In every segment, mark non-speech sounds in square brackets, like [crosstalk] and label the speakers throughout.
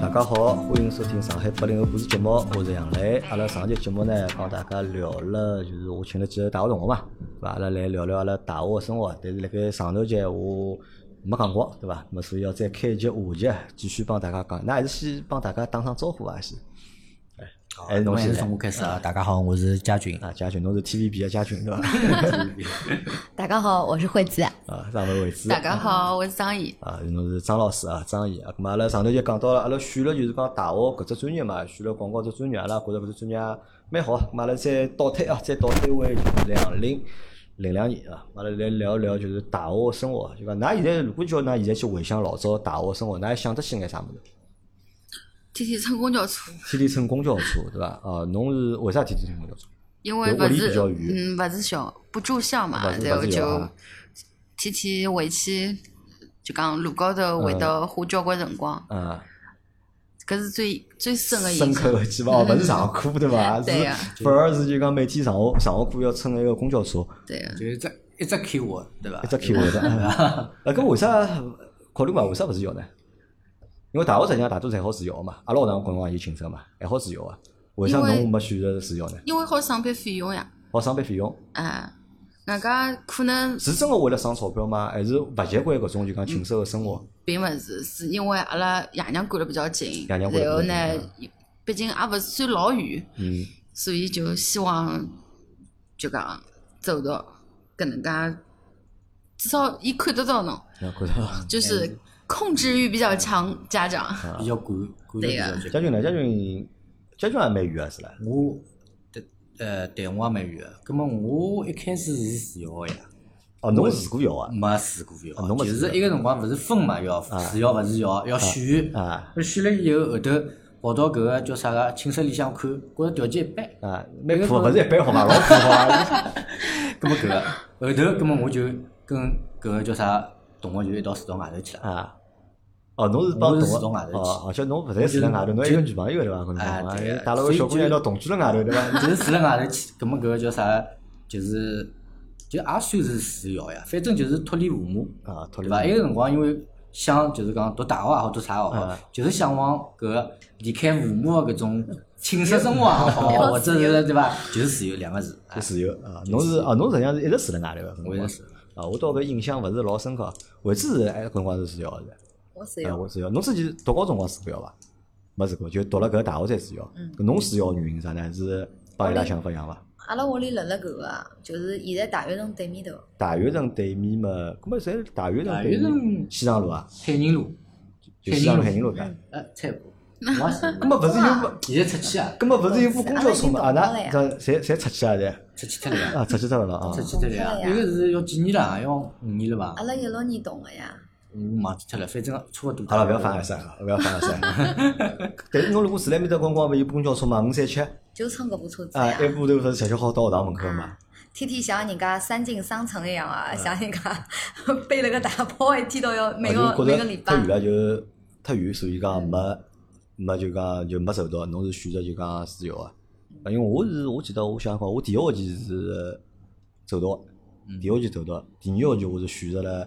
Speaker 1: 大家好，欢迎收听上海八零后故事节目，我是杨磊。阿拉上期节目呢，帮大家聊了，就是我请了几个大学同学嘛，对伐？阿拉来聊聊阿拉大学个生活。但是辣盖上头节我没讲过，对伐？那么所以要再开一集话题，继续帮大家讲。那还是先帮大家打声招呼伐，先。
Speaker 2: 哎
Speaker 1: 还是侬
Speaker 2: 还
Speaker 1: 先来
Speaker 2: 是
Speaker 1: 哎
Speaker 2: 从我开始啊！大家好，我是佳群。
Speaker 1: 啊，佳群，侬是 TVB 的佳群
Speaker 2: [laughs]
Speaker 1: 对伐？
Speaker 3: 大家好，我是惠子。
Speaker 1: 啊，上回为止。
Speaker 4: 大家好，我是张怡。
Speaker 1: 啊，侬是张老师啊，张毅啊，咁啊阿拉上头就讲到了，阿拉选了就是讲大学搿只专业嘛，选了广告这专业，阿拉觉着搿只专业蛮好，咁啊阿拉再倒推啊，再倒推回两零零两年啊，阿拉来聊一聊就是大学生活，啊就讲㑚现在如果叫㑚现在去回想老早大学生活，㑚还想得起眼啥物事？
Speaker 4: 天天乘公交车，
Speaker 1: 天天乘公交车对伐？啊，侬是为啥天天乘公交车？
Speaker 4: 因为
Speaker 1: 对
Speaker 4: 勿
Speaker 1: 屋里
Speaker 4: 是
Speaker 1: 比较远
Speaker 4: 嗯勿是小不住校嘛
Speaker 1: 勿，是
Speaker 4: 然
Speaker 1: 勿
Speaker 4: 后
Speaker 1: 是小
Speaker 4: 就
Speaker 1: 啊
Speaker 4: 天天回去，就讲路高头会
Speaker 1: 嗯
Speaker 4: 得花交关辰光，
Speaker 1: 啊，
Speaker 4: 搿是最最深的
Speaker 1: 深
Speaker 4: 印
Speaker 1: 刻
Speaker 4: 象。
Speaker 1: 的记吧，哦，勿是上课对伐？
Speaker 4: [laughs] 对呀
Speaker 1: 是反而是就讲每天上学上下课要乘一个公交车。
Speaker 4: 对个，
Speaker 2: 就是这一只 Q 我，对吧
Speaker 1: 一？只 Q 会 [laughs] 的。啊，搿为啥考虑嘛？为啥勿住校呢？因为大学实际上大多侪好住校啊嘛，阿拉学堂辰光也轻松嘛，还好住校啊。为啥
Speaker 4: 因为
Speaker 1: 侬没选择住校呢？
Speaker 4: 因为好省笔费用呀，
Speaker 1: 好省班费用，
Speaker 4: 啊，外加可能
Speaker 1: 是真个为了省钞票吗？还是勿习惯搿种就讲寝室个生活？
Speaker 4: 并勿是，是因为阿拉爷娘管得比较紧，
Speaker 1: 爷
Speaker 4: 然
Speaker 1: 娘管得
Speaker 4: 后
Speaker 1: 比较
Speaker 4: 呢
Speaker 1: 紧，
Speaker 4: 毕竟也勿算老远，
Speaker 1: 嗯，
Speaker 4: 所以就希望就讲走到搿能介，至少伊看得到侬，
Speaker 1: 那觉着。
Speaker 4: 就是控制欲比较强家长。
Speaker 2: 比较管，管得比较紧。
Speaker 1: 家俊呢？家俊，家俊也蛮远个是啦。
Speaker 2: 我，对，呃，对我也蛮远的。那么啊我一开始是住校的呀，
Speaker 1: 哦，侬是住过校啊？
Speaker 2: 没住过
Speaker 1: 啊侬
Speaker 2: 校，
Speaker 1: 没
Speaker 2: 就
Speaker 1: 住
Speaker 2: 是一个辰光勿是分嘛，要住校勿住校，要选
Speaker 1: 啊。
Speaker 2: 选了以后，后头跑到搿个叫啥个寝室里向看，觉着条
Speaker 1: [laughs]
Speaker 2: 件一般。
Speaker 1: 啊，蛮苦的，勿是一般好嘛，老苦好啊。
Speaker 2: 那么搿个后头，那么我就跟搿个叫啥同学就一道住到外头去了。
Speaker 1: 啊，哦，侬是帮
Speaker 2: 我
Speaker 1: 同
Speaker 2: 是
Speaker 1: 学
Speaker 2: 住到外头去
Speaker 1: 哦，而且侬勿侪住辣外头，侬还有女朋友对伐？搿辰
Speaker 2: 哎
Speaker 1: 光
Speaker 2: 对
Speaker 1: 啊
Speaker 2: 个
Speaker 1: 带了个
Speaker 2: 所以
Speaker 1: 小姑娘一
Speaker 2: 就
Speaker 1: 道同居辣外头对伐？
Speaker 2: 就是住了外头去，葛么搿个叫啥？就是就也算是住校呀，反正就是脱离父母，
Speaker 1: 啊，脱
Speaker 2: 对哎
Speaker 1: 离父
Speaker 2: 伐？埃个辰光因为想就是讲读大学也好，读啥也好
Speaker 1: 啊，
Speaker 2: 就是向往搿个离开父母的搿种寝室生活也 [laughs] 好，或者是对伐？就是自由两个字。
Speaker 1: 母自由啊，侬是啊，侬实际上是一直住辣外头个，搿辰
Speaker 2: 我
Speaker 1: 光
Speaker 2: 也是，
Speaker 1: 啊，我倒搿印象勿是老深刻，为止是哎搿辰光是住校是，
Speaker 3: [laughs] 我是
Speaker 2: 啊
Speaker 1: 哎，我住校，侬自己读高中辰光住过校伐？没住过，就读了搿大学才住校。
Speaker 2: 嗯
Speaker 1: 搿侬住校的原因是啥呢？是帮伊拉想法一样伐？
Speaker 3: 阿拉屋里辣辣搿个，就是现在大悦城对面头。
Speaker 1: 大悦城对面嘛，搿么侪大悦城
Speaker 2: 大
Speaker 1: 对
Speaker 2: 悦
Speaker 1: 面
Speaker 2: 城
Speaker 1: 西藏路啊，
Speaker 2: 海宁路，
Speaker 1: 就
Speaker 2: 海
Speaker 1: 西
Speaker 2: 宁
Speaker 1: 藏路
Speaker 2: 路
Speaker 1: 海宁路搿。
Speaker 2: 呃，菜 [laughs] 谱，我也嗯是。
Speaker 1: 搿么勿是有
Speaker 2: 现在出去啊，
Speaker 1: 咁么勿是有部公交车嘛？啊，
Speaker 3: 阿拉
Speaker 1: 㑚
Speaker 3: 已经
Speaker 1: 搿侪侪出去啊？侪
Speaker 2: 出去脱了呀，
Speaker 1: 啊，出去脱了啦啊
Speaker 2: 出！去脱了
Speaker 3: 出去
Speaker 2: 呀。
Speaker 3: 了呀
Speaker 2: 一个是要几年了啊，要五年了伐
Speaker 3: 阿？拉一六年动个呀，
Speaker 2: 我忘记脱了，反正差不多。
Speaker 1: 好了，勿要翻耳塞了，勿要翻耳
Speaker 3: [laughs]
Speaker 1: 塞。但是侬如果住辣埃面搭辰光，勿有部公交车嘛？五三七
Speaker 3: [laughs]
Speaker 1: 啊，
Speaker 3: 就乘搿部车子哎呀啊
Speaker 1: 埃，啊部头勿是吃吃好到学堂门口嘛？
Speaker 3: 天天像人家三进三城一样啊，像人家背了个大包，一天都要每
Speaker 1: 啊就
Speaker 3: 个每
Speaker 1: 觉着
Speaker 3: 个礼
Speaker 1: 太
Speaker 3: 拜。
Speaker 1: 远了，就太远，所以讲没没就讲就没走到。侬是选择就讲自由啊？啊，因为我是我记得我想想看，我第一学期是走读，
Speaker 3: 嗯
Speaker 1: 第一学期走读，第二学期我是选择了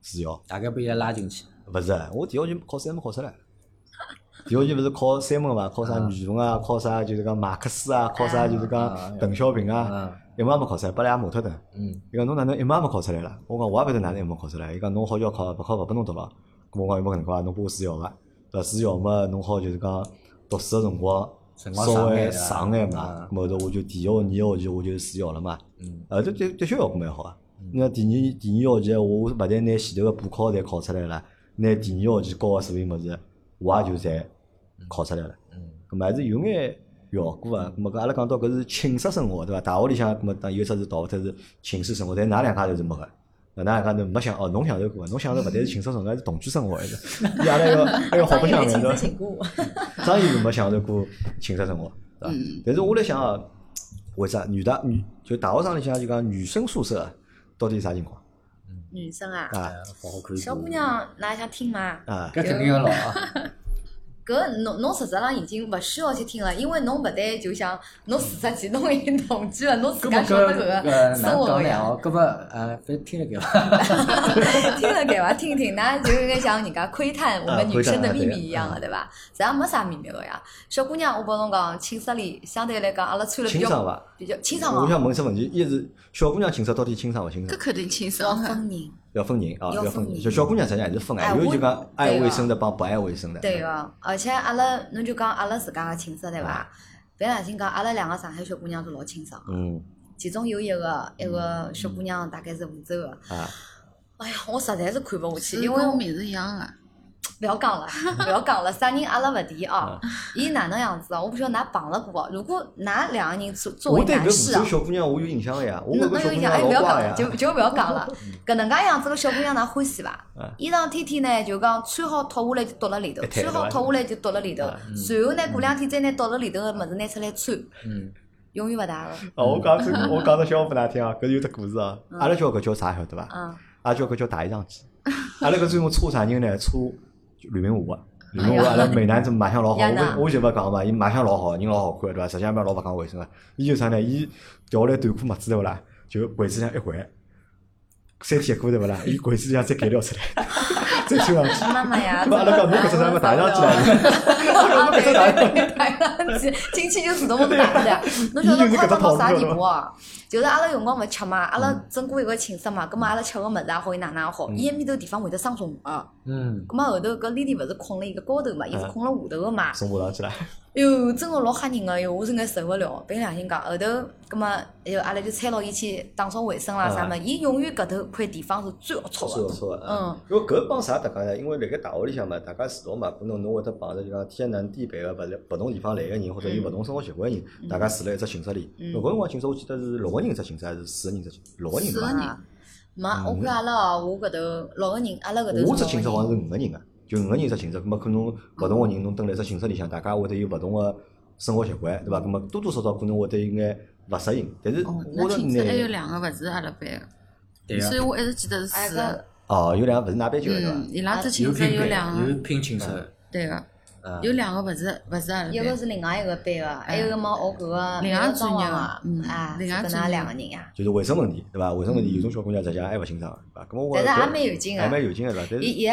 Speaker 1: 自由。
Speaker 2: 大概被伊拉拉进去。
Speaker 1: 勿是，我第一学期考三门考出来。 [laughs] 第一学期勿是考三门嘛，考啥语文啊，考啥就是讲马克思啊，考啥就是讲邓小平啊
Speaker 2: 嗯，
Speaker 1: 一门也没考出来，把拉也骂脱的。
Speaker 2: 嗯，
Speaker 1: 伊讲侬哪能一门也没考出来啦？我讲我也勿晓得哪能一门考出来。伊讲侬好叫考，勿考勿拨侬读了。咾我讲有没搿能介啊，侬拨我住校伐？对伐？住校嘛，侬好就是讲读书个辰光
Speaker 2: 辰光
Speaker 1: 稍
Speaker 2: 长
Speaker 1: 微
Speaker 2: 眼啊
Speaker 1: 长眼嘛
Speaker 2: 嗯。
Speaker 1: 咾后头我就第一学、二学期我就住校了嘛。
Speaker 2: 嗯，
Speaker 1: 后头的的确效果蛮好啊。那第二第二学期，我勿但拿前头个补考侪考出来了，拿第二学期教个所有物事，我也就侪考出来了。
Speaker 2: 嗯，
Speaker 1: 咁么还是有眼效果啊。咁么搿阿拉讲到搿是寝室生活对伐？大学里向咁么当有只是大学，只是寝室生活，但㑚两家头是没个。㑚两家头没享哦，侬享受过伐，侬享受勿但是寝室生活，还是同居生活还 [laughs] 是？伊阿拉要还要好白相对
Speaker 3: 亲自
Speaker 1: 伐？
Speaker 3: 请过我，
Speaker 1: 张毅是没享受过寝室生活，对伐？
Speaker 3: 嗯
Speaker 1: 但是我来想啊，为啥女大女就大学生里向就讲女生宿舍到底是啥情况
Speaker 3: 女生啊，
Speaker 1: 啊？
Speaker 2: 好好看。
Speaker 3: 小姑，娘哪想听嘛？
Speaker 1: 啊，
Speaker 2: 搿肯定要老啊。
Speaker 3: 搿侬侬实质浪已经勿需要去听了，因为侬勿对，就像侬四十几侬已经 [laughs] 同居了，侬自
Speaker 2: 搿
Speaker 3: 家
Speaker 2: 么
Speaker 3: 晓得搿
Speaker 2: 呃
Speaker 3: 个
Speaker 2: 哪
Speaker 3: 生活
Speaker 2: 讲
Speaker 3: 个
Speaker 2: 呢？
Speaker 3: [laughs] 样。
Speaker 2: 哦，搿么呃，反正听了搿伐？
Speaker 3: 听了给伐？听听，那就跟像人家啊窥探我们女生的秘密一样
Speaker 1: 啊
Speaker 3: 的，对伐？实际上没啥秘密个呀。小姑娘，我帮侬讲，寝室里相对来讲，阿拉穿了比
Speaker 1: 清爽
Speaker 3: 较
Speaker 1: 伐？
Speaker 3: 比较清爽
Speaker 1: 我
Speaker 3: 哦，
Speaker 1: 想问只问题，一是小姑娘情商到底清爽勿清
Speaker 4: 搿
Speaker 1: 爽？
Speaker 4: 肯定轻松
Speaker 3: 要
Speaker 4: 的。
Speaker 3: 分人，
Speaker 1: 要分人啊，要
Speaker 3: 要
Speaker 1: 分
Speaker 3: 分
Speaker 1: 人。
Speaker 3: 人
Speaker 1: 就小姑娘实际上还是分
Speaker 3: 哎
Speaker 1: 啊，有
Speaker 3: 我
Speaker 1: 就讲爱
Speaker 3: 对
Speaker 1: 卫
Speaker 3: 个
Speaker 1: 生的帮不爱卫生的。
Speaker 3: 对个、而且阿拉侬就讲阿拉自家个寝室对伐？别良心讲，阿拉两个上海小姑娘都老清爽，
Speaker 1: 嗯
Speaker 3: 其中有一个一个小姑娘大概是梧州个，
Speaker 1: 啊，
Speaker 3: 哎呀，我实在是看勿下去，
Speaker 4: 是
Speaker 3: 因
Speaker 4: 嗯跟
Speaker 3: 为
Speaker 4: 我名字一样啊的，
Speaker 3: 不要讲了， [laughs] 不要讲了，啥人阿拉勿提啊。
Speaker 1: 嗯
Speaker 3: 伊哪能样子啊？我不晓得㑚碰了过哦。如果㑚两个人作作
Speaker 1: 我
Speaker 3: 为
Speaker 1: 对搿
Speaker 3: 男
Speaker 1: 梧
Speaker 3: 士啊
Speaker 1: 州，小姑娘我有印象个呀，我
Speaker 3: 侬
Speaker 1: 搿
Speaker 3: 侬
Speaker 1: 个小
Speaker 3: 有
Speaker 1: 姑
Speaker 3: 印
Speaker 1: 娘
Speaker 3: 象，哎，
Speaker 1: 老
Speaker 3: 不要
Speaker 1: 乖
Speaker 3: 讲
Speaker 1: 的
Speaker 3: 了，
Speaker 1: 呀。
Speaker 3: 就就不要讲了。搿能介样子个小姑娘，㑚欢喜伐
Speaker 1: 嗯？哎
Speaker 3: 衣裳天天呢就讲穿好脱下来就丢辣里头，
Speaker 1: 一摊
Speaker 3: 穿
Speaker 1: 对
Speaker 3: 好
Speaker 1: 伐
Speaker 3: 脱下来就丢辣里头，
Speaker 1: 嗯
Speaker 3: 随后呢过两天再拿丢辣里头个物事拿出来穿，
Speaker 2: 嗯，
Speaker 3: 永远勿
Speaker 1: [laughs]
Speaker 3: 大个。
Speaker 1: 哦，我讲这，我讲这笑话拨㑚听啊，搿有只故事啊。阿拉叫搿叫啥晓得伐？
Speaker 3: 嗯，
Speaker 1: 阿拉叫搿叫大衣裳机。阿拉搿专门搓啥人呢？搓吕明华个。吕明华阿拉啊美男子卖相老好，
Speaker 3: 呀
Speaker 1: 我
Speaker 3: 呐
Speaker 1: 不我就勿讲啊嘛，伊卖相老好，人老好看对伐？实际上嘛老勿讲卫生个。伊就啥呢？伊调下来短裤袜子对勿啦？就柜子里向一啊掼，三天一过对勿啦？伊柜子里向再改掉出来，再穿上去。
Speaker 3: 妈妈呀，
Speaker 1: 啊阿拉讲侬搿只啥么大衣裳机来着？
Speaker 3: 啊，对对对，打上去，进去就自动被打的。侬晓得夸张到啥地步啊？就是阿拉有辰光勿吃嘛，阿拉整过一个寝室嘛，葛末阿拉吃个物事也好，伊哪能也好，伊埃面头地方会得生虫啊。
Speaker 2: 嗯，
Speaker 3: 葛末后头搿 Lily 勿是困了一个高头嘛，伊是困了下头个嘛。
Speaker 1: 送我上去了。
Speaker 3: 哟，真个老吓人个，哟，我真个受勿了。凭良心讲，后头葛末哎呦，阿拉就搀牢伊去打扫卫生啦啥么，伊永远搿头块地方是最龌龊个。
Speaker 1: 错的
Speaker 3: 嗯，
Speaker 1: 因为搿帮啥搭界呢？因为辣盖大学里向嘛，大家自动嘛，可能侬会得碰着就讲天南地北个，勿来勿同地方来个人，或者有勿同生活习惯个
Speaker 4: 嗯
Speaker 1: 人，大家住辣一只寝室里。
Speaker 3: 嗯
Speaker 1: 搿辰光寝室我记得是六个人一只寝室，还是四个人一只寝室？六个人
Speaker 4: 四个
Speaker 1: 吧。
Speaker 4: 人
Speaker 3: 啊，没，我看阿拉哦，我搿头六个人，阿拉搿头是
Speaker 1: 我
Speaker 3: 六
Speaker 1: 只
Speaker 3: 个
Speaker 1: 寝室
Speaker 3: 人。
Speaker 1: 好像是五个人个，就五个人一只寝室。葛末可能勿同个人侬蹲辣一只寝室里向，大家会得有勿同个生活习惯，对伐？葛末多多少少可能会得有眼勿适应，但是
Speaker 4: 哦，
Speaker 1: 我
Speaker 4: 那
Speaker 1: 觉
Speaker 4: 寝室还
Speaker 1: 得
Speaker 4: 有
Speaker 1: 呢，
Speaker 4: 两个勿是阿拉班
Speaker 2: 对啊个
Speaker 4: 的，所以，我一直记得是
Speaker 3: 哎搿
Speaker 4: 四个。
Speaker 1: 哦，有两个勿是㑚班级个对伐？
Speaker 4: 嗯，伊拉只
Speaker 2: 有
Speaker 4: 寝
Speaker 2: 拼
Speaker 4: 室有
Speaker 2: 配
Speaker 4: 两个，
Speaker 2: 有拼寝室，
Speaker 4: 对个，
Speaker 1: 啊
Speaker 4: 有两个勿是勿是阿拉
Speaker 3: 一个
Speaker 4: 班。
Speaker 3: 是另外一个班个，还有一个嘛学搿个
Speaker 4: 嗯另
Speaker 3: 一
Speaker 4: 外一
Speaker 3: 个
Speaker 4: 个
Speaker 3: 装潢
Speaker 4: 专业
Speaker 3: 个
Speaker 4: 的，嗯
Speaker 3: 哎，
Speaker 4: 另
Speaker 3: 搿
Speaker 4: 外一个
Speaker 3: 能
Speaker 4: 专业
Speaker 3: 两个人啊呀。
Speaker 1: 就是卫生问题，对伐？卫生
Speaker 4: 嗯
Speaker 1: 问题，有种小姑娘实际上还勿清爽，对伐？咁我觉
Speaker 3: 但是也
Speaker 1: 得
Speaker 3: 蛮有劲
Speaker 1: 还
Speaker 3: 个，
Speaker 1: 蛮有劲个对伐？但是
Speaker 3: 伊伊也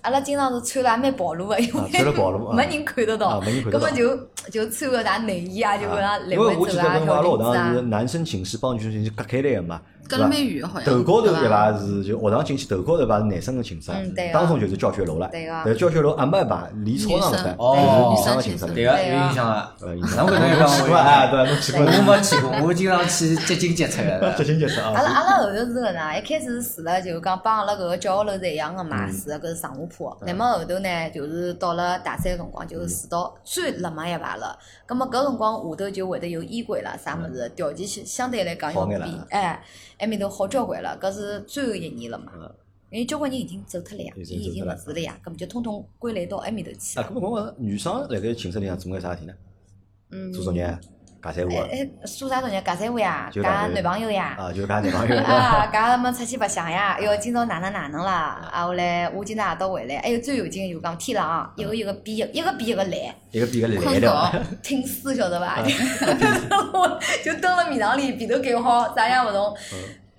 Speaker 3: 阿拉经常是穿了也蛮暴露个，因
Speaker 1: 啊
Speaker 3: 为
Speaker 1: 穿了暴露啊
Speaker 3: 没人看得
Speaker 1: 啊
Speaker 3: 到，
Speaker 1: 没人看
Speaker 3: 根
Speaker 1: 得到
Speaker 3: 本就就穿个啥内衣啊，就搿
Speaker 1: 啊
Speaker 3: 样来
Speaker 1: 因为我
Speaker 3: 回
Speaker 1: 记
Speaker 3: 走
Speaker 1: 得
Speaker 3: 啊，
Speaker 1: 跟阿拉学
Speaker 3: 小裙子
Speaker 1: 堂是
Speaker 3: 啊。
Speaker 1: 男生寝室帮女生寝室隔开来个嘛，
Speaker 4: 隔
Speaker 1: 对
Speaker 4: 了
Speaker 1: 伐？
Speaker 4: 蛮远，好像。
Speaker 1: 头高头
Speaker 4: 对
Speaker 1: 对
Speaker 4: 伐？
Speaker 1: 伐是就学堂进去头高头伐是男生个寝室
Speaker 3: 嗯对，啊
Speaker 1: 当中就是教学楼了。
Speaker 3: 对啊
Speaker 1: 但是教学楼阿没吧，离操场搭就
Speaker 4: 女生
Speaker 1: 是
Speaker 2: 哦
Speaker 1: 女啊生个寝室
Speaker 2: 对
Speaker 1: 了。
Speaker 2: 个
Speaker 3: 对
Speaker 2: 有
Speaker 3: 啊
Speaker 2: 印象啊。
Speaker 1: 呃，侬
Speaker 2: 侬搿能讲我
Speaker 3: 哦
Speaker 1: 去过 [laughs] 啊？对，侬去过
Speaker 2: 我没去过，我经常去接近接触
Speaker 1: 啊？接
Speaker 2: 的。
Speaker 1: 近接触
Speaker 3: 阿拉
Speaker 1: 啊？
Speaker 3: 阿拉后头是搿能啊，一开始是住了就是讲帮阿拉搿个教学楼是一样个嘛，
Speaker 1: 嗯
Speaker 3: 住了搿是上下铺。乃末后头呢，就是到了大三个辰光，就是住到最冷门一排了。葛末搿辰光下头就会得有衣柜啦啥物事，条件相相对来讲要
Speaker 1: 嗯好
Speaker 3: 比
Speaker 1: 眼了
Speaker 3: 哎埃面头好交关了，搿是最后一年了嘛
Speaker 1: 嗯。
Speaker 3: 因为交关人已经走脱了呀，
Speaker 1: 已
Speaker 3: 伊
Speaker 1: 经
Speaker 3: 已经
Speaker 1: 走
Speaker 3: 勿
Speaker 1: 脱了
Speaker 3: 住了呀，葛末就通通归类到埃面头去
Speaker 1: 啊，
Speaker 3: 了。
Speaker 1: 搿么我讲女生辣盖寝室里向做眼啥事体呢？
Speaker 3: 嗯，
Speaker 1: 做作业、夹三胡
Speaker 3: 哎哎，做啥作业？夹三胡呀，
Speaker 1: 就
Speaker 3: 夹
Speaker 1: 搿
Speaker 3: 男朋友呀。
Speaker 1: 啊，就是搿男朋友
Speaker 3: [laughs] 啊，搿阿么出去白相呀，哎哟，今朝哪能哪能啦？啊，后来我今朝夜到回来，哎哟，最有劲就讲天冷，一个一个比一一个比一个懒，
Speaker 1: 一个比一个懒的。
Speaker 4: 困
Speaker 1: [laughs]
Speaker 4: 觉，
Speaker 3: 挺死晓得伐？我 [laughs] 就蹲辣面堂里，被头盖好，啥也勿动。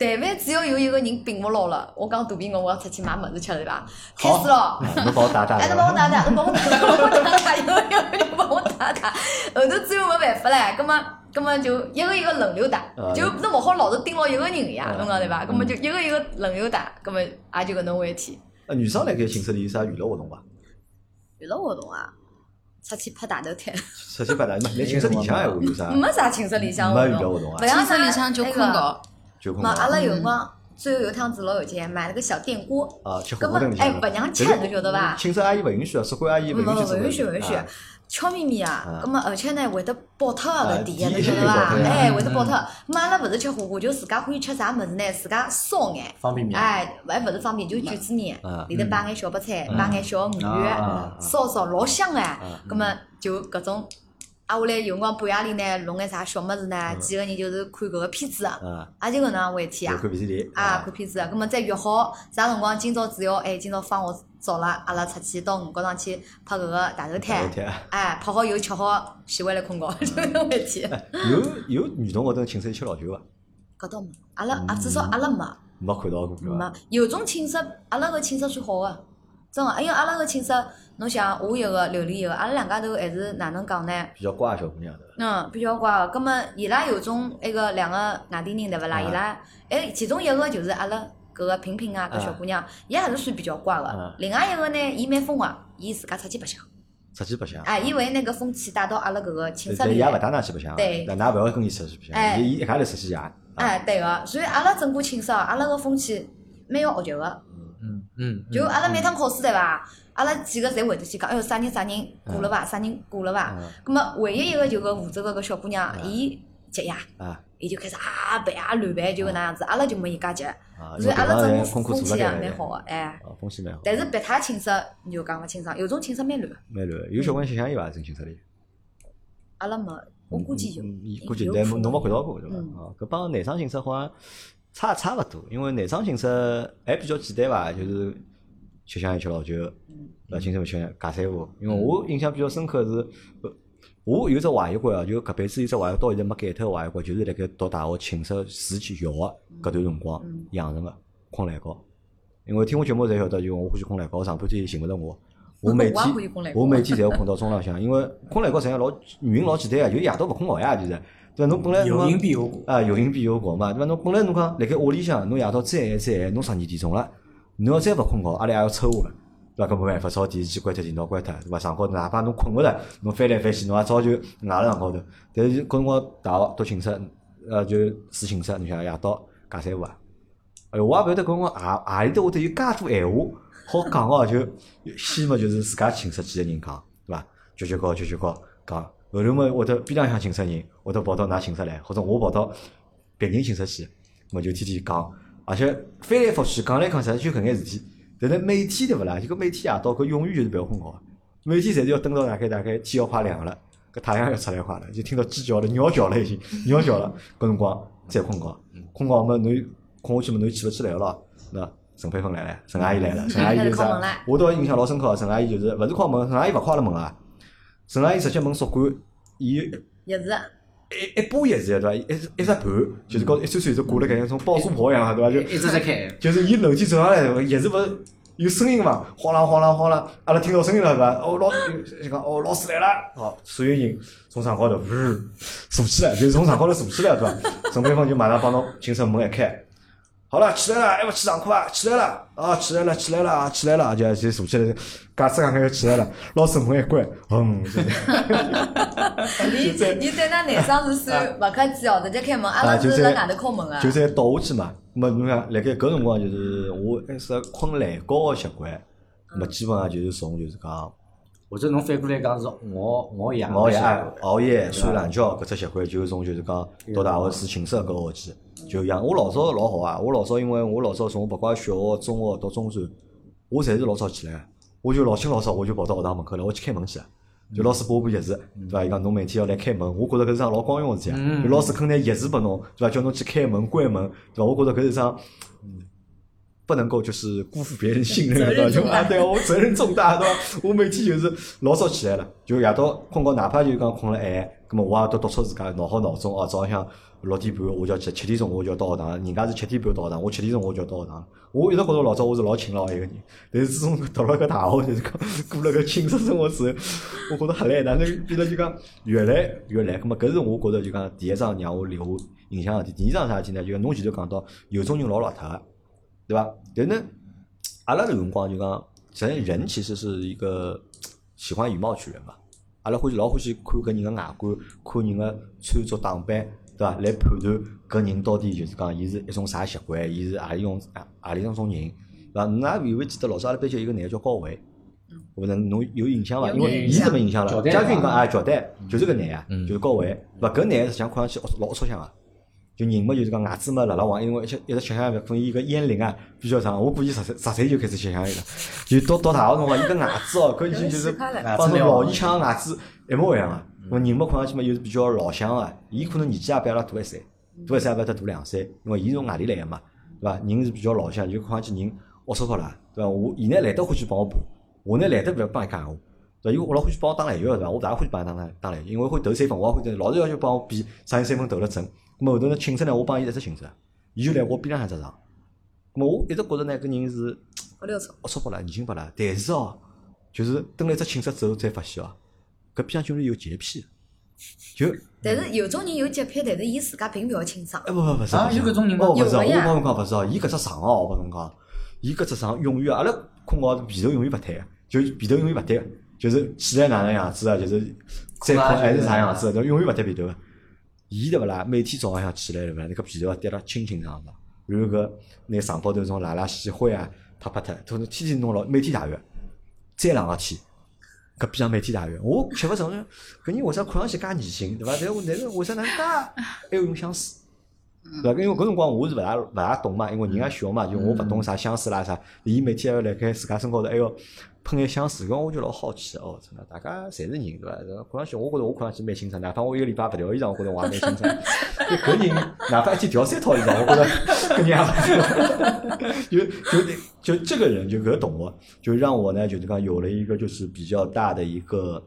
Speaker 3: 但凡只要有一个人摒勿牢了，我讲肚皮饿，我要出去买物事吃对伐？开始咯。
Speaker 1: 啊侬帮我打打
Speaker 3: 哎，
Speaker 1: 对
Speaker 3: 侬帮我
Speaker 1: 伐？
Speaker 3: 打打，侬帮我打打，侬帮我打打，有有有，帮我打打。后头最后没办法唻，葛么葛么就一个一个轮流打
Speaker 1: 啊，
Speaker 3: 就侬勿好老是盯牢一个人呀
Speaker 1: 啊，
Speaker 3: 侬讲对伐？葛么就一个一个轮流打，葛么也就搿能回事体。
Speaker 1: 啊，女生辣盖寝室里有啥娱乐活动伐？
Speaker 3: 娱乐活动啊，出去拍大头摊，
Speaker 1: 出去白相嘛，那寝室里向还会有啥？
Speaker 3: 没啥寝室里向活
Speaker 1: 没娱嗯乐
Speaker 3: 动，
Speaker 1: 活动啊
Speaker 3: 勿，像
Speaker 4: 寝室里向就
Speaker 3: 那
Speaker 4: 困
Speaker 3: 个
Speaker 4: 觉，
Speaker 1: 就空
Speaker 3: 嘛，啊阿
Speaker 1: 调
Speaker 3: 拉有辰光最后有一趟子老有钱，买了个小电锅，
Speaker 1: 啊，吃火
Speaker 3: 根
Speaker 1: 锅
Speaker 3: 本
Speaker 1: 等
Speaker 3: 哎勿让吃，侬晓得伐？
Speaker 1: 寝室阿姨勿允许啊，宿管阿姨
Speaker 3: 没
Speaker 1: 允许
Speaker 3: 没
Speaker 1: 做搿
Speaker 3: 勿允
Speaker 1: 个
Speaker 3: 许
Speaker 1: 事
Speaker 3: 勿允许
Speaker 1: 啊，
Speaker 3: 悄咪咪啊，
Speaker 1: 啊
Speaker 3: 葛末而且呢会得爆脱啊
Speaker 1: 啊
Speaker 3: 搿底啊，
Speaker 1: 第一
Speaker 3: 侬晓得
Speaker 1: 是爆
Speaker 3: 伐
Speaker 1: 脱呀？
Speaker 3: 哎，
Speaker 2: 嗯
Speaker 3: 会得爆脱。咹阿拉勿是吃火锅，就自家欢喜吃啥物事呢？自家烧眼，
Speaker 2: 方便面，
Speaker 3: 哎，还勿是方便，就卷子面
Speaker 1: 啊
Speaker 3: 里头摆眼小白菜，摆眼小鱼
Speaker 2: 啊啊啊
Speaker 3: 烧烧老香哎
Speaker 1: 啊。
Speaker 3: 葛末就搿种。挨下来有辰光半夜里呢，弄眼啥小么子呢？几个人就是看搿个片子的，
Speaker 1: 啊，
Speaker 3: 也就搿能回事体
Speaker 1: 有
Speaker 3: 啊
Speaker 1: 看。VCD
Speaker 3: 哎啊，看片子的，葛末再约好啥辰光？今朝只要哎，今朝放学早了，阿拉出去到五角场去拍搿个大头
Speaker 1: 天
Speaker 3: 摊，哎，拍好油吃好，洗回来困觉， [laughs] 就搿回事体。
Speaker 1: 有有女同学蹲寝室里吃老酒伐？
Speaker 3: 搿倒没，阿拉啊，至少阿拉没。
Speaker 1: 没看到过对伐？
Speaker 3: 没，有种寝室，阿拉个寝室算好个，真个，因为阿拉个寝室，侬想我一个，刘丽一个，阿拉两家头还是哪能讲呢？
Speaker 1: 比较乖的小姑娘对伐？
Speaker 3: 嗯，比较乖个，葛末伊拉有种埃个两个外地人对勿啦？
Speaker 1: 啊
Speaker 3: 伊拉哎，其中一个就是阿拉搿个萍萍啊，搿小姑娘，伊也是算比较乖
Speaker 1: 啊
Speaker 3: 个。另外一个呢，伊蛮疯个，伊自家出去白相，
Speaker 1: 出去白相，
Speaker 3: 哎，伊为那个风气带到阿拉搿个寝室
Speaker 1: 但伊
Speaker 3: 里
Speaker 1: 也勿
Speaker 3: 来。
Speaker 1: 带㑚去白相，啊
Speaker 3: 对
Speaker 1: 但㑚勿要跟伊出去白
Speaker 3: 哎
Speaker 1: 相，伊伊一家头出去也。
Speaker 3: 哎，对个、所以阿拉整个寝室啊，阿拉个风气蛮要学习个。
Speaker 2: 嗯嗯，
Speaker 3: 就啊阿拉
Speaker 2: 嗯
Speaker 3: 每趟考试对伐？阿拉几个侪会得去讲，哎哟，啥人啥人过了伐？啥人过了伐？
Speaker 1: 嗯
Speaker 3: 葛末唯一一个就搿负责搿个小姑娘，
Speaker 1: 嗯
Speaker 3: 伊急呀，
Speaker 1: 啊
Speaker 3: 伊就开始啊办啊乱办，就搿能样子，阿拉就没伊介急，
Speaker 1: 啊！
Speaker 3: 所以阿拉整个
Speaker 1: 功课
Speaker 3: 风
Speaker 1: 做
Speaker 3: 气
Speaker 1: 了
Speaker 3: 也
Speaker 1: 该
Speaker 3: 蛮好个，哎。
Speaker 1: 啊，风气蛮好。
Speaker 3: 但是别他寝室你就讲勿清爽，有种寝室蛮乱，
Speaker 1: 蛮乱的，有小姑娘相伊伐？真寝室里，
Speaker 3: 阿拉没，我估计有
Speaker 1: 嗯，嗯嗯估计
Speaker 3: 有
Speaker 1: 但
Speaker 3: 可能
Speaker 1: 侬没看到过对伐？
Speaker 3: 嗯
Speaker 1: 啊，搿帮南昌寝室好像差差勿多，因为南昌寝室还比较简单伐，就是吃香烟吃老酒，
Speaker 3: 嗯
Speaker 1: 勿清楚勿吃香烟假三胡。因为我印象比较深刻是，呃我有只坏习惯啊，就搿辈子有只坏习惯到现在没改脱个坏习惯，就是辣盖读大学寝室住去校个搿段辰光
Speaker 3: 嗯
Speaker 1: 养成个困懒觉。因为听我节目侪晓得，就我欢喜困懒觉，上半天寻勿着
Speaker 3: [laughs]
Speaker 1: 我。我每
Speaker 3: 我也欢喜
Speaker 1: 天
Speaker 3: 困懒觉
Speaker 1: 我每天侪会困到中浪向，因为困懒觉实际上老原因老简单个，就夜到勿困觉呀，就是对伐？侬本来
Speaker 2: 有因
Speaker 1: 侬
Speaker 2: 必有果。
Speaker 1: 啊有因必有果嘛，对伐？侬本来侬讲辣盖屋里向，侬夜到再晚再晚，侬十二点钟了，侬要再勿困觉，阿拉也要抽我了。对伐？搿没办法，烧电视机关脱，电脑关脱，对伐？上高头哪怕侬困勿着，侬翻来翻去，侬也早就硬了上高头。但是搿辰光大学读寝室，呃，就住寝室，侬想夜到假三胡啊？哎哟，我也勿晓得搿辰光啊啊里头会得有介多闲话好讲哦，就先嘛就是自家寝室几个人讲，对伐？悄悄告悄悄告讲，后头嘛会得边浪向寝室人会得跑到㑚寝室来，或者我跑到别人寝室去，我就天天讲，而且翻来覆去讲来讲去就搿眼事体。但是每天对勿啦？就搿每天夜到搿永远就是勿要困觉啊，每天侪是要等到大概大概天要快亮了，搿太阳要出来快了，就听到鸡叫了、鸟叫了已经，鸟叫了，搿辰光再困觉，困觉嘛侬困下去嘛侬就起勿起来了咯，那陈佩芬来了，陈阿姨来了，陈
Speaker 3: [laughs]
Speaker 1: 阿姨就是
Speaker 3: 开始敲门
Speaker 1: 啥
Speaker 3: 了？
Speaker 1: 我倒印象老深刻，陈阿姨就是勿是敲门，陈阿姨勿敲阿拉门啊，陈阿姨直接问宿管，伊
Speaker 3: 也是，
Speaker 1: 一一把叶子对伐？一一只盘，就是高头一串串就挂了搿样，像爆珠炮一样啊对伐？就
Speaker 2: 一直在开，
Speaker 1: 就是伊楼梯走上来，也是勿是有声音嘛，哗啦哗啦哗啦，阿拉听到声音了是伐？哦，老就讲哦，老师来了，好，所有人从上高头呜坐起来，就是从上高头坐起来对伐？陈佩芳就马上帮侬寝室门一开。好了，起来了，还勿去上课啊？起来了，啊，起来了，起来了，啊起来了，就就坐起来，嘎吱嘎吱起来了。老师门一关，嗯， [laughs]
Speaker 3: 你
Speaker 1: 在
Speaker 3: 你对那男生是
Speaker 1: [laughs]
Speaker 3: 算勿客气哦，直接开门，阿
Speaker 1: 啊
Speaker 3: 拉
Speaker 1: 就是在
Speaker 3: 辣外头敲门啊
Speaker 1: 就。再倒下去嘛。那么侬想，辣盖搿辰光就是我还是困懒觉个习惯，那么基本上就是从就是讲
Speaker 2: 或者侬反过来讲是熬熬夜，
Speaker 1: 熬夜、熬夜、睡懒觉搿只习惯，就是从就是讲到大学住寝室搿学期就养。我老早老好啊，我老早因为我老早从勿管小学、中学到中专，我侪是老早起来的，我就老清老早我就跑到学堂门口来，我去开门去了。就老师拨我本钥匙，对伐？伊讲侬每天要来开门，我觉着搿是桩老光荣个事体啊！
Speaker 2: 嗯
Speaker 1: 就老师肯拿钥匙拨侬，对伐？叫侬去开门、关门，对伐？我觉着搿是桩不能够就是辜负别人信任的，对吧？就啊，对啊，我责任重大，对吧？我每天就是老早起来了，就夜到困觉，哪怕就讲困了晚，咁么我也都督促自家闹好闹钟哦，早浪向六点半我就要起，七点钟我就要到学堂，人家是七点半到学堂，我七点钟我就要到学堂。我一直觉着老早我是老勤劳的一个人，但是自从读了个大学，就是讲过了个寝室生活之后，我觉着很累，哪能变得就讲越来越累。咁么搿是我觉着就讲第一桩让我留下印象的事体。第二桩啥事体呢？就讲侬前头讲到有种人老邋遢个。对吧？但是呢，阿拉搿辰光就讲，其实人其实是一个喜欢以貌取人嘛。阿拉欢喜老欢喜看搿人个外观，看人个穿着打扮，对伐？来判断搿人到底就是讲，伊是一种啥习惯，伊是何里种啊何里种种人，对伐？侬也有勿记得老早阿拉班级有一个男个叫高伟，我勿能侬嗯有印象伐？
Speaker 3: 有
Speaker 1: 因为伊
Speaker 3: 印象
Speaker 1: 怎么印象了
Speaker 2: 乔？丹
Speaker 1: 家军
Speaker 2: 嘛
Speaker 1: 讲啊，乔丹就是搿男啊，
Speaker 2: 嗯
Speaker 1: 就是高伟，对伐？搿男实际上看上去老龌龊相啊。就人嘛，就是讲牙齿嘛，辣辣黄，因为一吃一直吃香烟，可能伊个烟龄啊比较长。我估计十岁十岁就开始吃香烟了，就到到大学辰光，伊个牙齿哦，搿已经就是
Speaker 3: 开了
Speaker 1: 帮侬老烟枪个牙齿一模一样啊。那么人脉看上去嘛又是比较老乡个，伊可能年纪也比阿拉大一岁，大一岁也比阿拉大两岁，因为伊从外地来个嘛，对伐？人是比较老乡，就看上去人龌龊脱啦，对伐？我伊呢懒得欢喜帮我盘，我呢懒得勿要帮伊讲闲话。对伐，因为我老欢喜帮我打篮球个对伐？我大家欢喜帮伊打篮打篮球，因为我会投三分，我也会投，老是要求帮我比啥人三分投了准。咁么后头呢，寝室呢，我帮伊一只寝室，伊就来我边浪向只床。咁么我一直觉着呢，搿人是
Speaker 3: 不溜错。
Speaker 1: 龌龊拨啦，恶心拨啦。但是哦，就是蹲了一只寝室之后，才发现哦，搿边上居然有洁癖，就
Speaker 3: 但是有种人有洁癖，但是伊自家并勿要清爽。
Speaker 1: 哎不不不是，
Speaker 2: 啊
Speaker 1: 不是
Speaker 2: 有搿种人吗
Speaker 1: 哦勿是，
Speaker 3: 有
Speaker 1: 我
Speaker 3: 个呀
Speaker 1: 帮侬讲勿是哦，伊搿只床哦，我帮侬讲，伊搿只床永远阿拉困觉被头永远勿摊，就被头永远勿摊，就是起来哪能样子啊，就是再困还是啥样子，就永远勿摊被头。伊对勿啦？每天早浪向起来对勿啦？那个被头啊，叠了清清爽爽，然后搿拿床高头种垃圾洗灰啊，啪啪脱，都天天弄牢，每天洗浴，再冷个天。搿边上每天洗浴，我吃勿成，搿人为啥看上去介年轻，对伐？但我但是为啥能介还要用香水？对伐？因为搿辰光我是勿大勿大懂嘛，因为人家小嘛，就我勿懂啥香水啦啥。伊每天还要辣盖自家身高头还哎要喷眼香水，搿我就老好奇哦，真的，大家侪是人对伐？然后看上去我觉着我看上去蛮清爽，哪怕我一个礼拜勿调衣裳，我觉着我也蛮清爽。就搿人哪怕一天调三套衣裳，我觉着搿人也 [laughs] 就就就这个人就搿懂我，就让我呢就是讲有了一个就是比较大的一个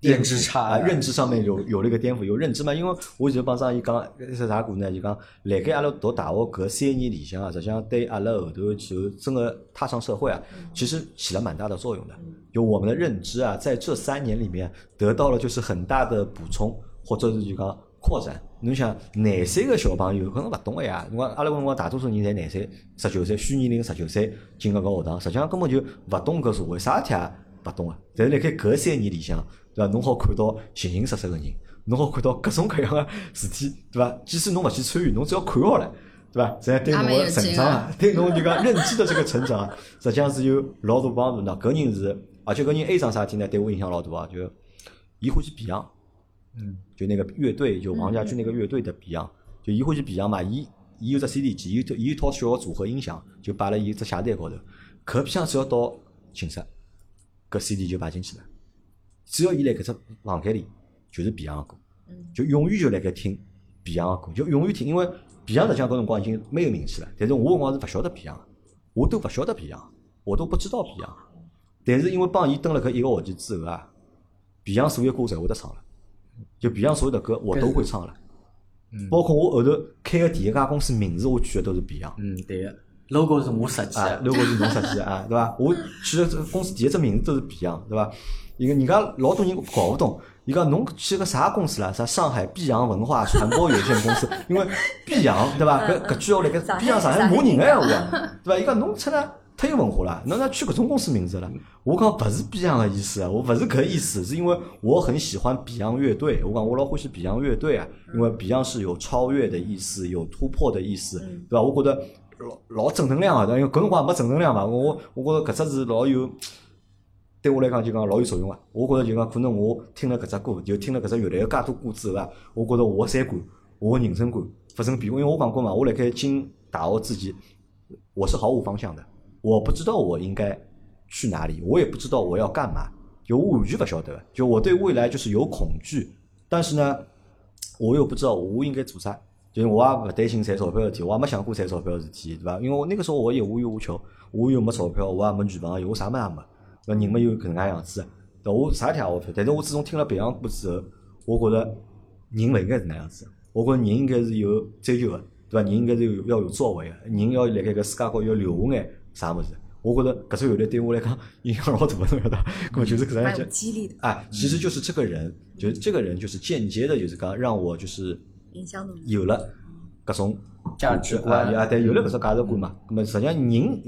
Speaker 2: 认知差哎
Speaker 1: 啊，认知上面有有了一个颠覆，有认知嘛？因为我就帮上伊讲是啥股呢？就讲辣盖阿拉读大学搿三年里向啊，实际上对阿拉后头就真个踏上社会啊，其实起了蛮大的作用的。就我们的认知啊，在这三年里面得到了就是很大的补充，或者是就讲扩展。侬想廿岁个小朋友可能勿懂个呀，侬讲阿拉搿辰光大多数人侪廿岁、十九岁，虚年龄十九岁进个搿学堂，实际上根本就勿懂搿社会，啥体也勿懂啊。但是辣盖搿三年里向，对伐？侬好看到形形色色个人，侬好看到各种各样个事体，对伐？即使侬勿去参与，侬只要看好了，对伐？实际上对侬
Speaker 4: 也蛮
Speaker 1: 个
Speaker 4: 有
Speaker 1: 成
Speaker 4: 劲
Speaker 1: 长
Speaker 4: 啊
Speaker 1: 啊， [laughs] 对侬就讲认知的这个成长啊，实际上是有老大帮助的。搿人是，而且搿人 A 上啥事体呢？对我影响老大啊，就伊欢喜 Beyond。就那个乐队，就黄家
Speaker 4: 嗯
Speaker 1: 驹那个乐队的 Beyond，、就伊欢喜 Beyond 嘛，伊伊有只 CD 机，伊有一套伊有一套小个组合音响，就摆辣伊只鞋垫高头。搿片只要到寝室，搿 CD 就摆进去了。只要伊辣搿只房间里，就是 Beyond 的歌
Speaker 3: 嗯，
Speaker 1: 就永远就辣盖听 Beyond 的歌，就永远听，因为 Beyond 实际上搿辰光已经蛮有名气了，但是我辰光是勿晓得 Beyond，的我都勿晓得 Beyond，我都不知道 Beyond。但是因为帮伊蹲了搿一个学期之后啊，Beyond 所有歌侪会得唱了，就 Beyond 所有的歌我都会唱了，包括我后头开个第一家公司名字我取的都是 Beyond。
Speaker 2: 嗯，对个，logo 是我设计
Speaker 1: 啊，
Speaker 2: 的，
Speaker 1: 如果是侬设计的啊，对伐？我取的这个公司第一只名字都是 Beyond，对伐？一个人家老多人搞不懂，伊讲侬去个啥公司啦？啥上海碧阳文化传播有限公司？因为碧阳对伐？搿搿句要辣盖碧阳嗯上海骂人个闲话，对伐？伊讲侬出来忒有文化了，侬哪取搿种公司名字了？我讲勿是碧阳个意思啊，我勿是搿意思，是因为我很喜欢碧阳乐队，我讲我老欢喜碧阳乐队啊，因为碧阳是有超越的意思，有突破的意思，
Speaker 3: 嗯
Speaker 1: 对伐？我觉得老老正能量啊个，因为搿辰光也没正能量嘛，我我觉着搿只是老有。对我来讲就讲老有作用啊！我觉着就讲可能我听了搿只歌，就听了搿只乐队有介多歌之后啊，我觉着我三观、我人生观发生变化。因为我讲过嘛，我辣盖进大学之前，我是毫无方向的，我不知道我应该去哪里，我也不知道我要干嘛，就我完全勿晓得。就我对未来就是有恐惧，但是呢，我又不知道我应该做啥。就是我也勿担心赚钞票的事体，我也没想过赚钞票的事体，对伐？因为我那个时候我也无欲无求，我又没钞票，我也没女朋友，我啥物事也没。那人嘛又搿能介样子，对我啥体也勿晓得但是我自从听了别样歌之后，我觉着人勿应该是那样子，我觉着人应该是有追求个，对伐？人应该是有要有作为个，人要辣盖搿世界高头要留下眼啥物事。我觉着搿首乐队对我来讲影响老大个，侬晓 [laughs] 得伐？搿么就是搿能样
Speaker 3: 蛮
Speaker 1: 子
Speaker 3: 有。激励的，
Speaker 1: 啊，其实就是这个人，就是这个人，就是间接的，就是讲让我就是
Speaker 3: 影响侬。
Speaker 1: 有了搿种
Speaker 2: 价值
Speaker 1: 啊，
Speaker 2: 观
Speaker 1: 啊，对，有了搿种价值观嘛。咁么实际上人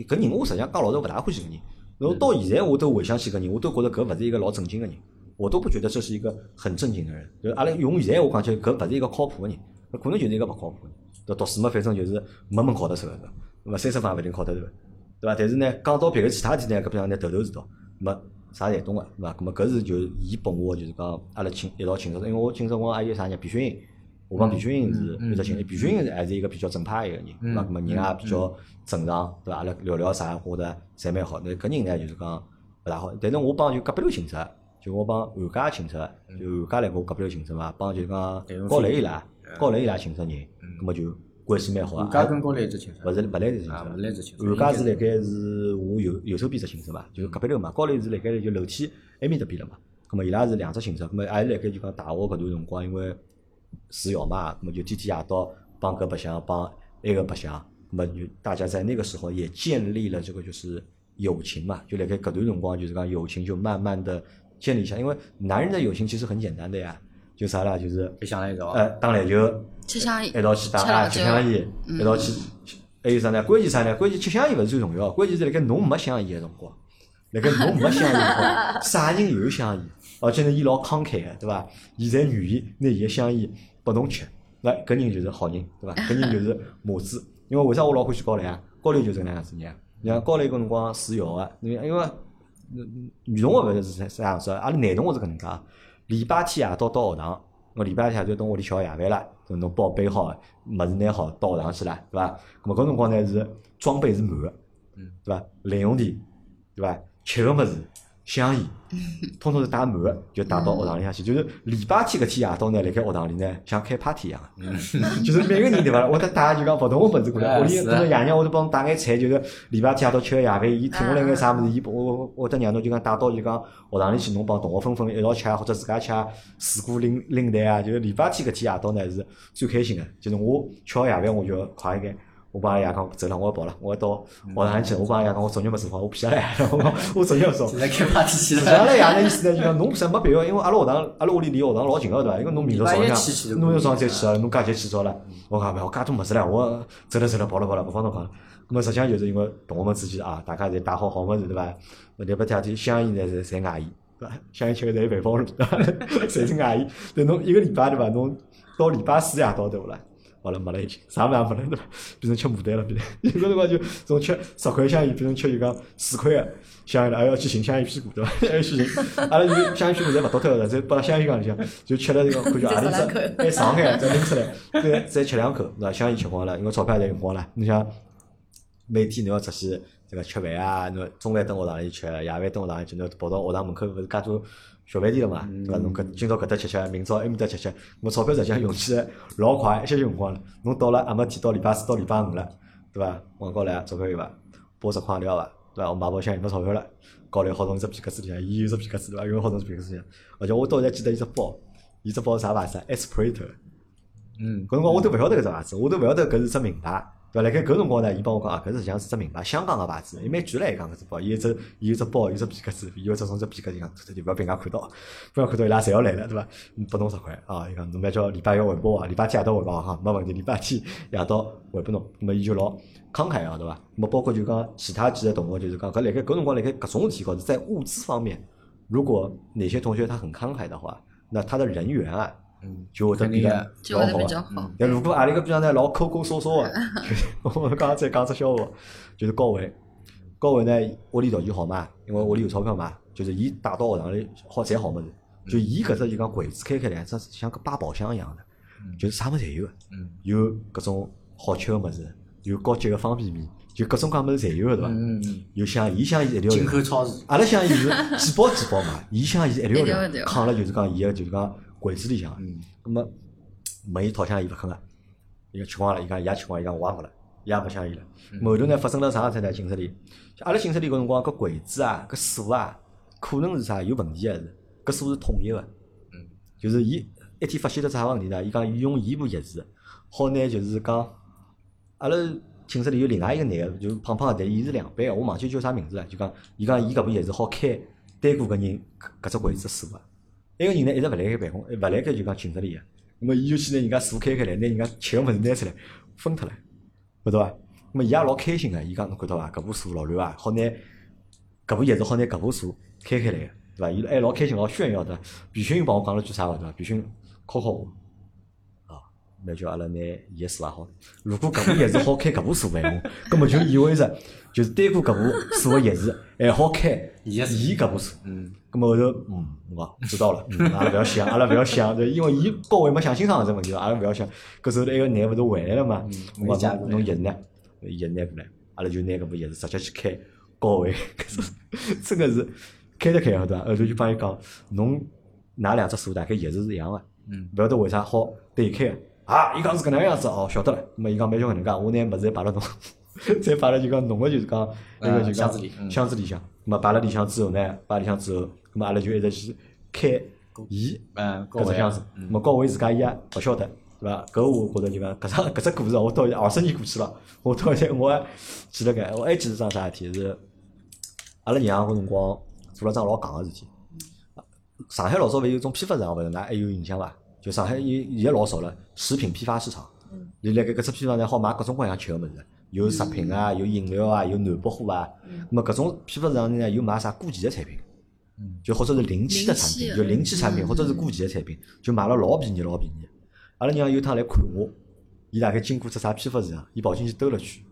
Speaker 1: 搿人，我实际上讲老实，勿大欢喜搿人。然后
Speaker 2: 嗯
Speaker 1: 到现在我都回想起搿人，我都觉得搿勿是一个老正经个人，我都不觉得这是一个很正经的人。就是阿拉用现在我讲起来，搿勿是一个靠谱个人，搿可能就是一个勿靠谱个人。对，读书嘛，反正就是没门考得出来个，咁么三十分也勿一定考得出来，对伐？但是呢，讲到别个其他事体呢，搿边呢头头是道，没啥侪懂个，啊对伐？咁么搿是就是伊拨我就是讲阿拉寝一道寝室，因为我寝室我还有啥人，毕训。我帮毕训是
Speaker 2: 嗯
Speaker 1: 一只寝室，毕训是还是一个比较正派的一个人，对伐？
Speaker 2: 嗯
Speaker 1: 咁么人也比较正常，对伐？阿拉聊聊啥，我觉得侪蛮好。那搿人呢，就是讲勿大好，但是我帮就隔壁头寝室，就就我帮韩家请出，
Speaker 2: 嗯
Speaker 1: 就韩家来过我隔壁头请出嘛，帮就讲
Speaker 2: 对
Speaker 1: 高磊伊拉，高磊伊拉请出人，葛末就关系蛮好
Speaker 2: 吴
Speaker 1: 啊。
Speaker 2: 呃嗯家跟高磊一只青
Speaker 1: 勿
Speaker 2: 色，
Speaker 1: 是勿来是
Speaker 2: 啊
Speaker 1: 行
Speaker 2: 勿来只青色，
Speaker 1: 韩家是辣盖是我右右手边只寝室嘛，就是隔壁头嘛。高头是辣盖就楼梯埃面搭边了嘛。咁么伊拉是两只寝室，咁么阿拉辣盖就讲大学搿段辰光，因为住校嘛，咁么就天天夜到帮搿白相，帮埃个白相，咁么就大家在那个时候也建立了这个就是友情嘛，就辣盖搿段辰光就是讲友情就慢慢的建立一下，因为男人的友情其实很简单的呀，就啥啦，就是
Speaker 2: 白相了一哦道，
Speaker 1: 呃打篮球。
Speaker 4: 吃香
Speaker 2: 哎
Speaker 1: 一道去打
Speaker 4: 吃
Speaker 1: 啊，
Speaker 4: 辣
Speaker 1: 吃
Speaker 4: 椒嗯
Speaker 1: 香烟，一道去，还有啥呢？关键啥呢？关键吃香烟勿是最重要，关键是辣盖侬没香烟个辰光，辣盖侬没香烟个辰光，啥人有香烟？而且呢，伊老慷慨个，对伐？伊侪愿意拿伊个香烟拨侬吃，那搿人就是好人，对伐？搿人就是母子。因为为啥我老欢喜高磊啊？高磊就是搿能样子人啊。你看高磊搿辰光住校个，因为因为女同学勿晓得是啥啥样子啊，阿拉男同学是搿能介啊，礼拜天夜到到学堂，我礼拜天夜到等屋里吃好夜饭啦，就侬包备好的，物事拿好到学堂去啦，对伐？咁么搿辰光呢是装备是满个，
Speaker 2: 嗯，
Speaker 1: 对伐？零用钿，对伐？吃个物事，香烟，通通是带满个，就带到学堂里向去。就是礼拜天搿天夜到呢，辣盖学堂里呢像开 party 一样， [laughs] 就是每个人对伐？会得带就讲勿同个物事过来，
Speaker 2: 哎
Speaker 1: 屋里
Speaker 2: 是
Speaker 1: 可能爷娘会得帮侬带眼菜，就是礼拜天夜到吃个夜饭，伊听下来
Speaker 2: 啊
Speaker 1: 眼啥物事，伊我我我得让侬就讲带到就讲学堂里去，侬帮同学分分一道吃啊，或者自家吃啊，水果拎拎袋啊，就是礼拜天搿天夜到呢是最开心个。就是我吃好夜饭，我就快一眼。我帮阿爷讲走了，我要跑了，我要到学堂去。我帮阿爷讲，我作业没做好，我不写了，我讲我作业要做。
Speaker 2: [laughs] 现在开 party 去
Speaker 1: [laughs] 实际上
Speaker 2: 了，
Speaker 1: 来爷呢意思呢，就讲侬实没必要，因为阿拉学堂，阿拉屋里离学堂老近个对伐？因为侬明朝早
Speaker 2: 礼拜一
Speaker 1: 浪
Speaker 2: 去去就可以
Speaker 1: 侬要早上再去啊，侬加急去早了。我讲勿要，哎我介多物事了，我走了走了，跑了跑了，勿帮侬讲了。咁么实际上就是因为同学们之间啊，大家侪带好好物事对伐？礼拜天天香烟呢，侪侪外烟， [laughs] 对伐？香烟吃个侪饭包路，对伐侪是外烟。但侬一个礼拜对伐？侬到礼拜四夜到对勿啦？好了，没了已经，啥物事也没了对伐？变成吃牡丹了，变成 [laughs] 有个辰光就从吃十块香烟变成吃就讲四块个香烟了，还要去寻香烟屁股对伐？还要去寻，阿拉就香烟屁股侪勿倒脱了，再把它香烟缸里向就吃了这个，感觉阿里
Speaker 3: 再吃两
Speaker 1: 只 [laughs] 还上海再拎出来，再再吃两口， [laughs] 对伐？香烟吃光了，因为钞票侪用光了，你想。每天侬要出去这个吃饭啊，侬中饭蹲学堂里吃，夜饭蹲学堂里去，侬跑到学堂门口勿是介多小饭店了嘛，对伐？侬搿今朝搿搭吃吃，明朝埃面搭吃吃，我钞票实际上用起来老快，一歇就用光了。侬到了阿没天到礼拜四到礼拜五了，对伐？往高啊来钞票有伐？包十块两伐？对伐？我买包厢有没钞票了？高来好从一只皮夹子里向，伊有只皮夹子对伐？因为好从一只皮夹子里向，而且我到现在记得伊只包，伊只包是啥牌子？Esprit。啊
Speaker 2: 嗯
Speaker 1: 搿辰光我都勿晓得搿只牌子，我都勿晓得搿是只名牌，对伐？辣盖搿辰光呢，伊帮我讲啊，搿实际上是只名牌，香港个牌子，伊蛮贵唻，伊讲搿只包，伊有只伊有只包，有只皮夹子，伊有只从只皮夹子讲，这就勿要被人家看到，不要看到伊拉侪要来了，对伐？拨侬十块啊，伊讲侬勿要叫礼拜一还拨我啊，礼拜天夜到还拨我哈，没问题，礼拜天夜到还拨侬，咾么伊就老慷慨啊，对伐？咾么包括就讲其他几个同学，就是讲搿辣盖搿辰光辣盖搿种事体高头，在物资方面，如果哪些同学他很慷慨的话，那他的人缘啊。
Speaker 2: 嗯，
Speaker 1: 就会得啊
Speaker 2: 肯
Speaker 1: 比
Speaker 2: 定
Speaker 1: 较
Speaker 2: 的
Speaker 4: 就会得比较好。
Speaker 2: 嗯
Speaker 1: 啊那如果阿里个边上呢老抠抠搜搜的， [laughs] 我刚刚再讲只笑话，就是高伟，高伟呢屋里条件好嘛，因为屋里有钞票嘛，就是伊带到学堂里好侪好物事，就伊搿只就讲柜子开开来，像像个八宝箱一样的，就是啥物事侪有的，
Speaker 2: 嗯
Speaker 1: 有搿种好吃的物事，有高级的方便面，就各种各样物事侪有的对伐？
Speaker 2: 嗯，嗯
Speaker 1: 有香烟，伊香烟一定要
Speaker 2: 进
Speaker 1: 有。
Speaker 2: 口超市，
Speaker 1: 阿拉香烟是几包几包嘛，伊香烟是一条
Speaker 4: 一条一
Speaker 1: 条，
Speaker 4: 条
Speaker 1: 扛了就是讲伊个就是讲柜子里向的。
Speaker 2: 嗯，
Speaker 1: 那么没伊讨香烟勿肯个，伊讲吃光了，伊讲伊也吃光，伊讲我也没了，伊也没香烟了。后头呢，发生了啥事体呢？寝室里，阿拉寝室里搿辰光搿柜子啊，搿锁啊，可能是啥有问题个是，搿锁是统一个。
Speaker 2: 嗯，
Speaker 1: 就是伊一天发现了啥问题呢？伊讲伊用伊部钥匙，好拿就是讲，阿拉寝室里有另外一个男个，就是胖胖个，但伊是两班个，我忘记叫啥名字了。就讲伊讲伊搿部钥匙好开单过搿人搿搿只柜子锁个。啊埃个人呢一直勿辣盖办公，勿辣盖就讲寝室里个，啊那么伊就去拿人家锁开开来，拿人家吃个物事拿出来分脱了，晓得伐？那么伊也老开心个，啊伊讲侬看到伐？搿部锁老乱伐？啊好拿搿部钥匙好拿搿部锁开开来个，啊对伐？伊还老开心老炫耀的。培训又帮我讲了句啥话对伐？培训考考我啊，那就阿拉拿伊个锁也好。如果搿部钥匙好开搿部锁闲 [laughs] 话，搿么就意味着就是单过搿部锁个钥匙还好开
Speaker 2: 伊
Speaker 1: 伊
Speaker 2: 个锁
Speaker 1: 搿部锁。
Speaker 2: 嗯，
Speaker 1: 咁么后头，嗯，我讲知道了，嗯阿拉勿要想，阿拉勿要想，对，因为伊高位没想清爽这问题，阿拉勿要想。搿时候埃个男勿是回来了嘛，
Speaker 2: 嗯
Speaker 1: 我
Speaker 2: 没加
Speaker 1: 讲
Speaker 2: 过
Speaker 1: 侬
Speaker 2: 来
Speaker 1: 侬钥匙呢， [laughs] 钥匙拿过来，阿拉就拿搿部钥匙直接去开高位，搿是真个是开着开晓得伐？后头就帮伊讲，侬㑚两只锁大概颜值是一样个，
Speaker 2: 嗯，
Speaker 1: 勿晓得为啥好对开个。啊，伊讲是搿能样子哦，晓得了。那么伊讲蛮叫搿能介，我拿物事侪摆辣侬， [laughs] 侪摆辣就讲侬个就是讲，那个就
Speaker 2: 嗯
Speaker 1: 讲
Speaker 2: 箱子里嗯
Speaker 1: 箱子里向。那么摆辣里向之后呢，摆里向之后，那么阿拉就一直去开伊
Speaker 2: 嗯，
Speaker 1: 搿只箱子。
Speaker 2: 嗯
Speaker 1: 么高伟自家伊也啊勿晓得，对伐？搿我觉着就讲搿 [laughs] 只搿只故事哦，我到现在二十年过去了，我到现在我还记得个，我还记得桩啥事体是，阿拉娘搿辰光做了桩老戆个事体。上海老早勿是有种批发市场，勿是？㑚还有印象伐？就上海现现在老少了，食品批发市场。你辣盖搿只批发呢，好买各种各样吃个物事，有食品啊，有饮料啊，有南北货啊。那么搿种批发市场呢，有卖啥过期的产品，就或者是临期的产
Speaker 4: 临期
Speaker 1: 品，
Speaker 4: 的
Speaker 1: 就临期产品或者是过期的产品，就买了老便宜老便宜。阿拉娘有趟来看我，伊大概经过只啥批发市场，伊跑进去兜了圈，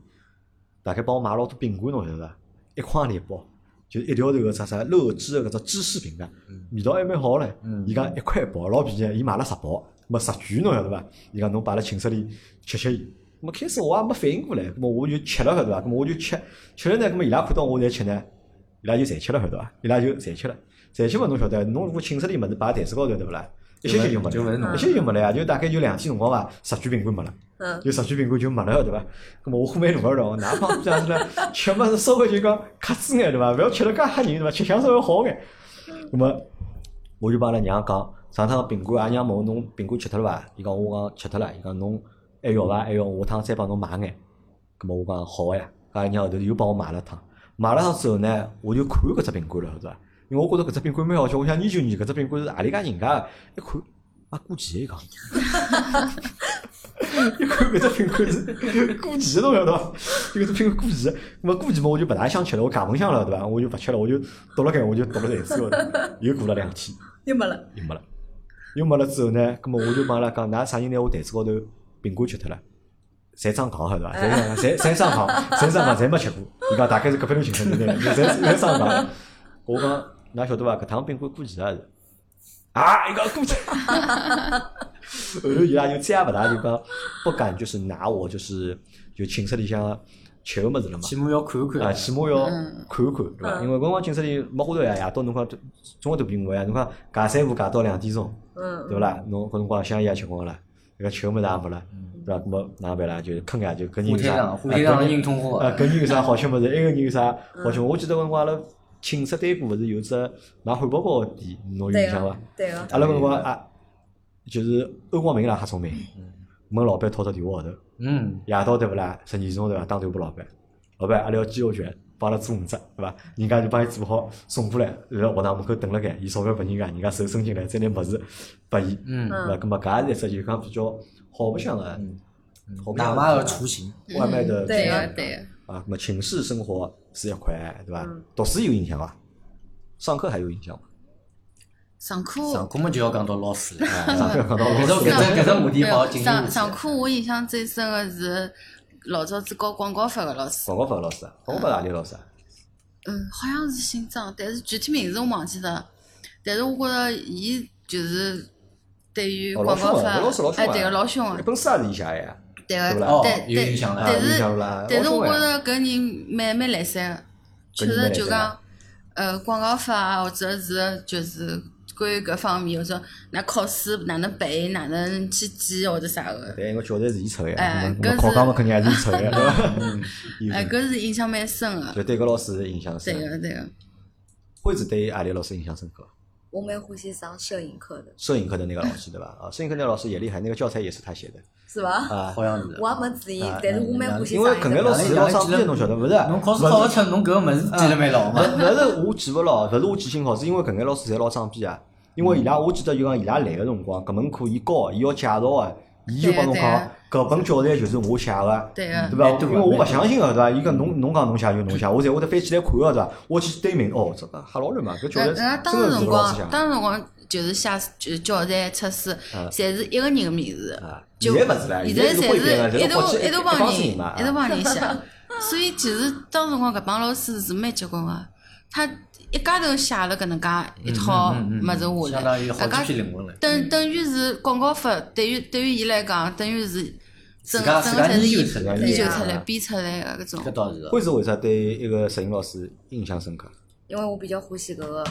Speaker 1: 大概帮我买了老多饼干，侬晓得伐？一筐里一包，就是一条头个啥啥肉汁个搿只芝士饼干，味道还蛮好唻
Speaker 2: 嗯。
Speaker 1: 伊讲一块一包，老便宜，伊买了十包，没十卷侬晓得伐？伊讲侬摆辣寝室里吃吃伊。咁么开始我也没反应过来，咁么我就吃了晓得伐？咁么我就吃，吃了呢，咁么伊拉看到我在吃呢，伊拉就侪吃了晓得伐？伊拉就侪吃了，侪吃嘛侬晓得，侬如果寝室里物事摆台子高头对勿啦？一歇歇就没
Speaker 2: 就勿是
Speaker 1: 了，
Speaker 2: 侬
Speaker 1: 一歇歇就没了呀，就大概就两天辰光伐，十卷饼干没了。
Speaker 3: 嗯，
Speaker 1: 有十卷饼干就没了，对伐？那么我火蛮大个哦，哪怕这样子呢，吃么子稍微就讲克制眼，对伐？勿要吃了介吓人，对伐？吃相稍微好眼。那么我就帮阿拉娘讲，上趟饼干，阿拉娘问我侬饼干吃脱了伐？伊讲我讲吃脱了，伊讲侬还要伐？还要，我下趟再帮侬买眼。那么我讲好呀，阿拉娘后头又帮我买了趟，买了趟之后呢，我就看搿只饼干了，晓得伐？因为我觉着搿只饼干蛮好吃，我想研究研究搿只饼干是何里家人家的，一看啊，过期的伊讲。 [laughs] 一看搿只饼干是过期的，侬晓得伐？就搿只饼干过期，那么过期嘛，我就勿大想吃了，我夹门香了，对伐？我就勿吃了，我就倒了盖，我就倒了袋子高头。又过了两天，
Speaker 3: 又没了。
Speaker 1: 又没了，又没了之后呢，葛么我就帮阿拉讲，㑚啥人拿我台子高头饼干吃脱了？侪上堂晓得伐？侪上侪侪上堂，侪上堂，侪没吃过。伊讲大概是搿番情形，对伐？侪侪上堂。我讲，㑚晓得伐？搿趟饼干过期了是？啊，伊讲过期。后头伊拉就再也勿大啊就讲不敢，就是拿我就是就寝室里向吃个物事了嘛。
Speaker 2: 起码要看一
Speaker 1: 啊，
Speaker 2: 看，
Speaker 1: 起码要
Speaker 4: 嗯
Speaker 1: 看一看，对伐？
Speaker 3: 嗯
Speaker 1: 因为搿辰光寝室里没花头呀，夜到侬看中午都比我呀，侬看尬三胡尬到两点钟，
Speaker 3: 嗯，
Speaker 1: 对勿啦？侬搿辰光香烟也吃光了，搿个吃个物事也没了，对伐？搿么哪办啦？就坑呀，就搿人有
Speaker 2: 嗯火天
Speaker 1: 啥？
Speaker 2: 上，
Speaker 1: 啊
Speaker 2: 火天上
Speaker 1: 搿
Speaker 2: 的
Speaker 1: 人
Speaker 2: 硬通货
Speaker 1: 啊，，搿人有啥好吃物事？埃个人有啥
Speaker 3: 嗯
Speaker 1: 好吃？我记得搿辰光阿拉寝室对过勿是有只卖汉堡包个店，侬有
Speaker 3: 对啊
Speaker 1: 印象伐
Speaker 3: 个？，对个，
Speaker 1: 阿拉搿辰光啊，就是欧光明伊拉黑聪明，问老板讨只电话号头。
Speaker 2: 嗯，
Speaker 1: 夜到对勿啦？十二点钟对伐？打电话拨老板，老板阿拉要鸡肉卷，帮阿拉做五只对伐？人家就帮伊做好送过来，然后学堂门口等辣盖，伊钞票拨人家，人家手伸进来再拿物事拨伊，对
Speaker 2: 嗯，
Speaker 1: 伐？咁么搿也是一只就讲比较好白相个，好白
Speaker 2: 大
Speaker 1: 相
Speaker 2: 妈的雏形，
Speaker 1: 外卖的
Speaker 3: 对
Speaker 4: 呀、
Speaker 3: 呀
Speaker 4: 对呀、
Speaker 1: 啊，咁么寝室生活是一块对伐
Speaker 3: 嗯？
Speaker 1: 读书有影响伐？上课还有影响伐？
Speaker 4: 上课
Speaker 2: 上课嘛就要讲到老师了，
Speaker 1: 啊上课讲到老
Speaker 2: 搿种
Speaker 1: 师啊
Speaker 2: 搿只搿
Speaker 4: 上
Speaker 2: 只话题好进行
Speaker 4: 上上课我印象最深的是老早子教广告法的老师，
Speaker 1: 广告法老师啊，广告法是何里老师啊？
Speaker 4: 嗯，好像是姓张，但是具体名字我忘记了。但是我觉着伊就是对于
Speaker 1: 哦，
Speaker 4: 广
Speaker 1: 老
Speaker 4: 告
Speaker 1: 凶个，
Speaker 4: 法
Speaker 1: 搿老师老，凶
Speaker 4: 哎，
Speaker 1: 个，
Speaker 4: 对个老凶
Speaker 1: 一
Speaker 4: 的，
Speaker 1: 本书也是伊写个呀，
Speaker 4: 对
Speaker 1: 对
Speaker 4: 个，
Speaker 1: 吧
Speaker 2: 哦
Speaker 4: 但，
Speaker 2: 有印象了，
Speaker 4: 但是
Speaker 1: 啊有印象了
Speaker 4: 但是
Speaker 1: 老凶
Speaker 4: 我
Speaker 1: 的
Speaker 4: 觉着搿人蛮蛮来三个，
Speaker 1: 搿
Speaker 4: 确
Speaker 1: 人蛮
Speaker 4: 实
Speaker 1: 来
Speaker 4: 就
Speaker 1: 三
Speaker 4: 讲，呃，广告法啊，或者是就是关于搿方面，或者那考试哪能背，哪能去记或者啥个，
Speaker 1: 对，因为教材是伊出个呀
Speaker 4: 哎，
Speaker 1: 那么
Speaker 4: 搿
Speaker 1: 考
Speaker 4: 是
Speaker 1: 纲嘛肯定还是伊出个，对伐？
Speaker 4: [laughs]
Speaker 1: [laughs] 有
Speaker 4: 哎，
Speaker 1: 影
Speaker 4: 搿是印象蛮深个
Speaker 1: 响，就对搿老师印象
Speaker 4: 对
Speaker 1: 深。
Speaker 4: 个对个，
Speaker 1: 惠子对阿里老师印象深刻，
Speaker 3: 我蛮欢喜上摄影课的，
Speaker 1: 摄影课的那个老师对吧？啊，摄影课那个老师也厉害，那个教材也是他写的
Speaker 3: 是伐？
Speaker 1: 啊。
Speaker 2: 好像是。
Speaker 3: 我也没注意
Speaker 1: 啊，
Speaker 3: 但是我蛮欢喜
Speaker 1: 因为搿
Speaker 3: 上
Speaker 1: 眼老师老上
Speaker 2: 记
Speaker 1: 逼
Speaker 2: 得
Speaker 1: 侬晓得勿是？
Speaker 2: 啊侬考试考勿出，侬搿个物事记了蛮牢
Speaker 1: 勿
Speaker 2: 嘛。
Speaker 1: 勿是我记勿牢，勿是我记性好，是因为搿眼老师侪老装逼啊。因为伊拉，我记得就讲伊拉来个辰光，搿门课伊教，伊要介绍个，伊就
Speaker 4: 对
Speaker 1: 帮侬
Speaker 4: 对啊
Speaker 1: 讲，搿本教材就是我写个，
Speaker 4: 对
Speaker 1: 对
Speaker 4: 个，
Speaker 1: 伐？
Speaker 2: 蛮多
Speaker 1: 因为
Speaker 2: 的
Speaker 1: 我勿相信个，对伐？伊讲侬侬讲侬写就侬写，我侪会得翻起来看个，对伐？我去对名，哦，这个瞎老乱嘛，搿教材
Speaker 4: 人家
Speaker 1: 真
Speaker 4: 当
Speaker 1: 个是
Speaker 4: 时辰
Speaker 1: 老师写
Speaker 4: 光，
Speaker 1: 的
Speaker 4: 当时辰光就是写就教材、测试，
Speaker 1: 嗯
Speaker 4: 侪是一个人的名字。
Speaker 1: 啊。
Speaker 4: 就
Speaker 1: 现在勿是啦，
Speaker 4: 现
Speaker 1: 在
Speaker 4: 在
Speaker 1: 是
Speaker 4: 侪
Speaker 1: 规定了，
Speaker 4: 是
Speaker 1: 现
Speaker 4: 一
Speaker 1: 在
Speaker 4: 大
Speaker 1: 好几
Speaker 4: 一大帮
Speaker 1: 帮
Speaker 4: 人，
Speaker 1: 嘛，啊
Speaker 4: 一大帮人写。所以其实当时辰光搿帮老师是蛮结棍个，他一家头写了搿能介一套
Speaker 2: 嗯嗯嗯嗯
Speaker 4: 物事
Speaker 2: 相
Speaker 4: 下来
Speaker 2: 当于，好几篇论文了。
Speaker 4: 等等于是广告法，对于对于伊来讲，等于是
Speaker 2: 自
Speaker 4: 整
Speaker 2: 家
Speaker 4: 个
Speaker 2: 自
Speaker 4: 整
Speaker 2: 家
Speaker 4: 个侪是
Speaker 2: 研
Speaker 4: 伊
Speaker 2: 究出来的，
Speaker 4: 研
Speaker 3: 研
Speaker 4: 究
Speaker 3: 究
Speaker 4: 出
Speaker 3: 出
Speaker 4: 来
Speaker 3: 来
Speaker 4: 编出来个搿
Speaker 2: 搿
Speaker 4: 种。
Speaker 2: 倒是的。
Speaker 1: 惠子为啥对一个摄影老师印象深刻？
Speaker 3: 因为我比较欢喜搿个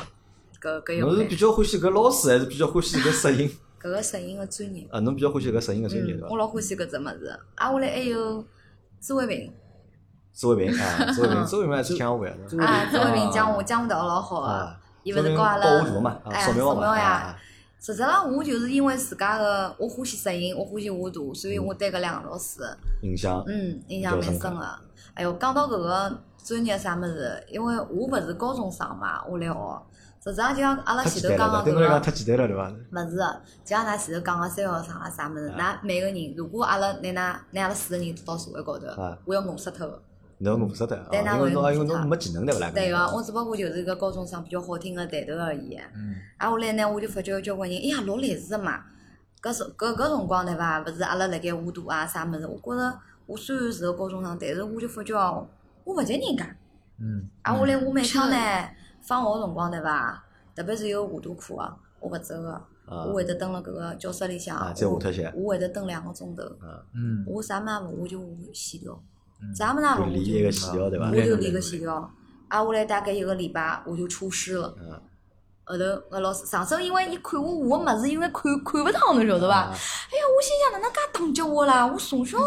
Speaker 3: 搿搿一
Speaker 1: 侬是
Speaker 3: 块
Speaker 1: 比，较欢喜搿老师，还是比较欢喜搿摄影？
Speaker 3: 搿个摄影个专业。
Speaker 1: 啊，侬比较欢喜搿摄影个专业
Speaker 3: 嗯
Speaker 1: 对，伐
Speaker 3: 我？老欢喜搿只物事。啊，下来还有朱伟平，
Speaker 1: 周慧敏啊，
Speaker 3: 嗯
Speaker 1: 周慧敏，周慧敏还是讲我呀。
Speaker 2: 朱伟
Speaker 3: 啊，朱
Speaker 2: 平
Speaker 3: 伟平
Speaker 2: 啊
Speaker 3: 讲我讲我调老好个
Speaker 1: 啊，，
Speaker 3: 伊勿是教阿
Speaker 1: 报我嘛
Speaker 3: 拉，，
Speaker 1: 啊，
Speaker 3: 哎
Speaker 1: 扫描
Speaker 3: 扫
Speaker 1: 嘛，
Speaker 3: 描
Speaker 1: 啊
Speaker 3: 呀。，实质上，我就是因为自家个，我欢喜摄影，我欢喜画图，所以我对搿两个老师，
Speaker 1: 影像，
Speaker 3: 嗯，印象蛮深个。哎哟，讲到搿个专业啥物事，因为我勿是高中生嘛，我来学。实质上就像阿拉
Speaker 1: 太
Speaker 3: 前
Speaker 1: 简
Speaker 3: 头啊
Speaker 1: 单
Speaker 3: 讲
Speaker 1: 了，
Speaker 3: 个
Speaker 1: 对侬来
Speaker 3: 搿
Speaker 1: 讲
Speaker 3: 个
Speaker 1: 太简单了对伐？
Speaker 3: 物事，就像㑚前头讲个三号生啊啥物事，㑚每个人，如果阿拉拿㑚拿阿拉四个人到社会高头
Speaker 1: 啊，
Speaker 3: 我要饿死脱个。
Speaker 1: 侬弄勿识得啊，
Speaker 3: 对那
Speaker 1: 因为
Speaker 3: 我也
Speaker 1: 侬因为
Speaker 3: 弄不
Speaker 1: 侬
Speaker 3: 出
Speaker 1: 没技能对勿啦？
Speaker 3: 对个、啊我只不过就是一个高中生比较好听个谈头而已。
Speaker 2: 嗯
Speaker 3: 啊，后来呢，我就发觉有交关人，哎呀，老励志个嘛。搿辰搿搿辰光对伐？勿是阿拉辣盖画图啊啥物事，我觉着我虽然是个高中生，但是我就发觉哦，我勿及人家。
Speaker 2: 嗯，
Speaker 3: 啊，后来我每
Speaker 4: 是的
Speaker 3: 趟呢放学辰光对伐？特别是有画图课啊，我勿走个，
Speaker 1: 啊
Speaker 3: 我会得蹲辣搿个教室里向
Speaker 1: 啊，，再下
Speaker 3: 我
Speaker 1: 脱些，
Speaker 3: 我会得蹲两个钟头。
Speaker 2: 嗯，
Speaker 3: 我啥物事也勿画就画线条
Speaker 2: 嗯，
Speaker 3: 啥物事也勿
Speaker 1: 就
Speaker 3: 画
Speaker 1: 理一个
Speaker 3: 就
Speaker 1: 线条对伐
Speaker 3: 我？
Speaker 2: 练
Speaker 3: 就
Speaker 2: 了
Speaker 3: 练
Speaker 2: 练
Speaker 3: 个
Speaker 2: 了
Speaker 3: 线条，啊，下来大概一个礼拜我就出师了。
Speaker 1: 嗯
Speaker 3: 后头搿老师上手，因为伊看我画个物事，因为看看勿上，侬晓得伐？
Speaker 1: 啊
Speaker 3: 哎呀，我心想哪能介打击我啦？我从小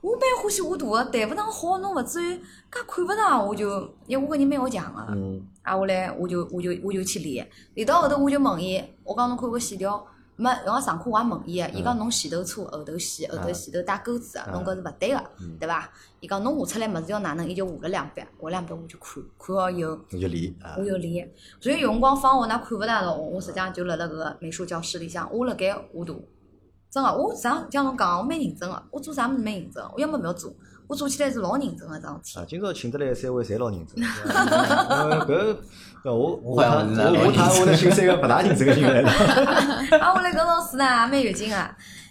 Speaker 3: 我蛮欢喜画图个，谈勿上好，侬勿至于介啊看勿上，我就因为我搿人蛮好强个、
Speaker 1: 嗯，
Speaker 3: 啊，后来我就我就我就去练，练到后头我就问伊，我讲侬看过线条没？然后上课我也问伊个，伊讲侬前头粗，后头细，后头前头带钩子个，啊侬搿是勿对个
Speaker 1: 嗯，
Speaker 3: 对伐？伊讲侬画出来物事要哪能，伊就画了两笔，画两笔我就看，看好以后
Speaker 1: 侬就理啊
Speaker 3: 我，就练。所以有辰光放学㑚看勿大了，我实际上就辣辣搿个美术教室里向，我辣盖画图。真个，我上像侬讲，我蛮认真个，我做啥物事蛮认真的，我要么勿要做，我做起来是老认真个桩事
Speaker 1: 啊，
Speaker 3: 体。
Speaker 1: 今朝请得来三位，侪老
Speaker 3: [laughs]
Speaker 1: 认真。呃搿呃我我
Speaker 2: 好
Speaker 1: 他
Speaker 2: 像是啊
Speaker 1: 我我他我来请三个勿大认真个人来了。
Speaker 3: [laughs] 啊，后来搿老师呢也蛮有劲个，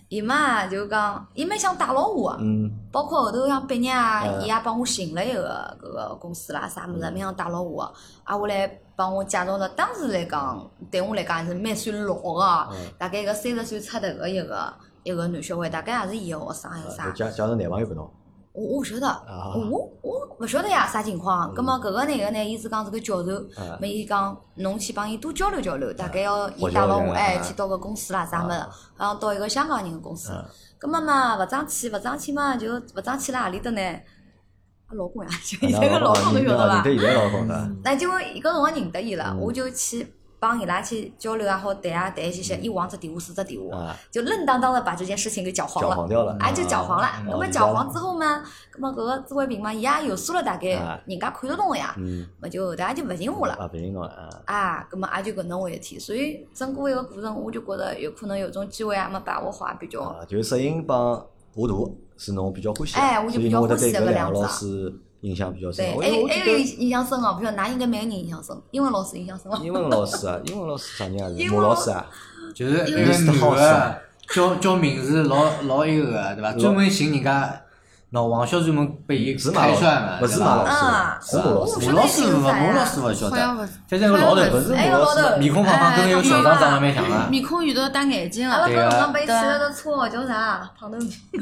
Speaker 3: 伊嘛就讲，伊蛮想带牢我个，
Speaker 1: 嗯，
Speaker 3: 包括后头像毕业啊，
Speaker 1: 嗯
Speaker 3: 伊也帮我寻了一个搿个公司啦啥物事，蛮想带牢我个，啊，后来帮我介绍了，当时来讲，对我来讲是蛮算老个
Speaker 1: 嗯，
Speaker 3: 大概一个三十岁出头个一个一个男小孩，大概也是伊个学生还是
Speaker 1: 啊
Speaker 3: 啥
Speaker 1: 介，介绍男朋友拨侬
Speaker 3: 我我勿晓得，
Speaker 1: 啊嗯
Speaker 3: 我我勿晓得呀啥情况，葛末搿个男个呢，伊是讲是个教授。
Speaker 1: 啊
Speaker 3: 么伊讲，侬去帮伊多交流交流，大概要伊
Speaker 1: 好
Speaker 3: 带
Speaker 1: 交流
Speaker 3: 牢我，
Speaker 1: 啊
Speaker 3: 哎，
Speaker 1: 啊
Speaker 3: 去到个公司啦啥物事
Speaker 1: 啊，
Speaker 3: 好像到一个香港人个公司。
Speaker 1: 啊
Speaker 3: 葛末嘛，勿争气，勿争气嘛，就勿争气辣何里搭呢？啊老公呀， [laughs] 就
Speaker 1: 啊
Speaker 3: 现在个老公侬晓得伐
Speaker 1: 认？得现在老公的，
Speaker 3: 那结果伊搿辰光认得伊了，
Speaker 1: 嗯
Speaker 3: 我就去帮伊拉去交流也好，谈啊谈一些些，一往只电话是只电话，
Speaker 1: 嗯啊，
Speaker 3: 就愣当当的把这件事情给搅黄
Speaker 1: 搅
Speaker 3: 了。
Speaker 1: 黄掉了，
Speaker 3: 啊，就搅黄了。那么
Speaker 1: 嗯
Speaker 3: 搅黄之后嘛，那么搿个朱慧平嘛，伊也有数了，大
Speaker 1: 啊
Speaker 3: 概人家看得懂个呀，
Speaker 1: 嗯，
Speaker 3: 么就后头也就勿寻我了。
Speaker 1: 啊，别人侬了啊，
Speaker 3: 啊，葛么也就搿能回事体，所以整个一个过程，我就觉着有可能有种机会啊也没把握好，也比较
Speaker 1: 啊，就是摄影帮画图是侬比较欢喜的，
Speaker 3: 哎我就
Speaker 1: 所以
Speaker 3: 比较
Speaker 1: 侬会得
Speaker 3: 欢喜
Speaker 1: 对搿
Speaker 3: 搿
Speaker 1: 两
Speaker 3: 两
Speaker 1: 个
Speaker 3: 个
Speaker 1: 老
Speaker 3: 老
Speaker 1: 师印象比较深。
Speaker 2: 啊
Speaker 3: 对。哎
Speaker 1: 因
Speaker 3: 还
Speaker 1: 为
Speaker 3: 有
Speaker 1: 我
Speaker 3: 还
Speaker 1: 觉
Speaker 3: 有
Speaker 1: 得
Speaker 3: 印象深哦，不晓得㑚应该每个人印象深，英文老师印象深哦。
Speaker 1: 英文老师啊，英文老师啥人啊？
Speaker 3: 英
Speaker 1: 马
Speaker 3: 文
Speaker 1: 老
Speaker 3: 老
Speaker 1: 师啊，
Speaker 2: 就是一个
Speaker 1: Mr.
Speaker 2: 女
Speaker 1: House 啊
Speaker 2: 个，叫叫名字老老那个个，对伐？专门寻人家老王小专门被伊
Speaker 1: 是马
Speaker 2: 开
Speaker 1: 老师
Speaker 2: 算嘛，，
Speaker 1: 勿
Speaker 2: 对
Speaker 1: 是
Speaker 2: 伐
Speaker 1: 马
Speaker 3: 啊
Speaker 1: 老师，红马老
Speaker 3: 我
Speaker 1: 师
Speaker 3: 是啊
Speaker 2: 马老师
Speaker 3: 我
Speaker 2: 勿，
Speaker 3: 不晓
Speaker 2: 马老师勿晓
Speaker 3: 得姓啥呀
Speaker 4: 好
Speaker 2: 得
Speaker 4: 像。勿是，
Speaker 2: 反正个老头勿是
Speaker 3: 哎
Speaker 2: 马
Speaker 3: 个
Speaker 2: 老
Speaker 3: 老
Speaker 2: 师，
Speaker 3: 头
Speaker 2: 面孔胖胖，跟那个
Speaker 3: 哎
Speaker 2: 小张长得蛮像
Speaker 4: 面
Speaker 2: 的。
Speaker 4: 面孔圆头戴眼镜
Speaker 3: 阿拉
Speaker 4: 了
Speaker 3: 搿
Speaker 2: 对，
Speaker 3: 辰光
Speaker 2: 啊
Speaker 3: 被伊起了个绰号叫啥？啊胖头。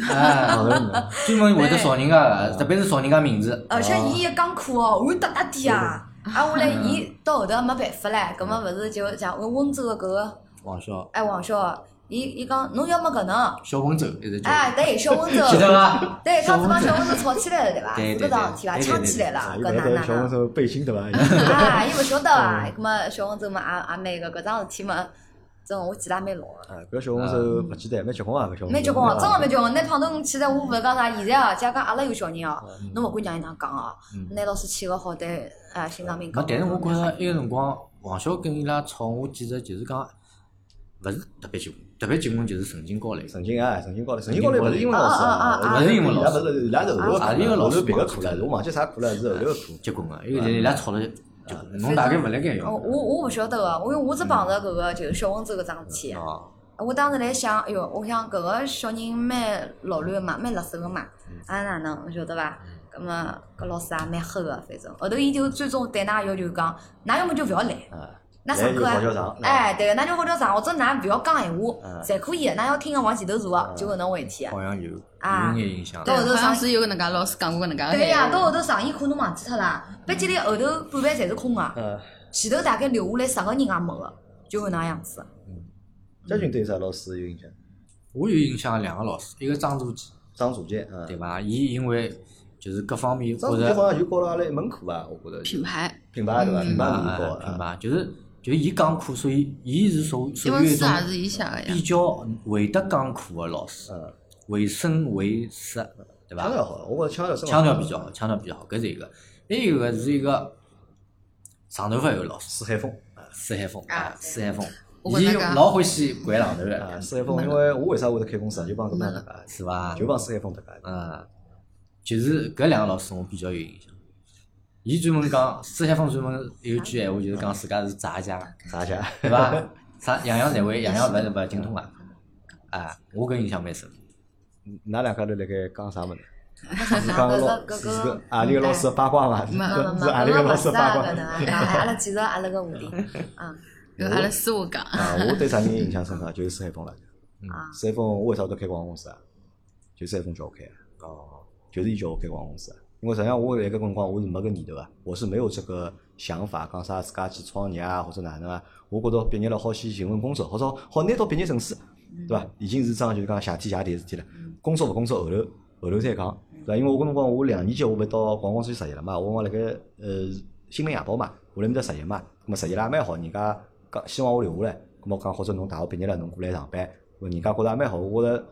Speaker 2: 哎，
Speaker 1: 好的，
Speaker 2: 专门会得扫人家个，特别是扫人家名字。
Speaker 3: 而且伊一讲课哦，汗哒哒滴啊！啊，我来伊到后头也没办法唻，葛末勿是就讲我温州个搿个
Speaker 2: 王小
Speaker 3: 哎王小，伊伊讲侬要么搿能，
Speaker 2: 小温州一直叫，
Speaker 3: 哎对，小温
Speaker 2: [laughs]
Speaker 3: 州，
Speaker 2: 记得伐？
Speaker 3: 对，
Speaker 2: 小
Speaker 3: 刚
Speaker 2: 温
Speaker 3: 子
Speaker 2: 州
Speaker 3: 帮小温州吵起来了对伐？
Speaker 2: 对
Speaker 3: 是
Speaker 2: 对
Speaker 3: 搿桩事体伐？
Speaker 2: 对对
Speaker 3: 呛起来了
Speaker 1: 啊，伊
Speaker 3: 搿
Speaker 1: 本
Speaker 3: 哪
Speaker 1: 来在
Speaker 3: 哪
Speaker 1: 小红
Speaker 3: 哪？
Speaker 1: 书背心对 [laughs] 伐？
Speaker 3: 啊，伊勿晓
Speaker 2: [laughs] 嗯
Speaker 3: 得啊，葛末小温州嘛也也蛮搿搿桩事体嘛，真的我记得也蛮牢个。
Speaker 1: 啊，搿小红书勿简单，蛮结棍啊，搿小红书。
Speaker 2: 嗯
Speaker 3: 蛮结棍哦，真个蛮结棍。拿胖东去了，我勿是讲啥，现在啊，假讲阿拉有小人哦，
Speaker 2: 嗯
Speaker 3: 侬勿管让伊哪能讲哦，拿老师签个好歹，呃，心脏病
Speaker 2: 没
Speaker 3: 讲，。
Speaker 2: 嗯哦但是我觉着那个辰光，王晓跟伊拉吵，我记着就是讲，勿是特别结棍，特别结棍就是神经高来个。
Speaker 1: 神经啊，神经高头，神经高头勿是英文老师
Speaker 3: 啊啊啊啊
Speaker 1: 勿是伊拉
Speaker 2: 啊
Speaker 1: 勿是伊拉是后头
Speaker 2: 啊是英文老师
Speaker 1: 后头别个课了，我忘记啥课了，是后头个课。
Speaker 2: 结棍啊个，因为伊拉吵了，结棍。侬嗯啊大概勿辣盖
Speaker 3: 哦，
Speaker 2: 要。
Speaker 3: 我我勿晓得个，因为我只碰着搿个就是小温州搿啊桩事体。
Speaker 2: 哦，
Speaker 3: 我当时来想，哎哟，我想搿个小人蛮老乱嘛，蛮辣手个嘛，
Speaker 1: 嗯
Speaker 3: 啊哪能，侬晓得伐？葛末搿老师也蛮黑个，反正后头伊就最终对㑚要求讲，㑚要么就勿要来，
Speaker 1: 啊，
Speaker 3: 㑚上课
Speaker 1: 来就好叫上
Speaker 3: 啊，哎，对，㑚就好叫上，或者㑚勿要讲闲话，
Speaker 1: 嗯
Speaker 3: 侪可以啊的，㑚要听个往前头坐啊个，就搿能回事体个。
Speaker 2: 好像有
Speaker 3: 啊
Speaker 2: 有眼影响。
Speaker 3: 对
Speaker 4: 好像是有搿能介老师讲过搿能介。
Speaker 3: 对呀，到后头上演课侬忘记脱啦，班级里后头半班侪是空个，啊
Speaker 1: 嗯，
Speaker 3: 前头大概留下来十个人也没个，就搿能样子。
Speaker 1: 家军对啥老师有印象？
Speaker 2: 我有印象两个老师，一个张祖基，
Speaker 1: 张祖杰，嗯，
Speaker 2: 对伐？伊因为就是各方面
Speaker 1: 张
Speaker 2: 或
Speaker 1: 祖杰好
Speaker 2: 者
Speaker 1: 像就教了阿拉一门课吧，我觉得
Speaker 4: 品牌，
Speaker 1: 品牌对伐？品牌
Speaker 2: 啊
Speaker 1: 我教
Speaker 2: 品
Speaker 1: 啊，
Speaker 2: 牌，就是就是伊讲课，所以伊是属
Speaker 4: 因
Speaker 2: 属
Speaker 4: 为啊
Speaker 2: 于一
Speaker 4: 书
Speaker 2: 种
Speaker 4: 也是伊写的呀
Speaker 2: 比。较会得讲课个老师，
Speaker 1: 嗯，
Speaker 2: 为生为实，对伐
Speaker 1: 腔？调好，我觉着腔调真好
Speaker 2: 腔调比较好，腔调比较好，搿是一个。还有一个是一个长头发一个老师，
Speaker 1: 四海风
Speaker 2: 四海峰
Speaker 3: 啊
Speaker 2: 啊，四海峰，
Speaker 4: 我
Speaker 2: 伊
Speaker 4: 跟他讲
Speaker 2: 老欢喜掼长头
Speaker 1: 啊，
Speaker 2: 的，
Speaker 1: 四海风，因为我为啥会得开公司啊，就帮搿帮搭界，
Speaker 2: 是伐？
Speaker 1: 就帮四海风搭界，
Speaker 2: 嗯，就是搿两个老师我比较有印象。伊专门讲，四海峰专门有句闲话，就是讲自家是杂家，
Speaker 1: 啥家？
Speaker 2: 对伐？啥样样侪会，样样勿是勿精通啊。啊，我搿印象蛮深。
Speaker 1: 㑚两家头辣盖讲啥物事？
Speaker 3: 搿
Speaker 1: 是讲个老
Speaker 3: 搿
Speaker 1: 是
Speaker 3: 搿
Speaker 1: 个阿里个老师的八卦嘛？是
Speaker 4: 没
Speaker 3: 没
Speaker 1: [laughs]
Speaker 3: 没
Speaker 1: 是阿里个老师的八卦
Speaker 3: 搿。能啊，阿拉继续阿拉个话
Speaker 1: [laughs]
Speaker 3: 题，嗯
Speaker 4: 有阿拉师傅讲，
Speaker 1: 啊，我对啥人印象深刻？就是四海峰了。
Speaker 3: 啊，
Speaker 1: 四海峰我为啥会得开广告公司啊？就四海峰叫我开的。
Speaker 2: 哦，
Speaker 1: 就是伊叫我开广告公司。因为实际上我辣盖搿辰光我是没搿念头啊，我是没有这个想法，讲啥自家去创业啊或者哪能啊。我觉着毕业了好先寻份工作，或者好拿到毕业证书，对伐？已经是桩就是讲谢天谢地的事体了。工作勿工作后头后头再讲，对伐？因为我搿辰光我两年级我勿到广告公司去实习了嘛，我讲辣盖呃新闻夜报嘛，我辣面搭实习嘛，咾么实习了也蛮好，人家讲希望我留下来，咾么讲或者侬大学毕业了侬过来上班，人家觉着也蛮好，我觉着。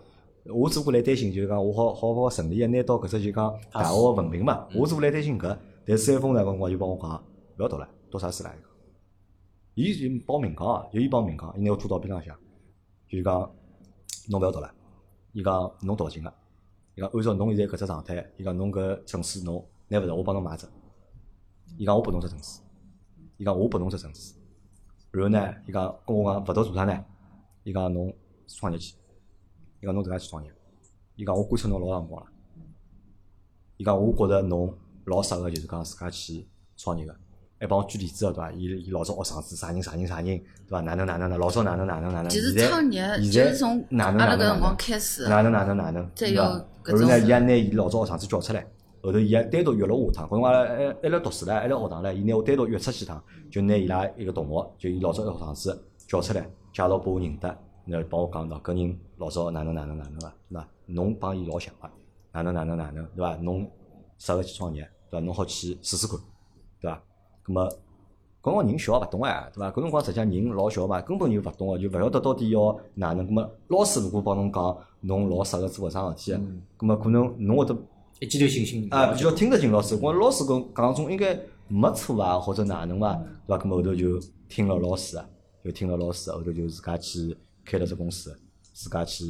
Speaker 1: 我只顾来担心，就是讲我好好好顺利个拿到搿只就讲大学个文凭嘛。我只顾来担心搿，但是三丰呢，搿辰光就帮我讲，勿要读了，读啥书啦？伊就帮明讲啊，就伊帮明讲，伊拿我拖到边浪向，就是讲侬勿要读了。伊讲侬读进个，伊讲按照侬现在搿只状态，伊讲侬搿证书侬拿勿着，我帮侬买一只。伊讲我拨侬只证书，伊讲我拨侬只证书。然后呢，伊讲跟我讲勿读做啥呢？伊讲侬创业去，伊讲侬自家去创业。伊讲我观察侬老辰光了，伊讲我觉着侬老适合就是讲自家去创业个，还帮我举例子个对伐？伊伊老早学生子啥人啥人啥人对伐？哪能哪能哪能，老早哪能哪能哪能。
Speaker 4: 其实
Speaker 1: 现在
Speaker 4: 创业就
Speaker 1: 现在
Speaker 4: 是从
Speaker 1: 哪
Speaker 4: 阿
Speaker 1: 能哪
Speaker 4: 拉
Speaker 1: 能哪
Speaker 4: 搿辰
Speaker 1: 能
Speaker 4: 光开始，
Speaker 1: 哪能哪能哪能，
Speaker 4: 再
Speaker 1: 对
Speaker 4: 啊有
Speaker 1: 吧
Speaker 4: 搿
Speaker 1: 然后
Speaker 4: 种
Speaker 1: 呢，
Speaker 4: 事
Speaker 1: 伊也拿伊老早学堂子叫出来，后头伊也单独约了我一趟，搿辰光阿拉还还辣读书唻，还辣学堂唻，伊拿我单独约出去一趟，就拿伊拉一个同学，就伊老早一个学堂子叫出来，介绍拨我认得，然后帮我讲喏，搿人老早哪能哪能哪能个，对伐？侬帮伊老像个，哪能哪能哪能，对伐？侬适合去创业，对伐？侬好去试试看，对伐？葛么，搿辰光人小也勿懂啊，对伐？搿辰光实际上人老小嘛，根本就勿懂个，哦就勿晓得到底要哪能。葛么，老师如果帮侬讲侬老适合做搿桩事体个
Speaker 2: 嗯，
Speaker 1: 葛么可能侬会得
Speaker 2: 一记头信心
Speaker 1: 啊比较听得进老师。我老师跟讲中应该没错伐，或者哪能伐，对伐？葛么后头就听了老师啊，就听了老师，啊后头就自家去开了只公司，自家去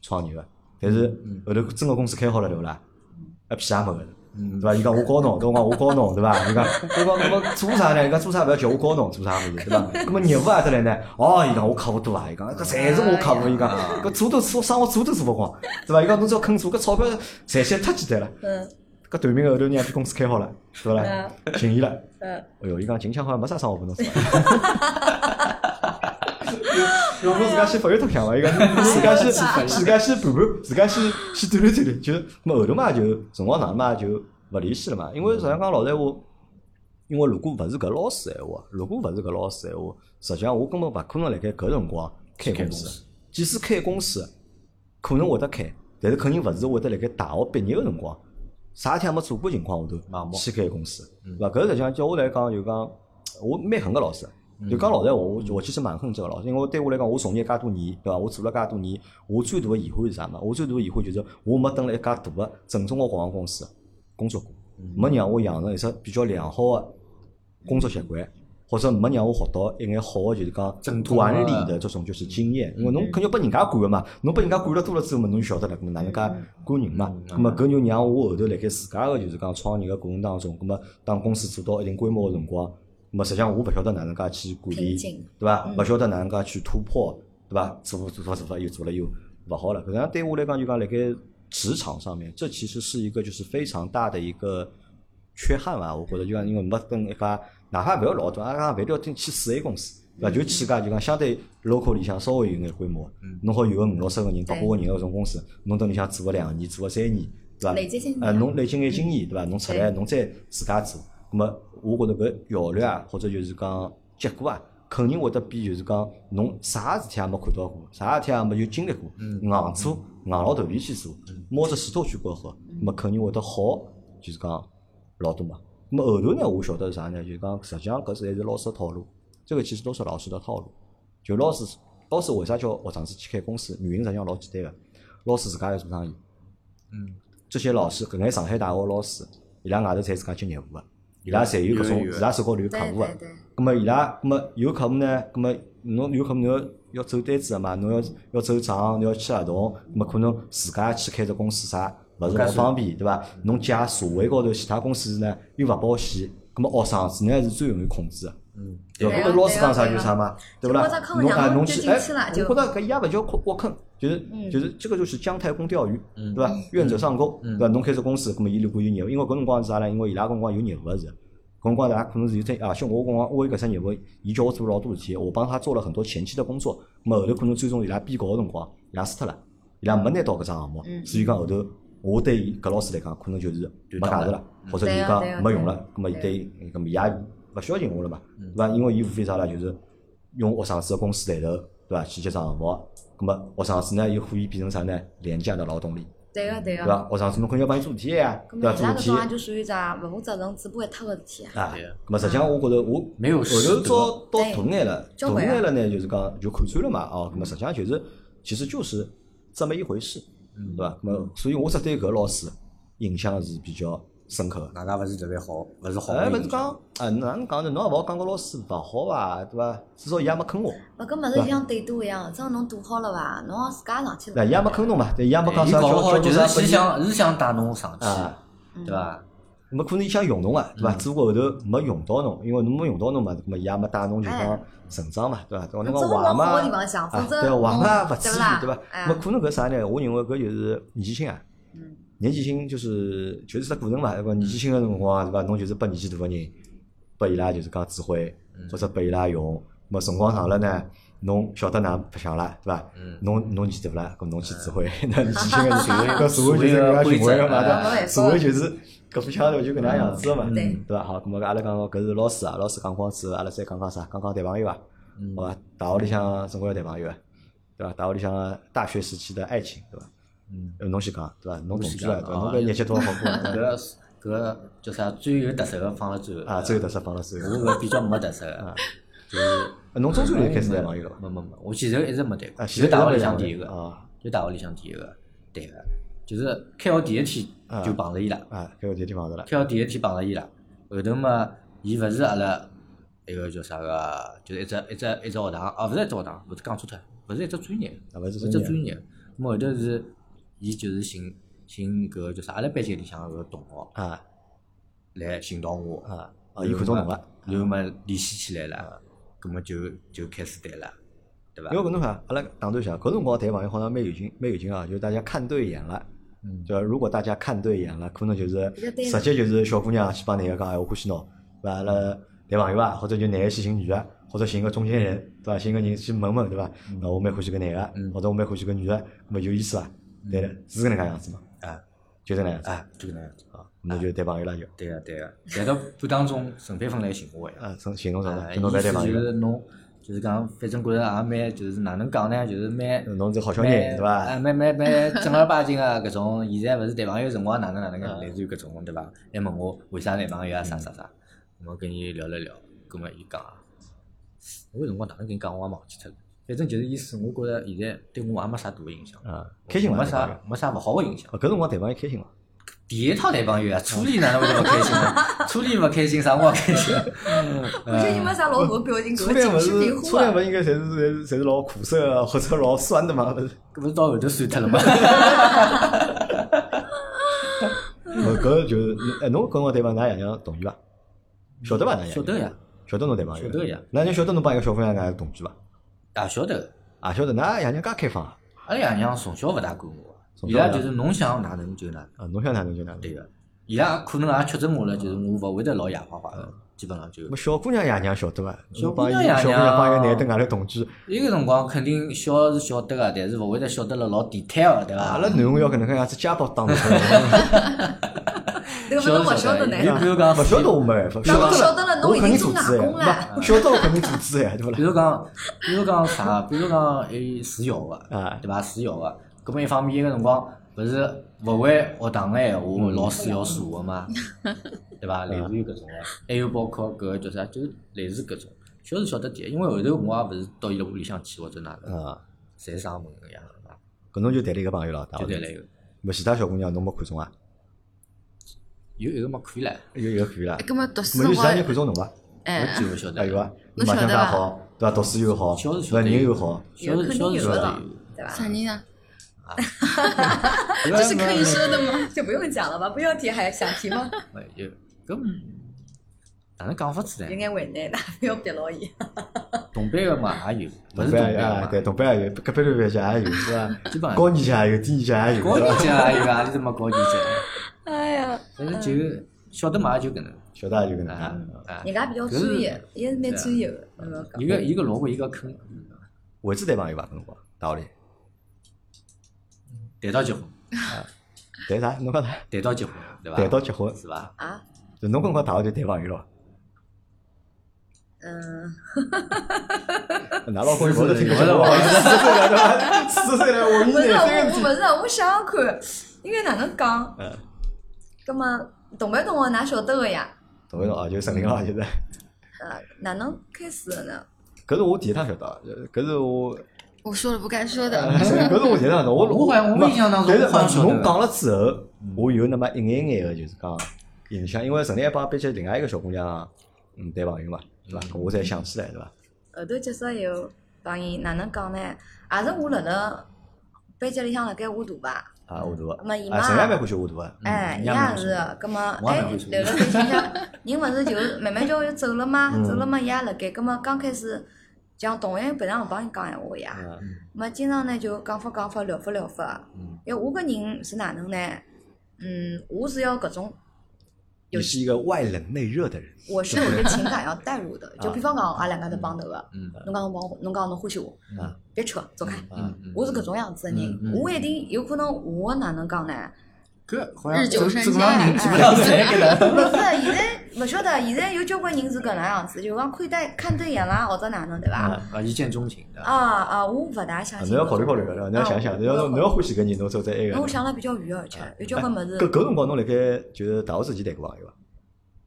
Speaker 1: 创业个。但是后头真个公司开好了对勿啦？一屁也没个。对
Speaker 2: 嗯
Speaker 1: 伐？伊讲我教侬，对我讲我教侬，对伐？伊讲，伊讲，那么做啥呢？伊讲做啥勿要叫我教侬做啥物事，对伐？那么业务啊得来呢？哦，伊讲我客户多啊，伊讲搿侪是我客户，伊讲搿做都做生活做都做勿光，对伐？伊讲侬只要肯做，搿钞票赚起来太简单了。
Speaker 3: 嗯
Speaker 1: 搿短命个后头让去公司开好了，对伐啦？请伊了，
Speaker 3: 嗯，
Speaker 1: 哎哟，伊讲近腔好像没啥生活拨侬做。要不自家先发育脱相伐？伊讲自家先自家先盘盘，自家先先锻炼锻炼，就是么后头嘛就辰光长了嘛就勿联系了嘛。因为实际上讲老实闲话，因为如果勿是搿老师闲话，如果勿是搿老师闲话，实际上我根本勿可能辣盖搿辰光开
Speaker 2: 开
Speaker 1: 公
Speaker 2: 公
Speaker 1: 司
Speaker 2: 司。
Speaker 1: 即使开公司，可能会得开，但是肯定勿是会得辣盖大学毕业个辰光，啥事体也没做过情况下
Speaker 2: 盲
Speaker 1: 头
Speaker 2: 目嗯
Speaker 1: 去开公司，对伐？搿实际上叫我来讲就讲，我蛮恨个老师。
Speaker 2: 嗯
Speaker 1: 就讲老实闲话，我我其实蛮恨这个老师，因为对我来讲，我从业介多年，对伐？我做了介多年，我最大个遗憾是啥嘛？我最大个遗憾就是我没蹲辣一家大个正宗个广告公司工作过，
Speaker 2: 嗯
Speaker 1: 没让我养成一只比较良好个工作习惯，或者没让我学到一眼好个就是讲
Speaker 2: 正统
Speaker 1: 管理
Speaker 2: 的
Speaker 1: 的这种就是经验，因
Speaker 3: 嗯
Speaker 1: 为侬肯定要拨人家管个嘛，侬拨人家管了多了之后嘛，侬就晓得了，咁么哪能
Speaker 3: 嗯
Speaker 1: 介管人嘛，咁么搿就让我后头辣盖自家个就是讲创业个过程当中，咁么当公司做到一定规模个辰光，咁么实际上我勿晓得哪能介去管理
Speaker 3: 瓶颈，
Speaker 1: 对伐？勿晓得哪能介去突破，对伐？做做做做做又做了又勿好了，搿样对我来讲就讲辣盖职场上面，这其实是一个就是非常大的一个。缺憾伐？我觉着就讲，因为没跟一家，哪怕勿要老大，阿拉勿一定要进去四 A 公司，对
Speaker 3: 嗯
Speaker 1: 伐？就去家就讲相对 local 里向稍微有眼规模，
Speaker 3: 嗯
Speaker 1: 侬好有个五六十个人、八百个人个搿种公司，侬等里向做个两年，做个三年，对伐？
Speaker 3: 累积经验
Speaker 1: 呃，侬累积眼经验，对伐？侬出来，侬再自家做，咁么，我觉着搿效率啊，或者就是讲结果啊，肯定会得比就是讲侬啥事体也没看到过，啥事体也没有经历过，硬做硬老头皮去做，摸着石头去过河，咁么肯定会得好，就是讲老多嘛。咁么后头呢，我晓得是啥呢？就是讲实际上搿是还是老师的套路，这个其实都是老师的套路。就老师，老师为啥叫学生子去开公司？原因实际上老简单个，老师自家要做生意。
Speaker 2: 嗯，
Speaker 1: 这些老师，搿眼上海大学老师，伊拉外头侪自家接业务个，伊拉侪有搿种，
Speaker 2: 有有
Speaker 1: 伊拉手高头有客
Speaker 3: 对
Speaker 1: 户个
Speaker 3: 对。对，
Speaker 1: 咁么伊拉，咁么有客户呢，咁么侬有客户侬要要走单子个嘛，侬要要走账，侬要签合同，咁么可能自家去开只公司啥，勿是老方便，对伐？侬借社会高头其他公司呢又勿保险，咁么学生子呢是最容易控制个。
Speaker 2: 嗯，
Speaker 1: 对
Speaker 3: 对
Speaker 1: 伐？
Speaker 3: 啊
Speaker 1: 搿老师讲啥就是啥嘛，对
Speaker 3: 对
Speaker 1: 勿啦
Speaker 3: 啊就挖只？坑
Speaker 1: 侬
Speaker 3: 然
Speaker 1: 啊，
Speaker 3: 后
Speaker 1: 侬
Speaker 3: 就
Speaker 1: 去
Speaker 3: 进
Speaker 1: 哎，
Speaker 3: 去了
Speaker 1: 我
Speaker 3: 就
Speaker 1: 觉得搿也勿叫挖坑，就是
Speaker 3: 嗯
Speaker 1: 就是这个就是姜太公钓鱼，
Speaker 2: 嗯
Speaker 1: 对伐？愿者上钩，
Speaker 2: 嗯
Speaker 1: 对伐？侬开只公司，葛末伊如果有业务，因为搿辰光是啥呢？因为伊拉搿辰光有业务个是，搿辰光伊拉可能是有只啊，像我搿辰光我有搿只业务，伊叫我做老多事体，我帮他做了很多前期的工作，葛末后头可能最终伊拉编稿个辰光，伊拉输脱了，伊拉没拿到搿只项目，
Speaker 3: 嗯
Speaker 1: 所以讲后头我对伊搿老师来讲，可能就是没价值了，或者就是
Speaker 3: 对啊对啊
Speaker 1: 讲没用
Speaker 3: 对啊
Speaker 1: 了。咁么伊对，咁么伊也勿需要寻我了嘛，
Speaker 2: 嗯
Speaker 1: 对伐？因为伊无非啥啦，就是用学生子的公司抬头，对伐？去接上项目，咁么学生子呢又可以变成啥呢？廉价的劳动力，
Speaker 3: 对个
Speaker 1: 对
Speaker 3: 对个。
Speaker 1: 伐？学生子侬肯定要帮伊做事体呀，
Speaker 3: 咁
Speaker 1: 对伐？
Speaker 3: 么伊
Speaker 1: 做
Speaker 3: 拉
Speaker 1: 事
Speaker 3: 搿
Speaker 1: 体
Speaker 3: 种也啊就属于啥勿负责任、嘴巴会脱个事体啊。
Speaker 1: 啊
Speaker 2: 对啊。啊
Speaker 1: 咁么实际上我觉着我
Speaker 2: 没有
Speaker 1: 后
Speaker 2: 师
Speaker 1: 头
Speaker 2: 德
Speaker 1: 到到
Speaker 3: 对
Speaker 1: 大眼了，
Speaker 3: 交
Speaker 1: 大
Speaker 3: 关啊
Speaker 1: 眼了呢，就是讲就看穿了嘛，哦，咁么实际上就是其实就是这么一回事，
Speaker 2: 嗯
Speaker 1: 对伐？咁么所以我只对搿老师印象是比较深刻的。
Speaker 2: 外加勿是特别好，勿是好的
Speaker 1: 哎，
Speaker 2: 印象。
Speaker 1: 勿是讲，啊，哪能讲呢？侬也勿好讲个老师勿好伐，对伐？至少伊也没坑我，
Speaker 3: 勿跟物事像对赌一样，只要侬赌好了伐，侬也自家上去
Speaker 1: 对伐？伊也没坑侬嘛，对，伊也没
Speaker 2: 对，
Speaker 1: 讲
Speaker 2: 伊
Speaker 1: 啥
Speaker 2: 搞
Speaker 1: 教
Speaker 2: 勿
Speaker 1: 教
Speaker 2: 好就
Speaker 1: 侬
Speaker 2: 是
Speaker 1: 啥
Speaker 2: 是
Speaker 1: 本事
Speaker 2: 想是想带侬上去，
Speaker 1: 啊，
Speaker 3: 嗯
Speaker 2: 对伐？
Speaker 1: 没可能伊想用侬啊，对伐？
Speaker 2: 嗯
Speaker 1: 只不过后头没用到侬，因为侬没用到侬嘛，咁么伊也没带侬就讲
Speaker 3: 哎
Speaker 1: 成长嘛，对伐？
Speaker 3: 侬
Speaker 1: 侬
Speaker 3: 总
Speaker 1: 讲
Speaker 3: 往
Speaker 1: 坏
Speaker 3: 好
Speaker 1: 嘛
Speaker 3: 个地，方想，
Speaker 1: 啊
Speaker 3: 否，则
Speaker 1: 对，坏嘛
Speaker 3: 侬
Speaker 1: 勿至于，
Speaker 3: 伐？
Speaker 1: 对伐？
Speaker 3: 哎
Speaker 1: 没可能搿啥呢？我认为搿就是年纪轻啊。
Speaker 3: 嗯
Speaker 1: 年纪轻就是就是只过程嘛，对伐？年纪轻个辰光，啊对伐？侬就是拨年纪大个人，拨伊拉就是讲指挥，
Speaker 3: 嗯
Speaker 1: 或者拨伊拉用。么辰光长了呢，侬晓得哪白相了，对伐
Speaker 2: 嗯？
Speaker 1: 侬侬年纪大了，搿侬去指挥，[laughs]
Speaker 3: 嗯
Speaker 1: 那年纪轻个是搿社会
Speaker 2: 社
Speaker 1: 就
Speaker 2: 会
Speaker 1: 是搿样循
Speaker 2: 的规
Speaker 1: 环个嘛，对
Speaker 2: 则啊
Speaker 1: 伐？
Speaker 3: 没
Speaker 1: 社
Speaker 3: 办法
Speaker 1: 会就是搿副腔头就搿能样子个嘛，
Speaker 3: 嗯
Speaker 1: 对伐？好，咁么阿拉讲到搿是老师啊，老师讲光之后，阿拉再讲讲啥？讲讲谈朋友啊，
Speaker 2: 嗯
Speaker 1: 好伐？大学里向总归要谈朋友啊，对伐？大学里向大学时期的爱情，对伐？
Speaker 2: 嗯，
Speaker 1: 呃，侬先讲对伐？侬
Speaker 2: 我
Speaker 1: 同
Speaker 2: 先
Speaker 1: 居了
Speaker 2: 讲
Speaker 1: 对伐？侬
Speaker 2: 啊
Speaker 1: 搿日脚多好过
Speaker 2: 搿
Speaker 1: 对伐
Speaker 2: 个是搿个叫啥？最有特色个放了最后 [laughs] 啊
Speaker 1: 啊，最后特色放到最后
Speaker 2: 我搿比较没特色个，就是
Speaker 1: 呃侬中专
Speaker 2: 哎
Speaker 1: 就开始谈朋友了伐？
Speaker 2: 没没没，我前头一直没谈过，
Speaker 1: 啊，
Speaker 2: 就大学里向
Speaker 1: 向
Speaker 2: 第一个，
Speaker 1: 啊
Speaker 2: 就大学里向第一个谈个，就是开学第一天就碰着伊拉，
Speaker 1: 啊，搿个地方是了
Speaker 2: 开学第一天碰着伊拉，后头嘛，伊勿是阿拉那个叫啥个，就是一只一只一只学堂，啊，勿是一只学堂，勿是讲错脱，勿是一只专业，
Speaker 1: 啊，勿是
Speaker 2: 勿是
Speaker 1: 中
Speaker 2: 一只
Speaker 1: 专
Speaker 2: 专业，咾后头是伊就是寻寻搿个叫啥，阿拉班级里向个同学
Speaker 1: 啊
Speaker 2: 来寻到我，
Speaker 1: 啊啊，伊看中侬了，
Speaker 2: 然后嘛联系起来了，葛末就就开始谈了，对伐
Speaker 1: 因为？搿侬看，阿拉打断一下，搿辰光谈朋友好像蛮有劲，蛮有劲啊，就是大家看对眼了。
Speaker 2: 嗯
Speaker 1: 对伐？如果大家看对眼了，可能就是
Speaker 3: 比较对
Speaker 1: 直接就是小姑娘去帮男个讲，哎，我欢喜侬，对伐？阿拉
Speaker 2: 嗯
Speaker 1: 谈朋友啊，或者就男个去寻女个，或者寻个中间人，对伐？寻个人去问问，对伐？那我蛮欢喜搿男
Speaker 2: 嗯
Speaker 1: 个，或者我蛮欢喜搿女个，咾么有意思伐？对了，是搿能介样子嘛？
Speaker 2: 啊
Speaker 1: 就搿能样子
Speaker 2: 啊，就搿能样子。
Speaker 1: 啊，那就谈朋友了就
Speaker 2: 对个啊对个，难道半当中陈佩芬来寻我呀？
Speaker 1: 啊，从行动上
Speaker 2: 啊，
Speaker 1: 了，
Speaker 2: 意
Speaker 1: 跟侬来
Speaker 2: 思
Speaker 1: 谈朋
Speaker 2: 就
Speaker 1: 友
Speaker 2: 是侬就是讲，反正觉着也蛮就是哪能讲呢？就是蛮
Speaker 1: 了，侬是嗯好小
Speaker 2: 蛮
Speaker 1: 人对伐？
Speaker 2: 啊，蛮蛮蛮正儿八经个搿种。现在勿是谈朋友辰光哪能哪
Speaker 1: 嗯
Speaker 2: 能个，类似于搿种对伐？还问我为啥谈朋友啊啥啥啥，
Speaker 1: 嗯
Speaker 2: 我跟伊聊了聊，葛末伊讲啊，我有辰光哪能跟伊讲我也忘记脱了。反正就是意思，我觉着现在对我也没啥大个影响，
Speaker 1: 啊，开心伐？
Speaker 2: 没
Speaker 1: 谈朋友
Speaker 2: 啥没啥勿好个影响。
Speaker 1: 啊，搿辰光谈朋友开心伐？
Speaker 2: 第一趟谈朋
Speaker 1: 哦
Speaker 2: 友啊，初恋哪能会得勿开
Speaker 1: [laughs]
Speaker 2: 心呢？初恋勿开心，啥辰光开心？
Speaker 3: 我觉得你没啥老大的
Speaker 1: [laughs]
Speaker 3: [laughs] 表情，搿
Speaker 1: 初
Speaker 3: 个
Speaker 1: 恋勿
Speaker 3: 情绪
Speaker 1: 是
Speaker 3: 变
Speaker 1: 初
Speaker 3: 化
Speaker 1: 恋，勿应该侪是侪是侪是老苦涩的或者老酸的
Speaker 3: [laughs]
Speaker 1: 嘛？勿是？
Speaker 2: 搿勿是到后头算脱
Speaker 1: [laughs]
Speaker 2: 了吗？
Speaker 1: 我搿就是，哎，侬搿辰光对伐？㑚爷娘同意伐？晓得伐？㑚爷娘
Speaker 2: 晓得呀，
Speaker 1: 晓得侬对伐？
Speaker 2: 晓得呀，
Speaker 1: 㑚娘晓得侬帮一个小姑娘搿样同居伐？
Speaker 2: 也晓得。哎
Speaker 1: 也晓得，㑚爷娘介开放啊！
Speaker 2: 阿拉爷娘从小勿大管我，
Speaker 1: 从
Speaker 2: 伊
Speaker 1: 小勿大
Speaker 2: 拉就是侬想哪能就哪能。
Speaker 1: 啊，侬想哪能就哪能。
Speaker 2: 对个，伊拉可能也确诊我了，就是
Speaker 1: 嗯
Speaker 2: 我勿会得老野花花个，基本上就。
Speaker 1: 么小姑娘爷娘晓得伐？
Speaker 2: 小姑
Speaker 1: 帮一
Speaker 2: 娘
Speaker 1: 个
Speaker 2: 爷
Speaker 1: 小姑娘帮一个
Speaker 2: 娘
Speaker 1: 男的外头同居，
Speaker 2: 伊个辰光肯定晓是晓得个，但是勿会得啊
Speaker 1: 啊
Speaker 2: 晓得了老地摊个，对伐？ [laughs]
Speaker 1: 阿拉囡恩要搿能介样子家暴打侬出来。
Speaker 3: 迭个物事勿晓得呢
Speaker 2: 你。比如讲
Speaker 1: 勿晓得我没办法，
Speaker 3: 那我
Speaker 1: 晓
Speaker 3: 晓
Speaker 1: 得
Speaker 3: 得
Speaker 1: 了我
Speaker 3: 了侬已
Speaker 1: 肯定
Speaker 3: 经
Speaker 1: 阻
Speaker 3: 做
Speaker 1: 止
Speaker 3: 外
Speaker 1: 哎，
Speaker 3: 公了
Speaker 1: 勿晓得我肯定阻止哎，对勿
Speaker 2: 比
Speaker 1: 啦？
Speaker 2: 如讲，比如讲啥？比如讲，哎，住校
Speaker 1: 啊
Speaker 2: 个，对伐？住校个，搿么一方面，伊个辰光勿是勿会学堂个闲
Speaker 1: 嗯
Speaker 2: 话，老师要数个嘛， [laughs] 对伐？类似于搿种个，还有包括搿个叫啥，就是类似搿种，小是晓得点，因为后头我也勿是到伊拉屋里向去或者哪能，
Speaker 1: 啊，
Speaker 2: 侪上门个呀，对伐
Speaker 1: 搿侬就谈了一个朋友了，大
Speaker 2: 就
Speaker 1: 学
Speaker 2: 谈了一个，
Speaker 1: 没其他小姑娘侬没看中啊？
Speaker 2: 有一个嘛可以唻，
Speaker 1: 有一个看啦，
Speaker 4: 哎，搿么读书
Speaker 1: 没有
Speaker 4: 辰
Speaker 1: 其他人
Speaker 4: 光，
Speaker 1: 看中侬伐？
Speaker 4: 哎
Speaker 2: 我，就勿晓得
Speaker 1: 啊有啊，
Speaker 4: 侬
Speaker 1: 卖
Speaker 4: 晓
Speaker 1: 相
Speaker 4: 得
Speaker 1: 介
Speaker 4: 伐
Speaker 1: 好，对伐？读书又好，
Speaker 2: 小是
Speaker 1: 对
Speaker 2: 晓
Speaker 1: 伐？
Speaker 2: 得
Speaker 1: 人又
Speaker 2: 有
Speaker 1: 好，
Speaker 2: 小
Speaker 3: 肯
Speaker 2: 是
Speaker 3: 定
Speaker 2: 小是
Speaker 3: 有
Speaker 2: 晓
Speaker 3: 的
Speaker 2: 得
Speaker 3: 了对伐
Speaker 4: 啥？人啊？
Speaker 2: 有，
Speaker 4: [laughs] 这是可以说的吗？
Speaker 3: 就不用讲了吧， [laughs] 不要提，还想提吗？
Speaker 2: 哎。有，搿哪能讲法子
Speaker 3: 有
Speaker 2: 呢？
Speaker 3: 眼为难，㑚不要逼牢伊。
Speaker 2: 同班个嘛也有，勿
Speaker 1: 东
Speaker 2: 是同
Speaker 1: 北
Speaker 2: 班
Speaker 1: 也
Speaker 2: 个
Speaker 1: 啊，
Speaker 2: 嘛
Speaker 1: 对，。东北也有，隔壁头边也有，是
Speaker 2: [laughs]
Speaker 1: 吧？
Speaker 2: 基本上
Speaker 1: 高年级也有，低年级也有，
Speaker 2: 高
Speaker 1: 是吧
Speaker 2: 年级啊，有啊，你怎么高年级？
Speaker 3: [laughs] 哎呀，
Speaker 2: 反正就晓得嘛，就搿能
Speaker 1: 晓得也有搿能
Speaker 2: 啊
Speaker 1: 啊。
Speaker 2: 啊。
Speaker 3: 人家比较专业，伊是蛮专业的，侬勿要讲
Speaker 2: 一。个一个萝卜一个坑，
Speaker 1: 位置对朋友伐？搿辰光大学里
Speaker 2: 谈到结婚，
Speaker 1: 谈啥？侬讲啥？
Speaker 2: 谈到结婚，对伐？
Speaker 1: 谈到结婚，
Speaker 2: 是伐？
Speaker 3: 啊，
Speaker 1: 就侬搿辰光大学就谈朋友了。
Speaker 3: 嗯，
Speaker 1: 㑚老公有勿是听
Speaker 2: 是是
Speaker 1: 勿好意思，四十岁了对伐？四十岁了，我一
Speaker 3: 不是，
Speaker 1: 年三
Speaker 3: 我
Speaker 1: 个
Speaker 3: 我
Speaker 1: 几
Speaker 3: 不。是，我想想看，应该哪能讲？
Speaker 1: 嗯，
Speaker 3: 葛么同班同学㑚晓得个呀？
Speaker 1: 同一种啊，就成人了，现在。
Speaker 3: 呃，哪能开始的呢？
Speaker 1: 搿是我第一趟晓得，呃搿是我， [laughs]
Speaker 4: 我说了不该说的，
Speaker 1: 搿是我第一趟晓得。我
Speaker 2: 我好像我印象当中
Speaker 1: 但是
Speaker 2: 我好像晓得
Speaker 1: 侬讲了之后，
Speaker 2: 嗯
Speaker 1: 我有那么一眼眼个就是讲印象，因为昨天还帮班级另外一个小姑娘，嗯，谈朋友嘛，对伐？我才想起来，对伐？
Speaker 3: 后头结束以后，帮伊哪能讲呢？也是我辣辣班级里向辣盖画图吧。
Speaker 2: 嗯
Speaker 1: 啊，画图
Speaker 3: 葛么
Speaker 1: 个，
Speaker 3: 伊妈
Speaker 1: 啊，陈也蛮欢喜画图个，
Speaker 3: 哎，伊
Speaker 2: 人家
Speaker 3: 也是
Speaker 2: 蛮，
Speaker 3: 葛么
Speaker 2: 我也
Speaker 3: 哎，
Speaker 2: 蛮
Speaker 3: 留
Speaker 2: 欢喜
Speaker 3: 了班级里向，人勿是就慢慢交就走了嘛，
Speaker 1: 嗯
Speaker 3: 走了嘛，伊也辣盖，葛么刚开始像同学平常勿帮伊讲闲话呀，
Speaker 1: 嗯，
Speaker 3: 么经常呢就讲法讲法聊法聊法
Speaker 2: 嗯，
Speaker 3: 因为我个人是哪能呢？嗯，我是要搿种，
Speaker 1: 你是一个外冷内热的人，
Speaker 3: 我是有一个情感要带
Speaker 1: [laughs]
Speaker 3: 入的，就比方讲阿啊拉两家头帮头个，
Speaker 2: 嗯
Speaker 3: 侬讲侬帮我，侬讲侬欢喜我
Speaker 1: 啊，
Speaker 3: 别扯，走开。
Speaker 1: 啊，
Speaker 2: 嗯，
Speaker 3: 我是搿种样子的
Speaker 2: 嗯嗯
Speaker 3: 人，我一定有可能我哪能讲呢？
Speaker 2: 搿好像
Speaker 4: 日久生
Speaker 2: 正
Speaker 4: 情
Speaker 2: 常人
Speaker 3: 啊
Speaker 2: 基本
Speaker 4: 哎。
Speaker 2: 上侪搿能。
Speaker 3: 勿是，现在勿晓得，现在有交关人是搿能样子，就讲看对看对眼啦，或者哪能对伐？
Speaker 1: 啊，
Speaker 2: [laughs] 啊，一见钟情的
Speaker 3: 啊，啊，我勿大相信。啊
Speaker 1: 侬要考虑考虑个，侬要想想，侬要侬要啊欢喜搿人，侬走在埃个
Speaker 3: 那。我想了比较远，而且有交关物事
Speaker 1: 搿。搿辰光侬辣盖就是大学之前谈过朋友伐？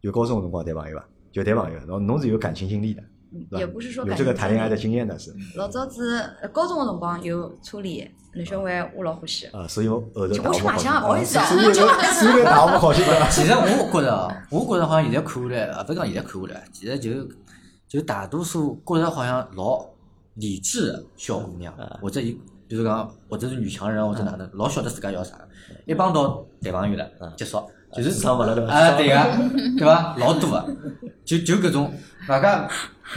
Speaker 1: 有高中个辰光谈朋友伐？就谈朋友，然后侬是有感情经历的，是吧
Speaker 3: 也不是说
Speaker 1: 有
Speaker 3: 感
Speaker 1: 这
Speaker 3: 情
Speaker 1: 个谈恋爱的经验的是
Speaker 3: 老早子呃高中个辰光有初恋，男小孩我老欢喜。
Speaker 1: 啊，所以我后头
Speaker 3: 就
Speaker 1: 大
Speaker 3: 我
Speaker 1: 学
Speaker 3: 去
Speaker 1: 没
Speaker 3: 白
Speaker 1: 考进
Speaker 3: 相啊，勿好意思啊。
Speaker 1: 所以所以大学没考进
Speaker 3: [laughs]
Speaker 1: 的。
Speaker 2: [laughs] 其实我觉着啊，我觉着好像现在看下来，啊，勿讲现在看下来，其实就就大多数觉着好像老理智的小姑娘，或者伊比如讲，或者是女强人或者哪能，老晓得自家要啥，一帮到谈朋友了，结束，就是
Speaker 1: 市场勿了对吧
Speaker 2: 啊，对个，对伐？老多个，就就搿种，外加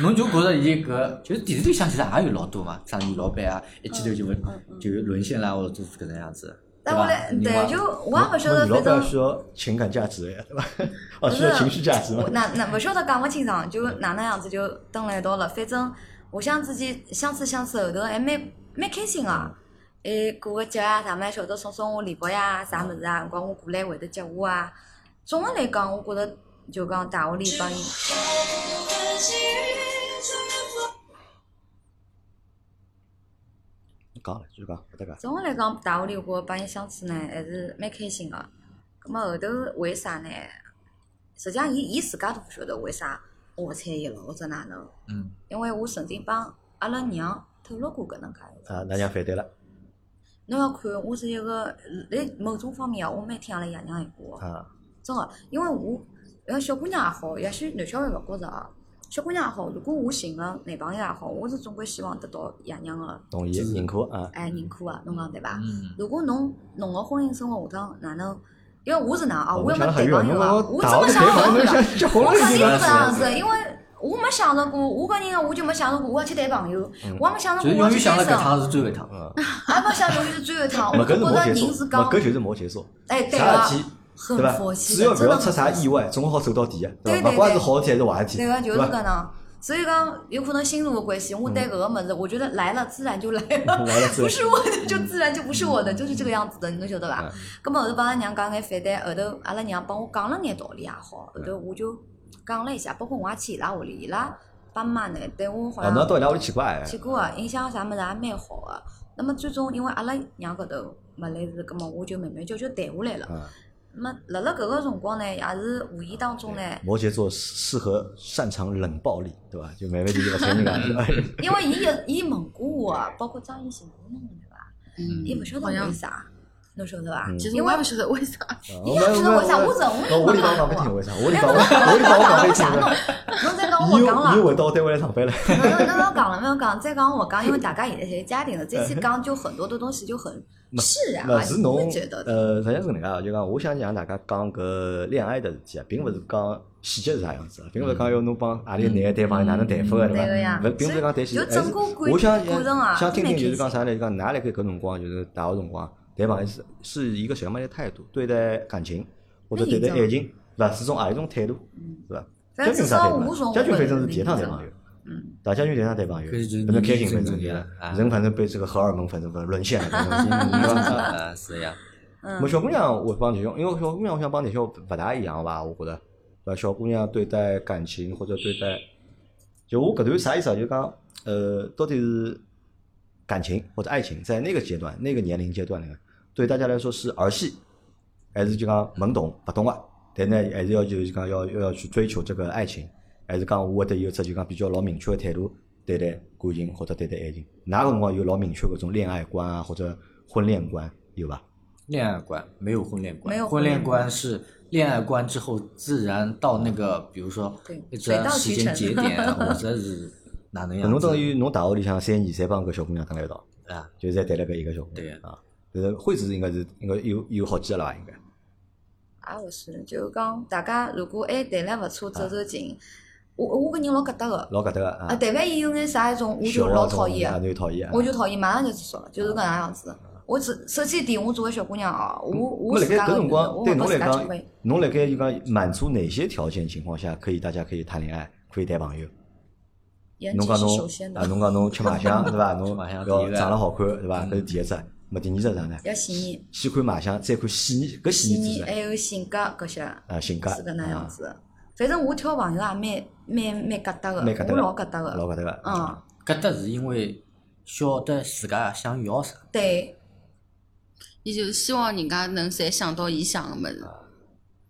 Speaker 2: 侬就觉着伊搿就是电视里向其实也有老多嘛，啥女老板啊，一记头就会就沦陷啦，或者是搿能样子，对
Speaker 3: 嗯但我
Speaker 2: 伐
Speaker 3: 来？
Speaker 2: 另
Speaker 3: 对
Speaker 2: 外
Speaker 3: 就我也勿晓得，
Speaker 1: 老板
Speaker 3: 反正
Speaker 1: 需要情感价值的呀，
Speaker 3: [laughs]
Speaker 1: 对伐？哦，
Speaker 3: 不
Speaker 1: 需
Speaker 3: 是
Speaker 1: 要情绪价值嘛
Speaker 3: 我？哪哪勿晓得讲勿清爽，就哪能样子就蹲辣一道了。反正互相之间相处相处，后头还蛮蛮开心个、哎，过个节啊，啥么晓得送送我礼物呀，啥物事啊，辰光我过来会得接我啊。总个来讲，我觉着就讲大学里帮伊，
Speaker 1: 讲了就讲，勿搭讲。
Speaker 3: 总个来讲大学里我觉着帮伊相处呢，还是蛮开心个、葛末后头为啥呢？实际上，伊伊自家都勿晓得为啥我勿睬伊了，或者哪能？
Speaker 2: 嗯。
Speaker 3: 因为我曾经帮阿拉娘透露过搿能介一
Speaker 1: 啊，那娘反对了
Speaker 3: 侬要看，我是一个辣某种方面啊，我蛮听阿拉爷娘闲话的，
Speaker 1: 啊，
Speaker 3: 真个。因为我，要小姑娘也好，也许男小孩勿觉着啊。小姑娘也好，如果我寻了男朋友也好，我是总归希望得到爷娘个
Speaker 1: 同意认可啊，
Speaker 3: 哎认可个，侬讲对伐？
Speaker 2: 嗯。
Speaker 3: 如果侬侬个婚姻生活下趟哪能？因为我是哪啊，
Speaker 1: 哦
Speaker 3: 我要
Speaker 1: 想
Speaker 3: 么
Speaker 1: 得很
Speaker 3: 谈
Speaker 1: 远，侬
Speaker 3: 朋友啊，
Speaker 1: 我
Speaker 3: 我
Speaker 1: 大
Speaker 3: 真
Speaker 1: 学
Speaker 3: 个
Speaker 1: 就
Speaker 3: 想
Speaker 1: 谈朋
Speaker 3: 勿
Speaker 1: 友，侬。
Speaker 3: 到
Speaker 1: 想结婚了
Speaker 3: 我
Speaker 1: 已
Speaker 3: 肯定是
Speaker 1: 经
Speaker 3: 这样
Speaker 1: 了。
Speaker 3: 子，因为我没想着过，我搿人啊，我就没想着过我要去谈朋友，我也没想着
Speaker 2: 就是
Speaker 3: 过我要
Speaker 2: 永远
Speaker 3: 去
Speaker 2: 想
Speaker 3: 单
Speaker 2: 了搿
Speaker 3: 身，
Speaker 2: 趟是最后一趟，
Speaker 1: 嗯，
Speaker 3: 也没想着我去追一趟。我
Speaker 1: [laughs] 没
Speaker 3: 觉
Speaker 1: 搿是摩
Speaker 3: 着
Speaker 1: 羯
Speaker 3: 人
Speaker 1: 座，
Speaker 3: 是
Speaker 1: 没
Speaker 3: 讲
Speaker 1: 搿，就是摩羯座。
Speaker 3: 哎，对
Speaker 1: 啥
Speaker 3: 个
Speaker 1: 事体，
Speaker 3: 很
Speaker 1: 对伐
Speaker 3: 佛？系
Speaker 1: 只
Speaker 3: 的，
Speaker 1: 要勿
Speaker 3: 真的
Speaker 1: 要
Speaker 3: 很
Speaker 1: 出啥
Speaker 3: 佛系
Speaker 1: 意外，总好走到底个，伐？啊
Speaker 3: 对对
Speaker 1: 勿管是
Speaker 3: 对啊
Speaker 1: 好事体还是坏事体，嗯
Speaker 3: 对个，就是
Speaker 1: 伐？
Speaker 3: 搿能。所以讲有可能星座的关系，我对搿个物事，我觉得来了自然就来了，
Speaker 1: 来了自然嗯
Speaker 3: 不是我的就自然就不是我的，就是这个样子的，侬晓得伐？葛末后头帮阿拉娘讲眼反对，后头阿拉娘帮我讲了眼道理也好，后
Speaker 1: 嗯
Speaker 3: 头我就讲了一下，包括我也去伊拉屋里，伊拉爸妈呢对我好
Speaker 1: 哦，
Speaker 3: 像
Speaker 1: 侬到伊拉屋里去过哎？
Speaker 3: 去过啊，印象啥物事也蛮好个、那么最终因为阿拉娘搿头没来事，葛末我就慢慢叫叫谈下来了。
Speaker 1: 啊，
Speaker 3: 那么辣辣搿个辰光呢，也是无意当中呢，
Speaker 1: 摩羯座适合擅长冷暴力，对伐？就慢慢就是勿睬人家，对
Speaker 3: [laughs]
Speaker 1: 伐？
Speaker 3: [clears throat] 因为伊也伊问过我，包括张艺兴问我对伐？
Speaker 4: 嗯，
Speaker 3: 伊勿晓得
Speaker 4: 好像
Speaker 3: 为啥，侬晓得伐？
Speaker 1: 嗯
Speaker 4: 其实
Speaker 3: 因
Speaker 4: 我
Speaker 3: 为
Speaker 4: 也不晓得为啥，
Speaker 3: 伊也勿晓得为啥，我
Speaker 1: 我我里
Speaker 3: 任何人都
Speaker 1: 讲讲勿
Speaker 3: 讲过
Speaker 1: 听为啥，我里
Speaker 3: 哎
Speaker 1: 讲
Speaker 3: 侬
Speaker 1: 我里
Speaker 3: 讲
Speaker 1: 讲
Speaker 3: 了
Speaker 1: 讲勿听
Speaker 3: 我啥侬
Speaker 1: 为啥。
Speaker 3: 侬再讲
Speaker 1: 你
Speaker 3: 我
Speaker 1: 又
Speaker 3: 讲了
Speaker 1: 你。又回到单位来上班了，
Speaker 3: 那那那那讲了没有讲？再讲我讲，因为大家现在侪家庭了，这些讲就很多的东西就很释然
Speaker 1: 勿
Speaker 3: 啊，
Speaker 1: 是
Speaker 3: 你
Speaker 1: 侬
Speaker 3: 会觉得的。
Speaker 1: 呃，实际上是搿能介啊，就讲我想让大家讲搿恋爱的事体啊，并勿是讲细节是啥样子啊，并勿是讲要侬帮何里个男个对方哪能谈法个
Speaker 3: 嗯对个
Speaker 1: 对
Speaker 3: 呀
Speaker 1: 伐？勿并勿是讲谈细节，
Speaker 3: 所以就
Speaker 1: 而是
Speaker 3: 整个过
Speaker 1: 我想
Speaker 3: 过程啊
Speaker 1: 想听
Speaker 3: 蛮
Speaker 1: 听就是
Speaker 3: 开
Speaker 1: 讲
Speaker 3: 心
Speaker 1: 啥呢？就讲㑚辣盖搿辰光就是大学辰光谈
Speaker 3: 嗯
Speaker 1: 朋友是是一个什么样的态度对待感情或者对待
Speaker 3: 那
Speaker 1: 爱情，是伐？是种何一种态度，是伐？
Speaker 3: 反
Speaker 1: 家
Speaker 3: 正
Speaker 1: 军
Speaker 3: 至
Speaker 1: 啥
Speaker 3: 少
Speaker 1: 谈
Speaker 3: 我
Speaker 1: 朋友？
Speaker 3: 从
Speaker 1: 家
Speaker 3: 我
Speaker 1: 军反
Speaker 3: 本
Speaker 1: 正是
Speaker 3: 人
Speaker 1: 第一
Speaker 3: 的
Speaker 1: 趟谈
Speaker 3: 印
Speaker 1: 朋
Speaker 3: 象
Speaker 1: 友。
Speaker 3: 嗯，
Speaker 1: 大家就两趟谈朋友，
Speaker 2: 可是就是
Speaker 1: 反正
Speaker 2: 你
Speaker 1: 开心
Speaker 2: 正
Speaker 1: 反正
Speaker 2: 常
Speaker 1: 对了
Speaker 2: 的，啊
Speaker 1: 人反正被这个荷尔蒙反正沦陷
Speaker 2: [laughs]
Speaker 1: 了，反正是。
Speaker 2: 啊，是呀，
Speaker 3: 嗯
Speaker 1: 么小姑娘，我帮你用，因为小姑娘我想帮你用不大一样吧，我觉得，对吧？小姑娘对待感情或者对待，就我搿段啥意思啊？就讲，呃，到底是感情或者爱情，在那个阶段、那个年龄阶段呢，对大家来说是儿戏，还是就讲懵懂不懂啊？但呢，还是要就是讲要要要去追求这个爱情，还是讲我得有只就讲比较老明确的态度对待感情或者对待爱情。哪个辰光有老明确搿种恋爱观啊，或者婚恋观有伐？
Speaker 2: 恋爱观没有婚恋观，
Speaker 3: 没有
Speaker 2: 婚
Speaker 3: 婚恋
Speaker 2: 恋观是恋爱观之后自然到那个，比如说
Speaker 3: 对
Speaker 2: 一
Speaker 3: 水
Speaker 2: 个
Speaker 3: 到
Speaker 2: 时
Speaker 3: 渠
Speaker 2: 间
Speaker 3: 成
Speaker 2: 节点，或者是哪能
Speaker 1: 搿侬
Speaker 2: 样子
Speaker 1: 等于侬大学里向三年侪帮搿小姑娘蹲辣一道，
Speaker 2: 啊？
Speaker 1: 就侪谈了搿一个小姑
Speaker 2: 对
Speaker 1: 娘
Speaker 2: 呀
Speaker 1: 啊。但是惠子应该是应该有有好几个了吧？应该
Speaker 3: 也勿是，就是讲大家如果还谈了勿错，走走近，我我搿人老疙瘩个，
Speaker 1: 老搿搭个
Speaker 3: 啊，
Speaker 1: 啊，
Speaker 3: 但凡伊有眼啥一种，我
Speaker 1: 小
Speaker 3: 就
Speaker 1: 啊
Speaker 3: 老
Speaker 1: 这种
Speaker 3: 讨
Speaker 1: 啊
Speaker 3: 厌
Speaker 1: 侬
Speaker 3: 的，
Speaker 1: 就讨厌啊。
Speaker 3: 我就讨厌，马上就自杀了，就是搿能样子。
Speaker 1: 啊
Speaker 3: 我只首先一点，我作为小姑娘哦，我我
Speaker 1: 那
Speaker 3: 自
Speaker 1: 辣盖搿
Speaker 3: 家个
Speaker 1: 辰
Speaker 3: 女的，
Speaker 1: 光
Speaker 3: 我
Speaker 1: 对
Speaker 3: 勿
Speaker 1: 侬来
Speaker 3: 帮自家做朋友
Speaker 1: 讲，侬辣盖就讲满足哪些条件情况下可以大家可以谈恋爱，可以谈朋友？
Speaker 3: 颜
Speaker 1: 侬
Speaker 3: 值
Speaker 1: 讲
Speaker 3: 是
Speaker 1: 侬
Speaker 3: 首先的
Speaker 1: 啊，，侬讲侬吃卖
Speaker 3: [laughs]
Speaker 1: 相对伐？侬
Speaker 2: 吃卖相第
Speaker 1: 要
Speaker 2: 一个嗯
Speaker 1: 长得好看对伐？搿是第一只，么第二只啥呢？
Speaker 3: 要细腻，
Speaker 1: 先看卖相，再看细腻，搿细
Speaker 3: 细
Speaker 1: 腻
Speaker 3: 腻
Speaker 1: 指
Speaker 3: 还
Speaker 1: 啥？
Speaker 3: 有性格搿些，
Speaker 1: 啊，性格
Speaker 3: 哎是搿能样
Speaker 1: 啊，
Speaker 3: 子的。反正我挑朋友也啊蛮蛮蛮疙瘩
Speaker 1: 蛮搿搭
Speaker 3: 个，
Speaker 1: 个
Speaker 3: 我老疙瘩
Speaker 1: 老
Speaker 3: 个，
Speaker 1: 搿搭个，
Speaker 3: 嗯，
Speaker 2: 搿搭是因为晓得自家想要啥，
Speaker 3: 对。
Speaker 4: 伊就希望人家能侪想到伊想的物事。
Speaker 1: 啊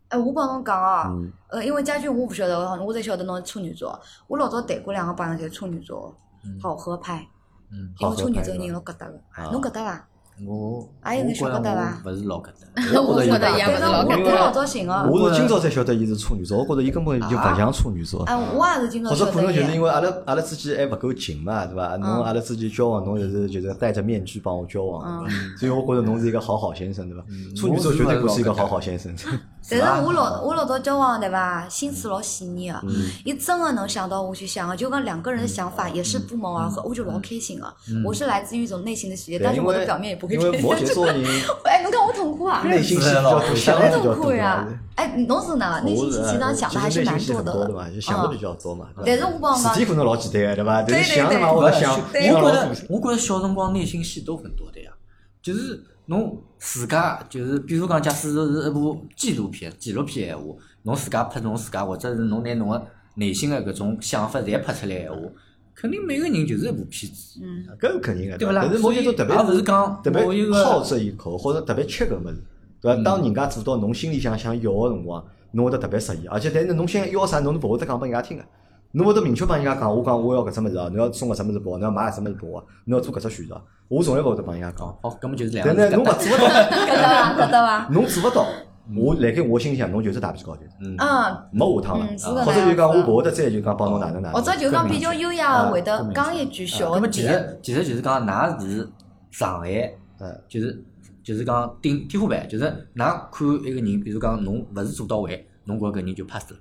Speaker 3: 哎，我帮侬讲啊
Speaker 1: 嗯，
Speaker 3: 呃，因为家军我不晓得，我才晓得侬是处女座。我老早谈过两个朋友，侪处女座，好合拍。
Speaker 2: 嗯，
Speaker 3: 因为处女
Speaker 1: 好合拍
Speaker 3: 座
Speaker 1: 是吧
Speaker 3: 人老疙瘩个
Speaker 1: 啊，
Speaker 3: 侬疙瘩伐？
Speaker 2: 我
Speaker 3: 还有
Speaker 2: 我觉
Speaker 3: 眼小
Speaker 2: 得
Speaker 3: 疙瘩伐
Speaker 2: 我勿是老疙瘩。
Speaker 4: 我觉得也勿
Speaker 3: 反
Speaker 4: 是
Speaker 3: 正
Speaker 4: 老
Speaker 3: 我
Speaker 4: 疙
Speaker 3: 我老
Speaker 4: 瘩。
Speaker 3: 早寻个，
Speaker 1: 我是今朝才晓得伊是处女座，我觉着伊根本就勿像处女座。
Speaker 3: 哎，我也是嗯今朝
Speaker 1: 或
Speaker 3: 晓
Speaker 1: 者
Speaker 3: 得
Speaker 1: 可能就是因
Speaker 3: 个。
Speaker 1: 为阿拉阿拉之间还勿够近嘛，对伐？侬阿拉之间交往，侬就是就是戴着面具帮我交往，对
Speaker 3: 嗯
Speaker 1: 伐所以我觉着侬是一个好好先生，对伐？处女座绝对不是一个好好先生。
Speaker 3: 但是我
Speaker 1: 啊
Speaker 3: 老我老早交往对伐，心思老细腻个，
Speaker 1: 嗯
Speaker 3: 伊真个能想到我去想啊个，就讲两个人的想法也是不谋而
Speaker 1: 嗯
Speaker 3: 合，我就老开心个。我是来自于一种内心的喜悦，但是
Speaker 1: 因
Speaker 3: 我的
Speaker 1: 为
Speaker 3: 表面也不会
Speaker 1: 因
Speaker 3: 开
Speaker 1: 为摩
Speaker 3: 心。
Speaker 1: 羯座人
Speaker 3: [laughs] 哎，侬看我痛苦啊！
Speaker 1: 内心戏比较多，想的
Speaker 3: 我
Speaker 1: 比较
Speaker 3: 痛苦
Speaker 1: 多。
Speaker 3: 呀
Speaker 1: 对！
Speaker 3: 哎，侬是哪个？
Speaker 1: 我
Speaker 3: 内心
Speaker 1: 是
Speaker 3: 戏
Speaker 1: 啊
Speaker 3: 其实上想的嗯还
Speaker 1: 其实
Speaker 3: 是
Speaker 1: 内
Speaker 3: 蛮
Speaker 1: 心戏很
Speaker 3: 的
Speaker 1: 多的嘛，
Speaker 3: 了。嗯
Speaker 1: 就想的比较多嘛。
Speaker 3: 但
Speaker 1: 对
Speaker 3: 是
Speaker 1: 吧
Speaker 3: 我帮
Speaker 1: 事体可能老简单，对伐？但是
Speaker 3: 对对
Speaker 1: 想的嘛，
Speaker 3: 对
Speaker 1: 我
Speaker 2: 我
Speaker 1: 勿
Speaker 2: 觉
Speaker 1: 想，
Speaker 3: 对
Speaker 1: 想
Speaker 2: 我觉
Speaker 1: 老复
Speaker 2: 得
Speaker 1: 杂，
Speaker 2: 我觉得小辰光内心戏都很多的呀。就是侬自家，就是比如讲，假使是一部纪录片、纪录片闲话，侬自家拍侬自家，或者是侬拿侬个内心的�各种想法侪拍出来闲话，肯定每个人就是一部片子，
Speaker 3: 嗯，
Speaker 1: 搿是肯定个，
Speaker 2: 对
Speaker 1: 伐？
Speaker 2: 不啦？
Speaker 1: 但是摩
Speaker 2: 所
Speaker 1: 羯
Speaker 2: 以
Speaker 1: 座特别
Speaker 3: 啊
Speaker 2: 也勿是讲
Speaker 1: 特别
Speaker 2: 某一
Speaker 1: 好
Speaker 2: 个
Speaker 1: 这一口，或者特别吃搿物事，对
Speaker 2: 嗯
Speaker 1: 伐？当人家做到侬心里想想要个辰光，侬会得特别适意，而且但是侬想要啥，侬是勿会得讲拨人家听个。侬会得明确帮人家讲，我讲我要搿只物事啊，侬要送搿只物事拨我，侬要买搿只物事拨我，侬要做搿只选择，我从来勿会得帮人家讲
Speaker 2: 哦。，好，根本就是两
Speaker 1: 但
Speaker 2: 个嗯
Speaker 1: 呢，
Speaker 2: 人
Speaker 1: 侬
Speaker 2: 搿
Speaker 1: 勿做得
Speaker 2: [laughs]
Speaker 1: 到，
Speaker 3: 搿搭伐？搿搭伐？
Speaker 1: 侬做勿到，我辣盖我心里想，侬就是大屁高头，
Speaker 3: 嗯，
Speaker 1: 没下趟了
Speaker 3: 嗯是。
Speaker 1: 啊
Speaker 3: 的
Speaker 1: 或者就讲
Speaker 3: 是
Speaker 1: 我
Speaker 3: 的
Speaker 1: 勿会得再就讲帮侬哪能哪能。
Speaker 3: 或者哦就讲比较优雅
Speaker 1: 嗯
Speaker 3: 的会得讲一句
Speaker 2: 搭。
Speaker 3: 小
Speaker 2: 那么
Speaker 3: 的
Speaker 2: 其
Speaker 3: 点。
Speaker 2: 实其实就是讲，㑚是上海。
Speaker 1: 嗯，
Speaker 2: 就是就是讲顶天花板，就是㑚看一个人，比如讲侬勿是做到位，侬觉着搿人就 pass 了，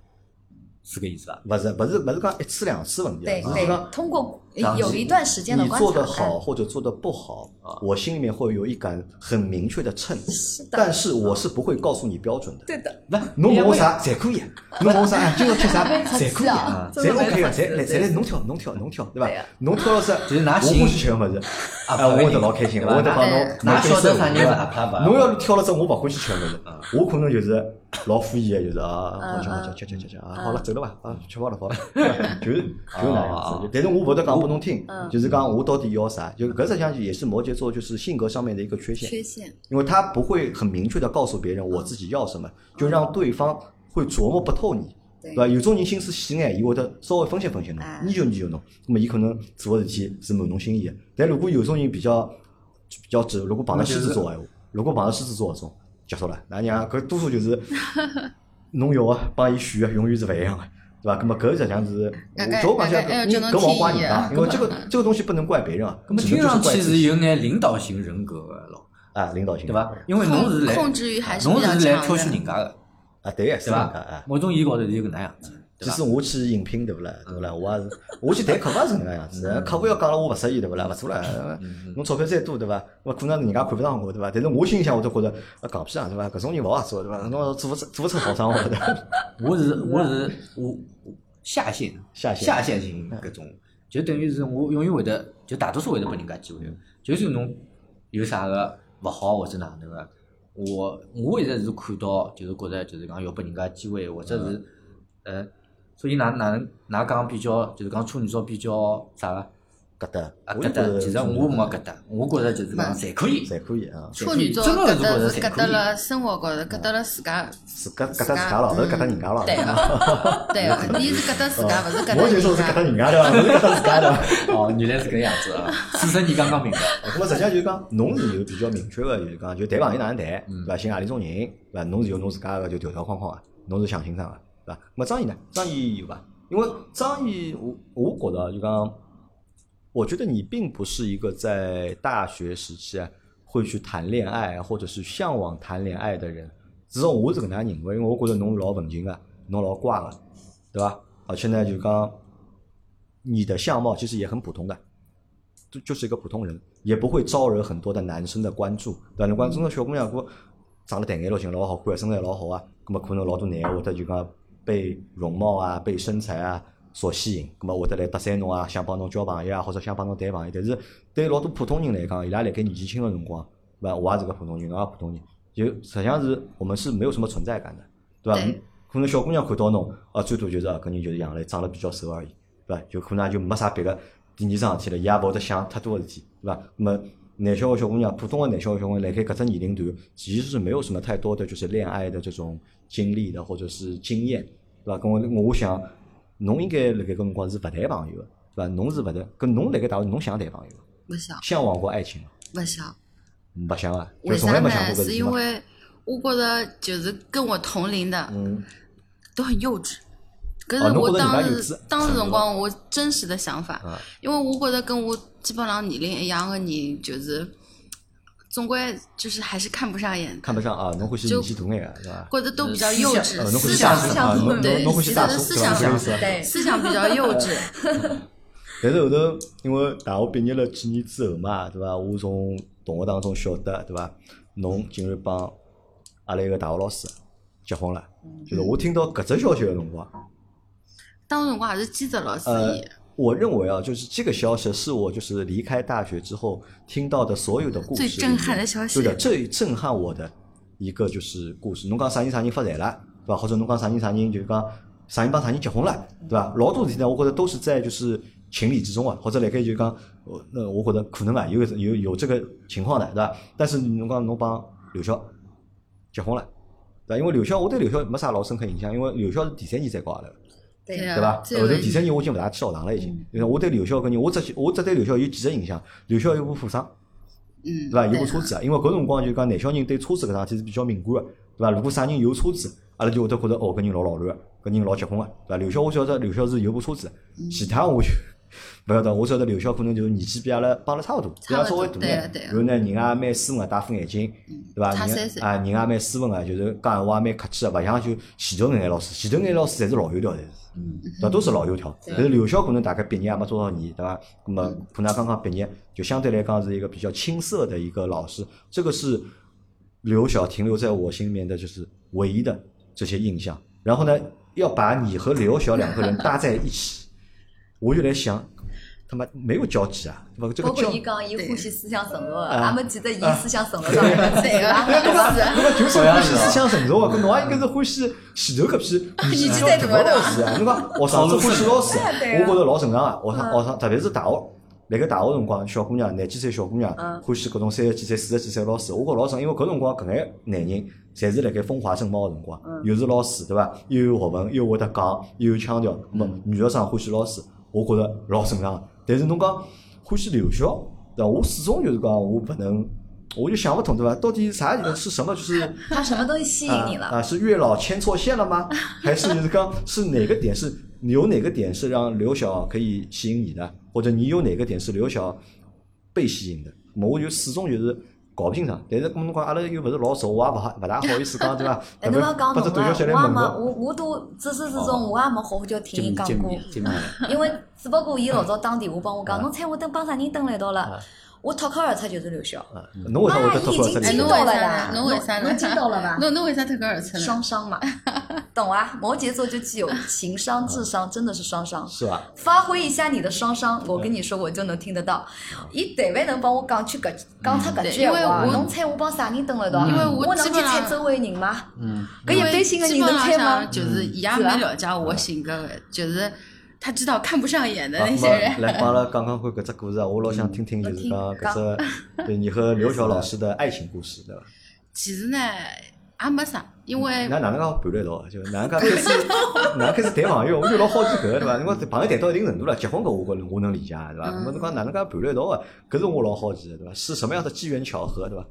Speaker 2: 是搿意思伐？
Speaker 1: 勿是勿是勿是讲一次两次问题啊，
Speaker 3: 对
Speaker 1: 只是讲
Speaker 3: 对，通过
Speaker 1: 当
Speaker 3: 有
Speaker 1: 时
Speaker 3: 一段时间的
Speaker 1: 你
Speaker 3: 观
Speaker 1: 做
Speaker 3: 察，
Speaker 1: 的好
Speaker 3: 哎
Speaker 1: 或者做的不好
Speaker 2: 啊，
Speaker 1: 我心里面会有一杆很明确的秤，
Speaker 3: 的
Speaker 1: 但是我是不会告诉你标准的。
Speaker 3: 对的，
Speaker 1: 不，侬
Speaker 2: 因为啊
Speaker 1: 问我啥侪可以，侬问我啥，哎今朝吃啥
Speaker 3: [laughs] 没出息
Speaker 1: 侪可以，
Speaker 3: 啊
Speaker 1: 啊
Speaker 3: 真的
Speaker 1: 侪
Speaker 3: 没
Speaker 1: OK 的，
Speaker 3: 出息
Speaker 1: 侪来
Speaker 3: 对
Speaker 1: 侪来侬挑侬挑侬挑，对
Speaker 3: 对
Speaker 1: 伐
Speaker 3: 啊？
Speaker 1: 侬挑了是，
Speaker 2: 就是拿
Speaker 1: 我
Speaker 2: 心
Speaker 1: 欢喜吃个物事，
Speaker 2: 啊
Speaker 1: 哎，我
Speaker 2: 不
Speaker 1: 会
Speaker 2: 一
Speaker 1: 得
Speaker 2: 定
Speaker 1: 老开心的，
Speaker 2: 对吧
Speaker 1: 我会得帮
Speaker 4: 哎
Speaker 1: 侬
Speaker 2: 哪
Speaker 1: 侬
Speaker 2: 晓得啥
Speaker 1: 啥
Speaker 2: 人是
Speaker 3: 啊
Speaker 2: 阿帕吧
Speaker 1: 侬要是挑了之后，我勿欢喜吃个物事，我可能就是老敷衍，就是啊，
Speaker 3: 嗯
Speaker 1: 好吃好
Speaker 3: 嗯
Speaker 1: 吃吃吃吃吃啊，好了走了吧，啊，吃饱了
Speaker 3: [laughs]
Speaker 1: 跑了， [laughs] 就是就是那样子。但是我勿会得讲拨侬听
Speaker 3: 嗯，
Speaker 1: 就是讲我到底要啥，就搿实际上也是摩羯座就是性格上面的一个缺陷。
Speaker 4: 缺陷，
Speaker 1: 因为他不会很明确的告诉别人我自己要什么，就让对方会琢磨不透你，
Speaker 3: 对
Speaker 1: 对吧？有种人心思细眼，伊会得稍微分析分析侬
Speaker 3: 哎，
Speaker 1: 研究研究侬，那么伊可能做个事体是满侬心意的。但如果有种人比较比较直，如果碰到狮子座的闲话，如果碰到狮子座搿种，结束了，那娘搿多数就是 [laughs] 侬要的帮伊选的永远是勿一啊样的。对吧？那么搿实际上是，我
Speaker 4: 大概
Speaker 1: 搿我讲起
Speaker 4: 大概
Speaker 1: 来
Speaker 4: 哎
Speaker 1: 搿
Speaker 4: 这能
Speaker 1: 搿往怪
Speaker 4: 提
Speaker 1: 你
Speaker 4: 议
Speaker 1: 啊
Speaker 4: 啊，
Speaker 1: 因为这个这个东西不能怪别人啊，
Speaker 2: 那么
Speaker 1: 只能
Speaker 2: 听
Speaker 1: 就是
Speaker 2: 上
Speaker 1: 怪
Speaker 2: 去
Speaker 1: 自
Speaker 2: 是
Speaker 1: 己
Speaker 2: 有眼领导型人格的咯，
Speaker 1: 啊，领导型
Speaker 2: 对伐
Speaker 1: 人格？
Speaker 2: 因为侬是来
Speaker 4: 控控制欲还是
Speaker 2: 侬
Speaker 4: 比
Speaker 2: 是
Speaker 4: 较强的
Speaker 2: 来挑选人家的，
Speaker 1: 啊，对呀，是
Speaker 2: 对
Speaker 1: 搿能介啊
Speaker 2: 伐？。某种意义高头就是搿能样子，对嗯
Speaker 1: 即
Speaker 2: 伐
Speaker 1: 使？我去应聘，对不啦？对不啦？我也是，我去谈客户也是搿能
Speaker 2: 嗯
Speaker 1: 介样子。客户要讲了我勿适意，对不
Speaker 2: [laughs]
Speaker 1: 啦？勿做啦。侬钞票再多，对伐？那可能人家看勿上我，对伐？但是我心里向我就觉着，啊，讲屁啊，对伐？搿种人勿好做，对伐？侬做勿出做勿出好生活
Speaker 2: [laughs]
Speaker 1: 的。
Speaker 2: 我是我是我我下线
Speaker 1: 嗯下线嗯
Speaker 2: 下线型搿种，就等于是我永远会得，就大多数会得拨人家机会。就算侬有啥个勿好或者哪能个，我我一直是看到，就是觉着就是讲要拨人家机会，或者是
Speaker 1: 嗯
Speaker 2: 呃，所以哪哪能哪讲比较，就是讲处女座比较啥个
Speaker 1: 搿搭，
Speaker 2: 啊
Speaker 1: 我就
Speaker 2: 搿
Speaker 1: 觉
Speaker 2: 搭，
Speaker 1: 得
Speaker 2: 其实我没搿搭，我觉着就是讲侪可以，
Speaker 1: 侪可以啊。
Speaker 4: 处女座
Speaker 2: 真的是
Speaker 4: 搿
Speaker 2: 觉
Speaker 4: 搭
Speaker 2: 得
Speaker 4: 是
Speaker 2: 侪
Speaker 4: 搿
Speaker 2: 可
Speaker 4: 搭
Speaker 2: 以
Speaker 4: 了生活高头，搿搭了自家
Speaker 1: 是搿搿搭自家了，
Speaker 2: 啊
Speaker 1: 勿是搿搭人家
Speaker 2: 嗯
Speaker 1: 了。
Speaker 4: 对
Speaker 1: [laughs]
Speaker 4: 个，对个，你是搿搭自家，
Speaker 2: 啊
Speaker 4: 勿是搿
Speaker 1: 啊
Speaker 4: 搭
Speaker 1: 我就说是搿搭
Speaker 4: 人家。
Speaker 1: 人家的，勿是搿搭自家 [laughs] 的。
Speaker 2: 哦，原来是搿样子
Speaker 1: [laughs]
Speaker 2: 啊！此生你刚刚明白，
Speaker 1: 那么实际上就是讲，侬是有比较明确个，就是讲就谈朋友哪能谈，对伐？寻何里种人，对伐？侬是有侬自家个就条条框框个，侬是想清爽个，对伐？那么张毅呢？张毅有伐？因为张毅，我我觉得就讲，我觉得你并不是一个在大学时期啊会去谈恋爱啊或者是向往谈恋爱的人。至少我是搿能样认为，因为我觉得侬老文静个，侬老乖个，对伐？而且呢，就是讲你的相貌其实也很普通的，就就是一个普通人，也不会招惹很多的男生的关注。对吧，侬讲真个小姑娘，如果长得淡眼落型，老好看，身材老好啊，那么可能老多男的会得就讲被容貌啊、被身材啊所吸引，那么会得来搭讪侬啊，想帮侬交朋友啊，或者想帮侬谈朋友。但是对老多普通人来讲，伊拉辣盖年纪轻个辰光，对伐？我也是个普通人，侬也普通人，就实际上是我们是没有什么存在感的，对吧？
Speaker 4: 对
Speaker 1: 可能小姑娘看到侬，啊，最多就是啊，搿人就是杨磊，长得比较瘦而已，对伐？就可能也就没啥别个第二桩事体了，伊也勿会得想太多个事体，对伐？那么男小孩小姑娘，普通个男小孩小姑娘，辣盖搿只年龄段，其实是没有什么太多的就是恋爱的这种经历的或者是经验，对伐？跟我我想，侬应该辣盖搿辰光是勿谈朋友个，对伐？侬是勿谈，搿侬辣盖大学侬想谈朋友伐，
Speaker 4: 勿想，
Speaker 1: 向往过爱情伐？
Speaker 4: 勿想。
Speaker 1: 没想啊，就
Speaker 4: 为
Speaker 1: 从
Speaker 4: 啥
Speaker 1: 来没想过
Speaker 4: 呢？
Speaker 1: 搿事
Speaker 4: 是
Speaker 1: 体
Speaker 4: 因
Speaker 1: 嘛。
Speaker 4: 为我觉得就是跟我同龄的
Speaker 1: 嗯，
Speaker 4: 都很幼稚。搿
Speaker 1: 哦
Speaker 4: 是
Speaker 1: 侬
Speaker 4: 我
Speaker 1: 觉得人
Speaker 4: 当
Speaker 1: 家幼
Speaker 4: 时
Speaker 1: 稚
Speaker 4: 当时辰
Speaker 1: 嗯
Speaker 4: 光我真实的想法
Speaker 1: 啊，
Speaker 4: 因为我觉得跟我基本上年龄一样的人，就是总归就是还是看不上眼的，
Speaker 1: 看不上啊，侬欢喜
Speaker 4: 就
Speaker 1: 年纪大眼个，对伐？
Speaker 4: 或者都比较幼稚
Speaker 1: 呃，侬会
Speaker 4: 思
Speaker 1: 去
Speaker 4: 想
Speaker 1: 大叔
Speaker 3: 思想
Speaker 1: 啊，侬侬
Speaker 4: 对
Speaker 1: 侬会
Speaker 4: 自
Speaker 1: 去
Speaker 4: 己
Speaker 1: 大
Speaker 4: 的
Speaker 1: 叔，
Speaker 4: 思
Speaker 1: 对吧
Speaker 4: 想
Speaker 1: 这个意思啊
Speaker 3: 对
Speaker 4: 思想比较幼稚，
Speaker 1: 呃但是后头因为大学毕业了几年之后嘛，对伐？我从同学当中晓得，对伐？侬竟然帮阿拉一个大学老师结婚了，
Speaker 4: 嗯
Speaker 1: 就是我听到搿只消息个辰光，
Speaker 4: 当时辰光还是记者老师
Speaker 1: 呃
Speaker 4: 也，
Speaker 1: 我认为啊，就是这个消息是我就是离开大学之后听到的所有的故事里面
Speaker 4: 最震撼的消息
Speaker 1: 对的，最震撼我的一个就是故事。侬讲啥人啥人发财了，对吧？或者侬讲啥人啥人就是讲啥人帮啥人结婚了，对吧？老多事体呢，我觉得都是在就是情理之中啊，或者辣盖就是讲，呃那我觉得可能啊，有有有这个情况的，对吧？但是侬讲侬帮刘晓结婚了。对吧？因为刘晓，我对刘晓没啥老深刻印象，因为刘晓是第三年才挂的。
Speaker 3: 对
Speaker 4: 对
Speaker 3: 的
Speaker 4: 啊
Speaker 1: 对伐？
Speaker 4: 这
Speaker 1: 后头
Speaker 4: 个嗯
Speaker 1: 第三年我已经勿大去学堂了，已经。因为我对刘晓搿人，我只我只对刘晓有几只印象。刘晓有部富商，
Speaker 4: 嗯，
Speaker 1: 对伐？有
Speaker 4: 对
Speaker 1: 部车子啊，因为搿辰光就讲南小人对车子搿桩事体是比较敏感个，对伐？如果啥人有车子，阿拉就会
Speaker 4: 嗯
Speaker 1: 得觉得哦，搿人老老乱个，搿人老结棍个，对伐？刘晓我晓得刘晓是有部车子，其他我就勿晓得，我晓得刘晓可能就是年纪比阿拉帮阿拉差勿多，比阿拉稍微大
Speaker 4: 对
Speaker 1: 眼
Speaker 4: 了对，了
Speaker 1: 然后呢，人家也蛮斯文个，戴副眼镜，对伐？
Speaker 4: 差
Speaker 1: 人
Speaker 4: 三岁
Speaker 1: 家啊，人家也蛮斯文个，就是讲闲话也蛮客气个，勿像就前头那眼老师，前头那眼老师侪是老油条，侪是。
Speaker 2: 嗯
Speaker 3: 嗯
Speaker 1: 那都是老油条，但是留校可能大概毕业也没多少年，对吧？那么
Speaker 3: 嗯
Speaker 1: 可能刚刚毕业，就相对来讲是一个比较青涩的一个老师，这个是刘晓停留在我心里面的就是唯一的这些印象。然后呢，要把你和刘晓两个人搭在一起，我就来想，他妈没有交集啊，对吧？这个
Speaker 3: 包
Speaker 1: 交
Speaker 3: 括伊讲伊欢喜思想成熟的，
Speaker 1: 啊
Speaker 3: 俺们记得伊思想成熟上面
Speaker 4: 对个，
Speaker 3: 啊
Speaker 4: 是。
Speaker 1: 就是欢喜思想成熟啊，搿侬也应该是欢喜前头搿批
Speaker 3: 啊
Speaker 4: 年纪
Speaker 1: 较
Speaker 4: 最
Speaker 1: 大
Speaker 4: 大
Speaker 1: 个
Speaker 4: 的
Speaker 1: 老师啊。侬讲学生子欢喜老师啊，
Speaker 3: [laughs] 对啊
Speaker 1: 我觉着老正常啊。学生学生，特别是大学，辣盖大学辰光，小姑娘廿几岁小姑娘
Speaker 3: 嗯
Speaker 1: 欢喜搿种三十几岁、四十几岁老师，我觉着老正常，因为搿辰光搿眼男人侪是辣盖风华正茂个辰光，
Speaker 3: 嗯
Speaker 1: 又是老师对伐？又有学问，又会得讲，又有腔调。那么
Speaker 3: 嗯
Speaker 1: 女学生欢喜老师，我觉着老正常个。但是侬讲欢喜留校，对伐？我始终就是讲我勿能。我就想不通，对伐？到底啥是什么？就是
Speaker 3: 他什么东西吸引你了？
Speaker 1: 啊？啊是月老牵错线了
Speaker 3: [laughs]
Speaker 1: 吗？还是就是刚是哪个点是有哪个点是让刘晓可以吸引你的，或者你有哪个点是刘晓被吸引的？那么我就始终就是搞不清爽。但是跟侬讲，阿拉又勿是老熟，我也勿好勿大好意思讲，对
Speaker 3: [laughs]
Speaker 1: 伐？
Speaker 3: 哎，
Speaker 1: 特别
Speaker 3: 侬要讲
Speaker 1: 把
Speaker 3: 侬
Speaker 1: 这
Speaker 3: 了，
Speaker 1: 短
Speaker 3: 我
Speaker 1: 小
Speaker 3: 也
Speaker 1: 姐
Speaker 3: 没，
Speaker 1: 来问我，
Speaker 3: 我我都自始至
Speaker 1: 哦
Speaker 3: 终我也没好好叫听伊讲
Speaker 2: 见
Speaker 3: 过，
Speaker 2: 面
Speaker 1: 嗯
Speaker 2: 见面，
Speaker 3: 因为只不过伊老早打电话帮我讲，
Speaker 1: 啊
Speaker 3: 侬猜我等帮啥人蹲了一道了
Speaker 1: 啊？
Speaker 3: 我脱口而出就是刘晓，
Speaker 1: 啊侬为啥会得脱
Speaker 3: 伊
Speaker 1: 口
Speaker 3: 嗯已
Speaker 1: 而出
Speaker 3: 经
Speaker 1: 这
Speaker 4: 哎
Speaker 3: 听
Speaker 1: 里
Speaker 4: 侬
Speaker 3: 到
Speaker 4: 为啥
Speaker 3: 了
Speaker 4: 呢
Speaker 3: 啦，
Speaker 4: 侬为啥呢
Speaker 3: 侬听到了吧？
Speaker 4: 侬侬为啥脱口而出呢
Speaker 3: 双？商嘛， [laughs] 懂啊？摩羯座就具有情商、智商，真的是双商。
Speaker 1: 是吧？
Speaker 3: 发挥一下你的双商，我跟你说，我就能听得到。伊特别能帮我讲去搿讲出搿
Speaker 4: 嗯对
Speaker 3: 句
Speaker 4: 因为
Speaker 3: 话，
Speaker 4: 我嗯
Speaker 3: 侬猜我帮啥人蹲了一道？
Speaker 4: 因为我
Speaker 3: 我能
Speaker 4: 基
Speaker 3: 去
Speaker 4: 本
Speaker 3: 猜
Speaker 4: 上
Speaker 3: 周围人吗？
Speaker 2: 嗯，
Speaker 3: 搿一般性的人
Speaker 4: 基本
Speaker 3: 能
Speaker 4: 上
Speaker 3: 猜吗？
Speaker 4: 就是伊也蛮了解我性格的，就是他知道看不上眼的
Speaker 1: 啊
Speaker 4: 那
Speaker 1: 那
Speaker 4: 些人。
Speaker 1: 么来帮阿拉讲讲看搿只故事啊，我老想听听，就是讲
Speaker 3: 我听
Speaker 1: 搿只对你和刘晓老师的爱情故事，对伐？
Speaker 4: 其实呢，也没啥，因为
Speaker 1: 那哪能介伴了一道啊？就哪能介开始，哪能介开始谈朋友？我就老好奇搿个对伐？侬讲朋友谈到一定程度了，结婚搿我觉我能理解对伐？
Speaker 4: 嗯
Speaker 1: 那侬讲哪能介伴了一道啊？搿是我老好奇的对伐？是什么样的机缘巧合对伐？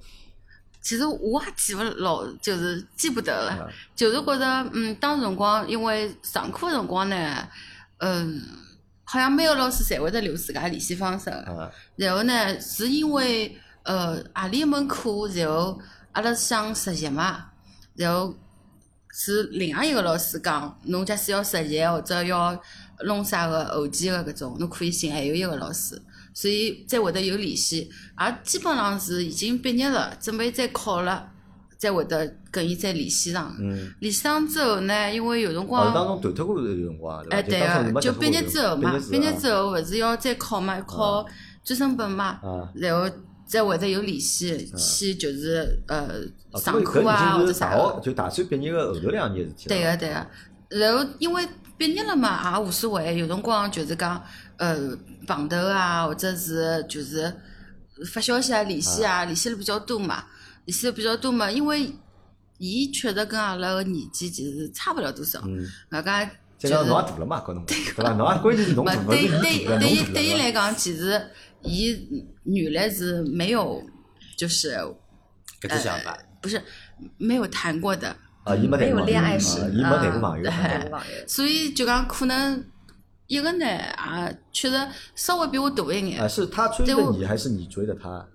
Speaker 4: 其实我也记不牢，就是记不得了
Speaker 1: 嗯，
Speaker 4: 就是觉得嗯，当辰光因为上课辰光呢，嗯，好像每个老师侪会得留自家联系方式的。
Speaker 1: 啊，
Speaker 4: 然后呢，是因为呃，阿里一门课，然后阿拉想实习嘛，然后是另外一个老师讲，侬假使要实习或者要弄啥个后期个搿种，侬可以寻还有一个老师，所以才会得有联系。而基本上是已经毕业了，准备再考了，才会得跟伊再联系上。
Speaker 1: 嗯，
Speaker 4: 联系上之后呢，因为有辰
Speaker 1: 哦，
Speaker 4: 光
Speaker 1: 当中断脱过一段辰光
Speaker 4: 哎，
Speaker 1: 对
Speaker 4: 对
Speaker 1: 伐？
Speaker 4: 个，就毕业之后嘛，嗯毕
Speaker 1: 毕
Speaker 4: 业
Speaker 1: 业
Speaker 4: 之后勿是要再考嘛，考专升本嘛
Speaker 1: 啊，
Speaker 4: 然后再会得有联系，去就是呃
Speaker 1: 后
Speaker 4: 上课啊或
Speaker 1: 就
Speaker 4: 者
Speaker 1: 是
Speaker 4: 啥
Speaker 1: 大学
Speaker 4: 个，
Speaker 1: 就大专毕业个后头两年的事体了。
Speaker 4: 对个对个，然后因为毕业了嘛，啊也无所谓，有辰光就是讲呃碰头啊，或者是就是发消息啊、联系啊，联系了比较多嘛，联系了比较多嘛，因为伊确实跟阿拉个年纪其实差不了多少，
Speaker 1: 嗯，
Speaker 4: 外加
Speaker 1: 再
Speaker 4: 就是
Speaker 1: 讲侬也大了嘛，搿侬对伐？侬也关键是侬
Speaker 4: 不
Speaker 1: 大了，
Speaker 4: 对
Speaker 1: 是
Speaker 4: 对
Speaker 1: 伊大了，
Speaker 4: 对
Speaker 1: 侬
Speaker 4: 伊
Speaker 1: 大
Speaker 4: 对伊
Speaker 1: 了
Speaker 4: 来讲，其实伊原来是没有，就是
Speaker 2: 搿种想法，
Speaker 4: 不是没有谈过的，
Speaker 1: 啊，伊没谈
Speaker 3: 没有
Speaker 1: 过朋友
Speaker 3: 恋爱
Speaker 1: 啊
Speaker 3: 史
Speaker 1: 伊没谈过
Speaker 3: 啊
Speaker 1: 朋友
Speaker 4: 对
Speaker 1: 啊。
Speaker 4: 所以就讲可能一个呢也确实稍微比我大一
Speaker 1: 啊，
Speaker 4: 眼，
Speaker 1: 是他追
Speaker 4: 对
Speaker 1: 的
Speaker 4: 我
Speaker 1: 你，还是你追的他？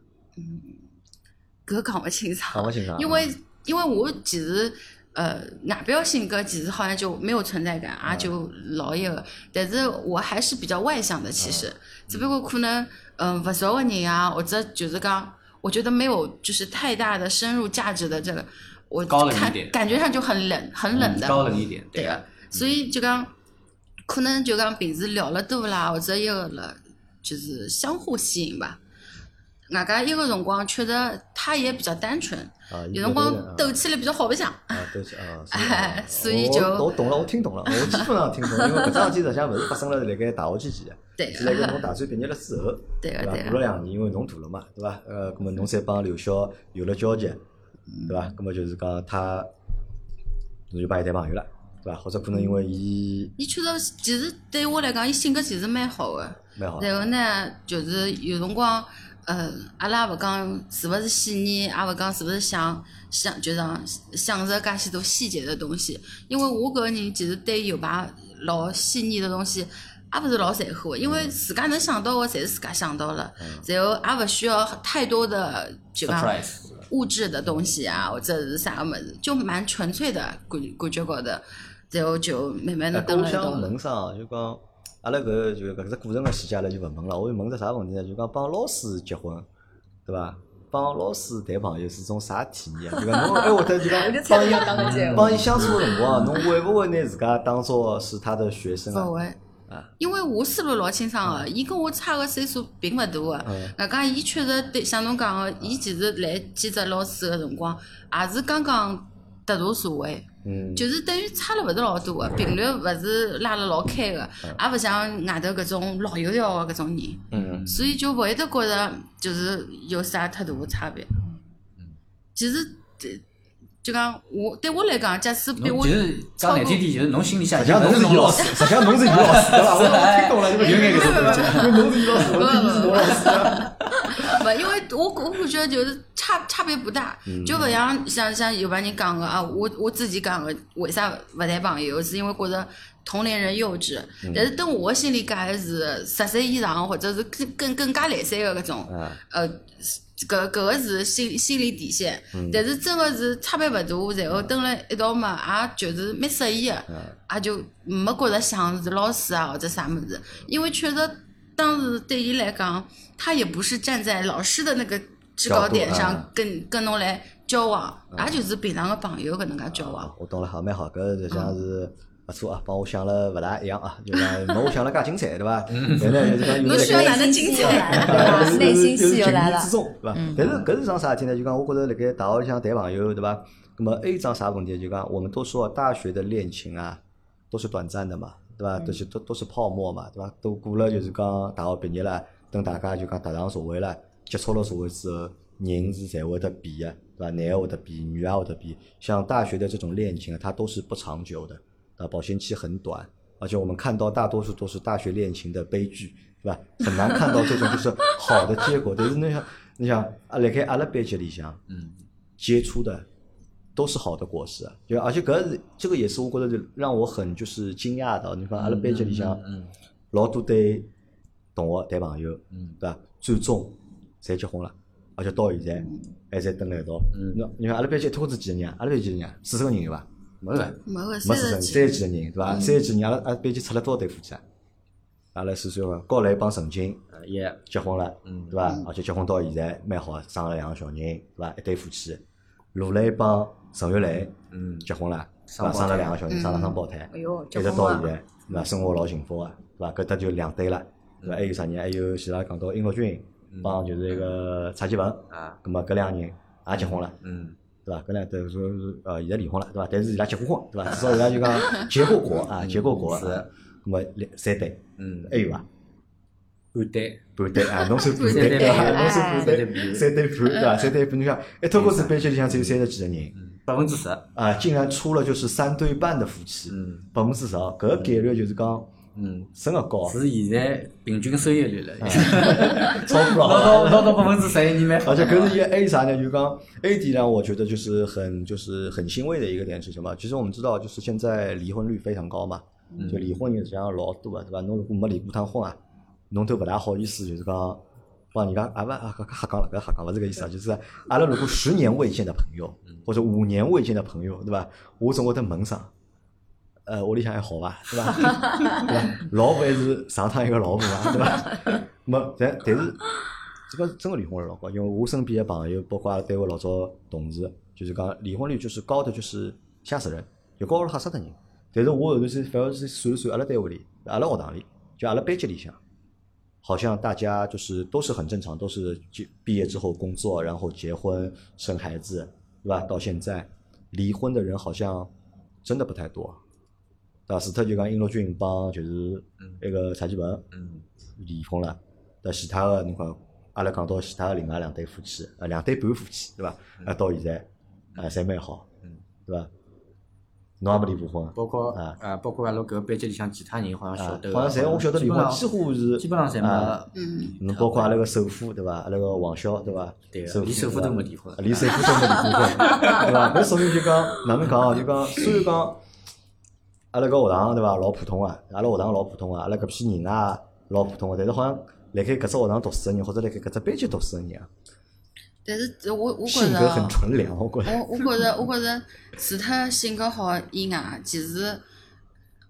Speaker 4: 搿讲勿清
Speaker 1: 讲
Speaker 4: 爽
Speaker 1: 勿，清爽。
Speaker 4: 因为因为我其实。呃，外表性格其实好像就没有存在感，也就老一个。但是我还是比较外向的，其实，只不过可能，嗯、不熟的人啊，或者就是讲，我觉得没有就是太大的深入价值的这个，我
Speaker 2: 高冷一
Speaker 4: 看
Speaker 2: 点嗯
Speaker 4: 感觉上就很冷，很冷的。
Speaker 2: 高冷一点，
Speaker 4: 对嗯
Speaker 2: 个
Speaker 4: 个，，所以就讲，可能就讲平时聊了多啦，或者一个了，就是相互吸引吧。外加一个辰光，确实他也比较单纯，
Speaker 1: 啊，
Speaker 4: 有辰光
Speaker 1: 斗
Speaker 4: 斗气力比较好白相。
Speaker 1: 啊，斗气
Speaker 4: [laughs]
Speaker 1: 啊，
Speaker 4: 哎
Speaker 1: 所
Speaker 4: 所
Speaker 1: 以
Speaker 4: 以
Speaker 1: 啊
Speaker 4: 就
Speaker 1: 我我懂了，我听懂了，我基本上听懂了，因为搿桩事体实际上勿是发生了辣盖大学期间，
Speaker 4: 对
Speaker 1: 是辣盖
Speaker 4: [laughs] 个，
Speaker 1: 侬大专毕业了之后，
Speaker 4: 对
Speaker 1: 伐？
Speaker 4: 个，对啊
Speaker 1: 过了
Speaker 4: 个，
Speaker 1: 两年，因为侬大了嘛，对伐？呃，葛末侬再帮刘晓有了交集，对伐？葛末就是讲他，侬就帮伊谈朋友了，对伐？或者可能因为伊
Speaker 4: 伊确实，其实对我来讲，伊性格其实蛮好个。
Speaker 1: 蛮好，
Speaker 4: 然后呢，就是有辰光，呃，阿拉也勿讲是勿是细腻，也勿讲是勿是想想，就讲想着介许多细节的东西。因为我搿个人其实对有把老细腻的东西也勿是老在乎，因
Speaker 1: 嗯
Speaker 4: 为自家能想到的，侪是自家想到了，然后也勿需要太多的就讲
Speaker 2: surprise，
Speaker 4: 物质的东西啊，或者是啥个么子，就蛮纯粹的感感觉高头，然后就慢慢的
Speaker 1: 哎，
Speaker 4: 蹲
Speaker 1: 我
Speaker 4: 了一道
Speaker 1: 想
Speaker 4: 了。
Speaker 1: 问声，就讲阿拉搿个就搿只过程个细节，阿拉就勿问了。我就问只啥问题呢？就讲帮老师结婚，对伐？帮老师谈朋友是种啥体验？就讲侬哎，我得就讲
Speaker 3: 我就猜
Speaker 1: 帮
Speaker 3: 不
Speaker 1: 伊
Speaker 3: 到搿结
Speaker 1: 帮伊相处个辰光，侬会勿会拿自家当做是他的学生
Speaker 4: 勿
Speaker 1: 啊？
Speaker 4: 会
Speaker 1: 啊，
Speaker 4: 因为我思路老清爽个，伊跟我差个岁数并勿大个。
Speaker 1: 嗯，
Speaker 4: 外加伊确实对，像侬讲个，伊其实来兼职老师个辰光，也是刚刚踏入社会，
Speaker 1: 嗯，
Speaker 4: 就是等于差了勿是老多个，频率勿是拉了老开个，也勿像外头搿种老油条个搿种人，
Speaker 1: 嗯，
Speaker 4: 所以就勿会得觉着就是有啥太大个差别。其实，这就讲我对我来讲，假使比
Speaker 2: 侬
Speaker 4: 我
Speaker 2: 就是讲难听点，就是侬心里想
Speaker 1: 实际上侬是伊老师，实际上侬是伊老师，对伐？我我听懂了，就
Speaker 2: 有眼搿种感
Speaker 1: 因为侬是伊老 [laughs] 师，我听伊是侬老师。
Speaker 4: [laughs] 勿，因为我我感觉就是差差别不大，就勿像像像有帮人讲个啊，我我自己讲个，为啥勿谈朋友，是因为觉着同龄人幼稚。但是等我心里讲的是十岁以上，或者是更更更加来三个搿种，
Speaker 1: 嗯
Speaker 4: 呃，搿搿个是心心理底线。
Speaker 1: 嗯
Speaker 4: 但是真个是差别勿大，然后蹲辣一道嘛，也就是蛮适意个。
Speaker 1: 嗯
Speaker 4: 也就没觉着像是老师啊或者啥么子，因为确实当时对伊来讲，他也不是站在老师的那个制高点
Speaker 1: 角度
Speaker 4: 上跟跟侬来交往，
Speaker 1: 嗯
Speaker 4: 也就是平常个朋友搿能介交往。
Speaker 1: 我懂了，好，蛮好，搿就像是勿错啊，帮我想了勿大一样啊，就讲没我想了介精彩，对伐？但呢，就是讲有
Speaker 4: 侬需要
Speaker 1: 辣盖
Speaker 4: 哪能精
Speaker 3: 又来
Speaker 4: 彩？
Speaker 1: [laughs]
Speaker 3: 了，对吧内心戏又来了
Speaker 1: 就是情
Speaker 3: 嗯
Speaker 1: 理之。中，对伐？但是搿是桩啥事体呢？就讲我觉着辣盖大学里向谈朋友，对伐？那么还有一桩啥问题？就讲我们都说大学的恋情啊，都是短暂的嘛，对
Speaker 3: 嗯
Speaker 1: 伐？都是都都是泡沫嘛，对伐？都过了就是讲大学毕业了，等大家就讲踏上社会了，接触了社会之后，人是侪会得变的，对伐？男的会得变，女啊的也会得变。像大学的这种恋情啊，它都是不长久的，啊，保鲜期很短，而且我们看到大多数都是大学恋情的悲剧，对吧？很难看到这种就是好的结果。但是你想，你想啊，辣盖阿拉班级里向
Speaker 2: 嗯，
Speaker 1: 接触的都是好的果实啊，就而且搿是这个也是我觉得让我很就是惊讶的。你看阿拉班级里向
Speaker 2: 嗯
Speaker 1: 老多对同学谈朋友，
Speaker 2: 嗯
Speaker 1: 对吧？最终侪结婚了，而且到现在还在蹲辣一道。
Speaker 2: 嗯
Speaker 1: 那你看阿拉班级一拖子几个人啊？阿拉班级几个人啊？四十个人有伐？
Speaker 2: 没个，
Speaker 4: 没个
Speaker 1: 没
Speaker 4: 三
Speaker 1: 四
Speaker 4: 十
Speaker 1: 十
Speaker 4: 几
Speaker 1: 三十几个人，对伐？
Speaker 2: 嗯
Speaker 1: 三十几个人，阿拉阿拉班级出了多少对夫妻啊？阿拉四岁嘛，高来帮陈静
Speaker 2: 呃也
Speaker 1: 结婚了，
Speaker 2: 嗯
Speaker 1: 对伐？而且结婚到现在蛮好，生了两个小人，对伐？一对夫妻，罗磊帮陈玉蕾
Speaker 2: 嗯
Speaker 1: 结婚了，对
Speaker 2: 双
Speaker 1: 伐？
Speaker 2: 胞
Speaker 1: 生了
Speaker 2: 胎嗯
Speaker 1: 两个小人，生了双胞胎，
Speaker 3: 哎呦，
Speaker 1: 一
Speaker 3: 结
Speaker 1: 直
Speaker 3: 婚
Speaker 1: 到现
Speaker 3: 了，
Speaker 1: 在，对伐？生活老幸福个，对伐？搿搭就两对了，对伐？还有啥人？还有前拉讲到殷乐军
Speaker 2: 嗯
Speaker 1: 帮就是一个蔡继文，
Speaker 2: 啊，
Speaker 1: 葛末搿两个人也结婚了。
Speaker 2: 嗯
Speaker 1: 对伐？搿两对说是呃，现在离婚了，对伐？但是伊拉结过婚，对伐？至少伊拉就讲结过果啊，结过果
Speaker 2: 嗯是
Speaker 1: 啊。那么两三对，
Speaker 2: 嗯，
Speaker 1: 还有伐？啊
Speaker 2: 半对，
Speaker 1: 半对啊，
Speaker 2: [laughs]
Speaker 1: 侬算半
Speaker 2: 三
Speaker 1: 对
Speaker 2: 对
Speaker 1: 对伐？
Speaker 2: 半
Speaker 1: 侬算
Speaker 3: 哎
Speaker 1: 半
Speaker 2: 三
Speaker 1: 对
Speaker 2: 对，半
Speaker 1: 三对半对伐？三对半，你想一头过子班级里向只有三十几个人
Speaker 2: 嗯百分之十，
Speaker 1: 啊，竟然出了就是三对半的夫妻，
Speaker 2: 嗯
Speaker 1: 百分之十，啊搿个概率就是讲
Speaker 2: 嗯，
Speaker 1: 真个高，啊
Speaker 2: 是现在平均收益率了，
Speaker 1: 超不
Speaker 2: 捞 [laughs]
Speaker 1: 牢。
Speaker 2: 到捞到百分之十，你蛮好
Speaker 1: 而且
Speaker 2: 的，
Speaker 1: 可是也 A 啥呢？就刚 A 点让我觉得就是很就是很欣慰的一个点是什么？其实我们知道，就是现在离婚率非常高嘛，就
Speaker 2: 嗯
Speaker 1: 离婚人实际上老多啊，对吧？侬如果没离过趟婚啊，侬都不大好意思，就是讲帮人家啊不啊，搿瞎讲了，搿瞎讲勿是搿意思啊，就是阿拉如果十年未见的朋友，或者五年未见的朋友，对吧？我总会得问上。呃，屋里向还好伐，对伐？ [laughs] 对伐？老婆还是上趟一个老婆啊，对伐？ [laughs] 没，但但是这个真个离婚率老高，因为我身边的朋友，包括阿拉单位老早同事，就是讲离婚率就是高的就是吓死人，就高了吓死的人。但是我后头是反而是算了算，阿拉单位里，阿拉学堂里，就阿拉班级里向，好像大家就是都是很正常，都是就毕业之后工作，然后结婚生孩子，对吧？到现在离婚的人好像真的不太多，对吧？除特就讲殷乐俊帮就是那个蔡继文
Speaker 2: 嗯
Speaker 1: 离婚了，但其他的侬看，阿拉讲到其他的另外两对夫妻，呃，两对半夫妻，对吧？啊，到现在啊，侪蛮好
Speaker 2: 嗯，
Speaker 1: 对吧？侬也没离过婚，
Speaker 2: 包括
Speaker 1: 啊
Speaker 2: 啊，包括阿拉搿个班级里向其他人好像晓
Speaker 1: 啊
Speaker 2: 得，个，
Speaker 1: 好像侪我晓得离婚，几
Speaker 2: 基
Speaker 1: 乎是
Speaker 2: 本上基本
Speaker 1: 啊
Speaker 2: 上侪没，
Speaker 4: 嗯，
Speaker 1: 侬包括阿拉个首富对伐？阿拉个王潇对伐？
Speaker 2: 对个
Speaker 1: 首富
Speaker 2: 连首富
Speaker 1: 对伐
Speaker 2: 都没离婚
Speaker 1: 连首
Speaker 2: [laughs]
Speaker 1: 啊富都没离过婚，对伐？搿说明就讲哪能讲啊？就讲虽然讲阿拉搿学堂对伐，老普通啊，阿拉学堂老普通啊，阿拉搿批人啊老普通个，但是好像辣盖搿只学堂读书个人，或者辣盖搿只班级读书个人啊，
Speaker 4: 但是我我觉
Speaker 1: 性
Speaker 4: 着
Speaker 1: 格很
Speaker 4: 哦
Speaker 1: 纯良，我觉着。
Speaker 4: 我我觉着，我觉着，除脱性格好以外，其实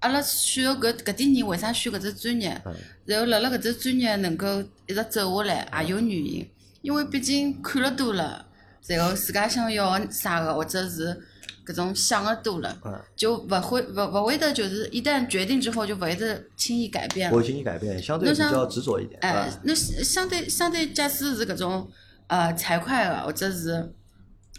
Speaker 4: 阿拉选搿搿点人为啥选搿只专业
Speaker 1: 嗯？
Speaker 4: 然后辣辣搿只专业能够一直走下来，也有原因，因为毕竟看了多了，然后自家想要的啥个，或者是搿种想的多了
Speaker 1: 嗯，
Speaker 4: 就勿会勿勿会得就是一旦决定之后就勿会得轻易改变
Speaker 1: 我
Speaker 4: 了
Speaker 1: 会。轻易改变，相对
Speaker 4: 那
Speaker 1: 比
Speaker 4: 像
Speaker 1: 较执着一点，对
Speaker 4: 哎
Speaker 1: 伐？，
Speaker 4: 那是相对相对，假使是搿种呃财会的，或者是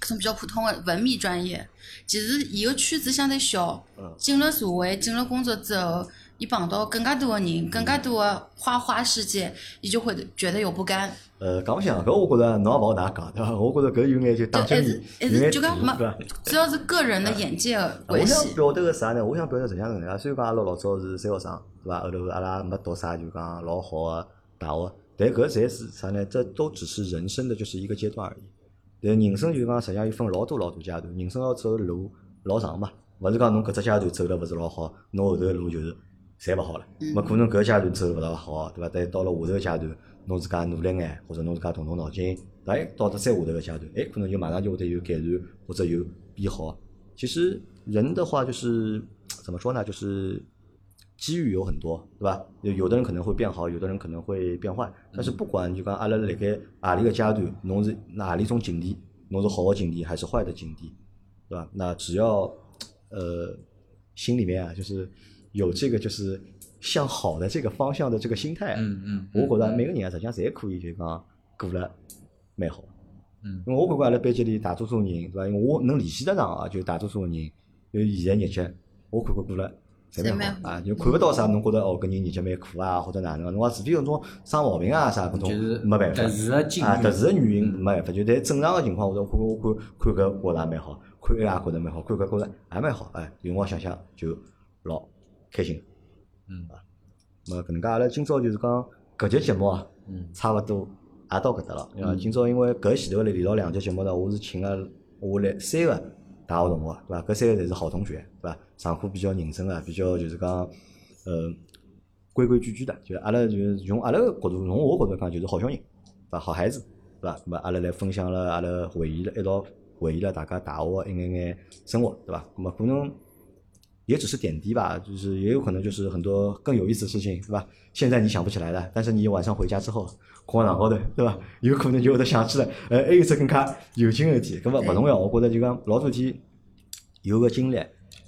Speaker 4: 搿种比较普通的文秘专业，其实伊个圈子相对小
Speaker 1: 嗯。
Speaker 4: 进了社会，进了工作之后，伊碰到更加多的人，更加
Speaker 1: 嗯
Speaker 4: 多的花花世界，伊就会觉得有不甘。
Speaker 1: 呃，讲不像搿，我觉着侬也勿好哪讲，对伐？我觉着搿有眼就打击
Speaker 4: 还
Speaker 1: 你
Speaker 4: 是，还
Speaker 1: 有眼
Speaker 4: 是就讲
Speaker 1: 甜
Speaker 4: 没
Speaker 1: 对伐？，
Speaker 4: 主要是个人
Speaker 1: 啊
Speaker 4: 的眼界的
Speaker 1: 我
Speaker 4: 关
Speaker 1: 想
Speaker 4: 系。
Speaker 1: 表达个啥呢？我想表达实际上是搿能介，虽然讲阿拉老早是三校生，对伐？后头阿拉没读啥就讲老好个大学，啊但搿侪是啥呢？这都只是人生的就是一个阶段而已。但人生就讲实际上有分老多老多阶段，人生要走的路老长嘛，勿是讲侬搿只阶段走了勿是老好，侬后头个路就是侪勿好了。
Speaker 4: 嗯
Speaker 1: 没可能搿阶段走勿大好，啊对伐？但到了下头个阶段，侬自家努力眼，或者侬自家动动脑筋，哎，到了再下头个阶段，哎，可能就马上就会得有改善，或者有变好。啊其实人的话就是怎么说呢？就是机遇有很多，对吧？有有的人可能会变好，有的人可能会变坏。但是不管就讲阿拉辣盖何里个阶段，侬是哪里种境地，侬是好的境地还是坏的境地，对吧？那只要呃心里面啊，就是有这个就是向好的这个方向的这个心态，啊
Speaker 2: 嗯嗯，
Speaker 1: 我觉着每个人啊，实际上侪可以就讲过了蛮好。
Speaker 2: 嗯
Speaker 1: 因为我感觉阿拉班级里大多数人，对伐？因为我能联系得上啊，就大多数人，就现在日脚，我看看过了，侪
Speaker 4: 侪
Speaker 1: 蛮
Speaker 4: 蛮
Speaker 1: 好
Speaker 4: 好
Speaker 1: 啊。就看勿到啥，侬觉着哦，搿人日脚蛮苦啊，或者哪能啊？侬讲除非有种生毛病啊啥搿种
Speaker 2: 就是，
Speaker 1: 没办法
Speaker 2: 特。殊的境遇，
Speaker 1: 啊，特殊个原因
Speaker 2: 嗯
Speaker 1: 没办法，就在正常个情况下头，我看看看看搿觉着也蛮好，看埃也觉着蛮好，看搿觉着也蛮好，哎，有辰光想想就老开心。
Speaker 2: 嗯
Speaker 1: 那么搿能介，阿拉今朝就是讲搿节节目啊，
Speaker 2: 嗯
Speaker 1: 差勿多也到搿搭了。因为
Speaker 2: 嗯
Speaker 1: 今朝因为搿前头来连到两节节目呢，我是请了我来三个大学同学，啊对伐？搿三个侪是好同学，对伐？上课比较认真啊，比较就是讲，呃，规规矩矩的，就阿拉就是从阿拉个角度，从我角度讲，就是好小人，对伐？好孩子，对伐？那么阿拉来分享了，阿拉回忆了一道回忆了大家大学个一眼眼生活，对伐？那么可能。也只是点滴吧，就是也有可能就是很多更有意思的事情，对吧？现在你想不起来了，但是你晚上回家之后，困觉高头，对吧？有可能就会得想起来，呃，还有只更加有劲个事体，搿么勿重要，我觉着就讲老多事体有个经历，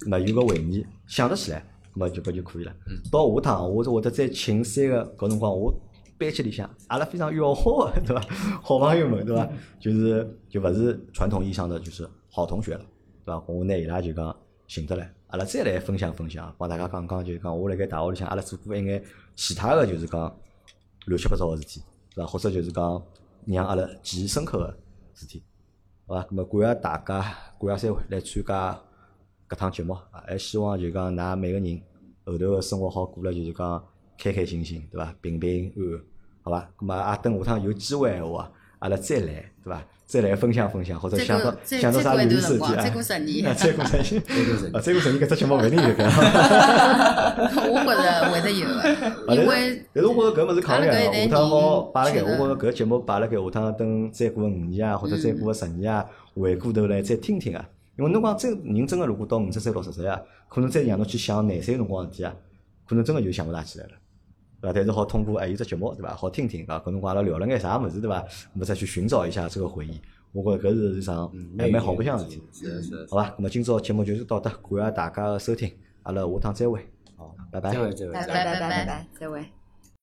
Speaker 1: 那有个回忆，想得起来，那么就搿就可以了。到下趟我是会得再请三个搿辰光我。班级里向，阿拉非常要好的，对吧？好朋友们，对吧？就是就勿是传统意义上的就是好同学了，对伐？我拿伊拉就讲寻得来，阿拉再来分享分享，帮大家讲讲，就是讲我辣盖大学里向，阿拉做过一眼其他的就是讲乱七八糟个事体，对伐？或者就是讲让阿拉记忆深刻个事体，好伐？那么感谢大家，感谢三位来参加搿趟节目啊！还希望就讲㑚每个人后头个生活好过了，就是讲开开心心，对伐？平平安安，好伐？那么啊，等下趟有机会个话，阿拉再来，对伐？再来分享分享，或者
Speaker 4: 再
Speaker 1: 想到
Speaker 4: 过再
Speaker 1: 想到
Speaker 4: 再
Speaker 1: 啥
Speaker 4: 过
Speaker 1: 有
Speaker 4: 一
Speaker 1: 意
Speaker 4: 段
Speaker 1: 思
Speaker 4: 辰
Speaker 1: 的事
Speaker 4: 光，
Speaker 1: 体
Speaker 4: 再
Speaker 1: 啊
Speaker 4: 过十
Speaker 1: [laughs] 啊，
Speaker 4: 年，
Speaker 1: 再过三星，
Speaker 4: [laughs]
Speaker 2: 这就是
Speaker 1: 啊，再过三星搿只节目勿一定有搿。
Speaker 4: 我觉着会得有的，
Speaker 1: 啊
Speaker 4: 因为
Speaker 1: 但是我觉着搿物事扛勿来啊，下趟好摆辣盖，
Speaker 4: 觉
Speaker 1: 我
Speaker 4: 得
Speaker 1: 觉着搿节目摆辣盖，下趟等再过个五年啊，或者再过个十年啊，回过头来再听听啊。因为侬讲真人真个，如果到五十岁、六十岁啊，可能再让侬去想廿岁辰光的事体啊，可能真个就想勿大起来了。对伐？但是好通过哎有只节目对伐？好听听啊，搿辰光阿拉聊了眼啥物事对伐？那么再去寻找一下这个回忆，我觉着搿是一桩
Speaker 2: 嗯
Speaker 1: 还蛮好白相个事体。
Speaker 2: 是是是，
Speaker 1: 好吧，那么今朝节目就是到这，感谢大家的收听，阿拉下趟再会，好，拜拜
Speaker 2: 这。位这位
Speaker 3: 拜
Speaker 2: 这位
Speaker 3: 拜。拜
Speaker 4: 拜
Speaker 3: 拜
Speaker 4: 拜
Speaker 3: 拜，再会。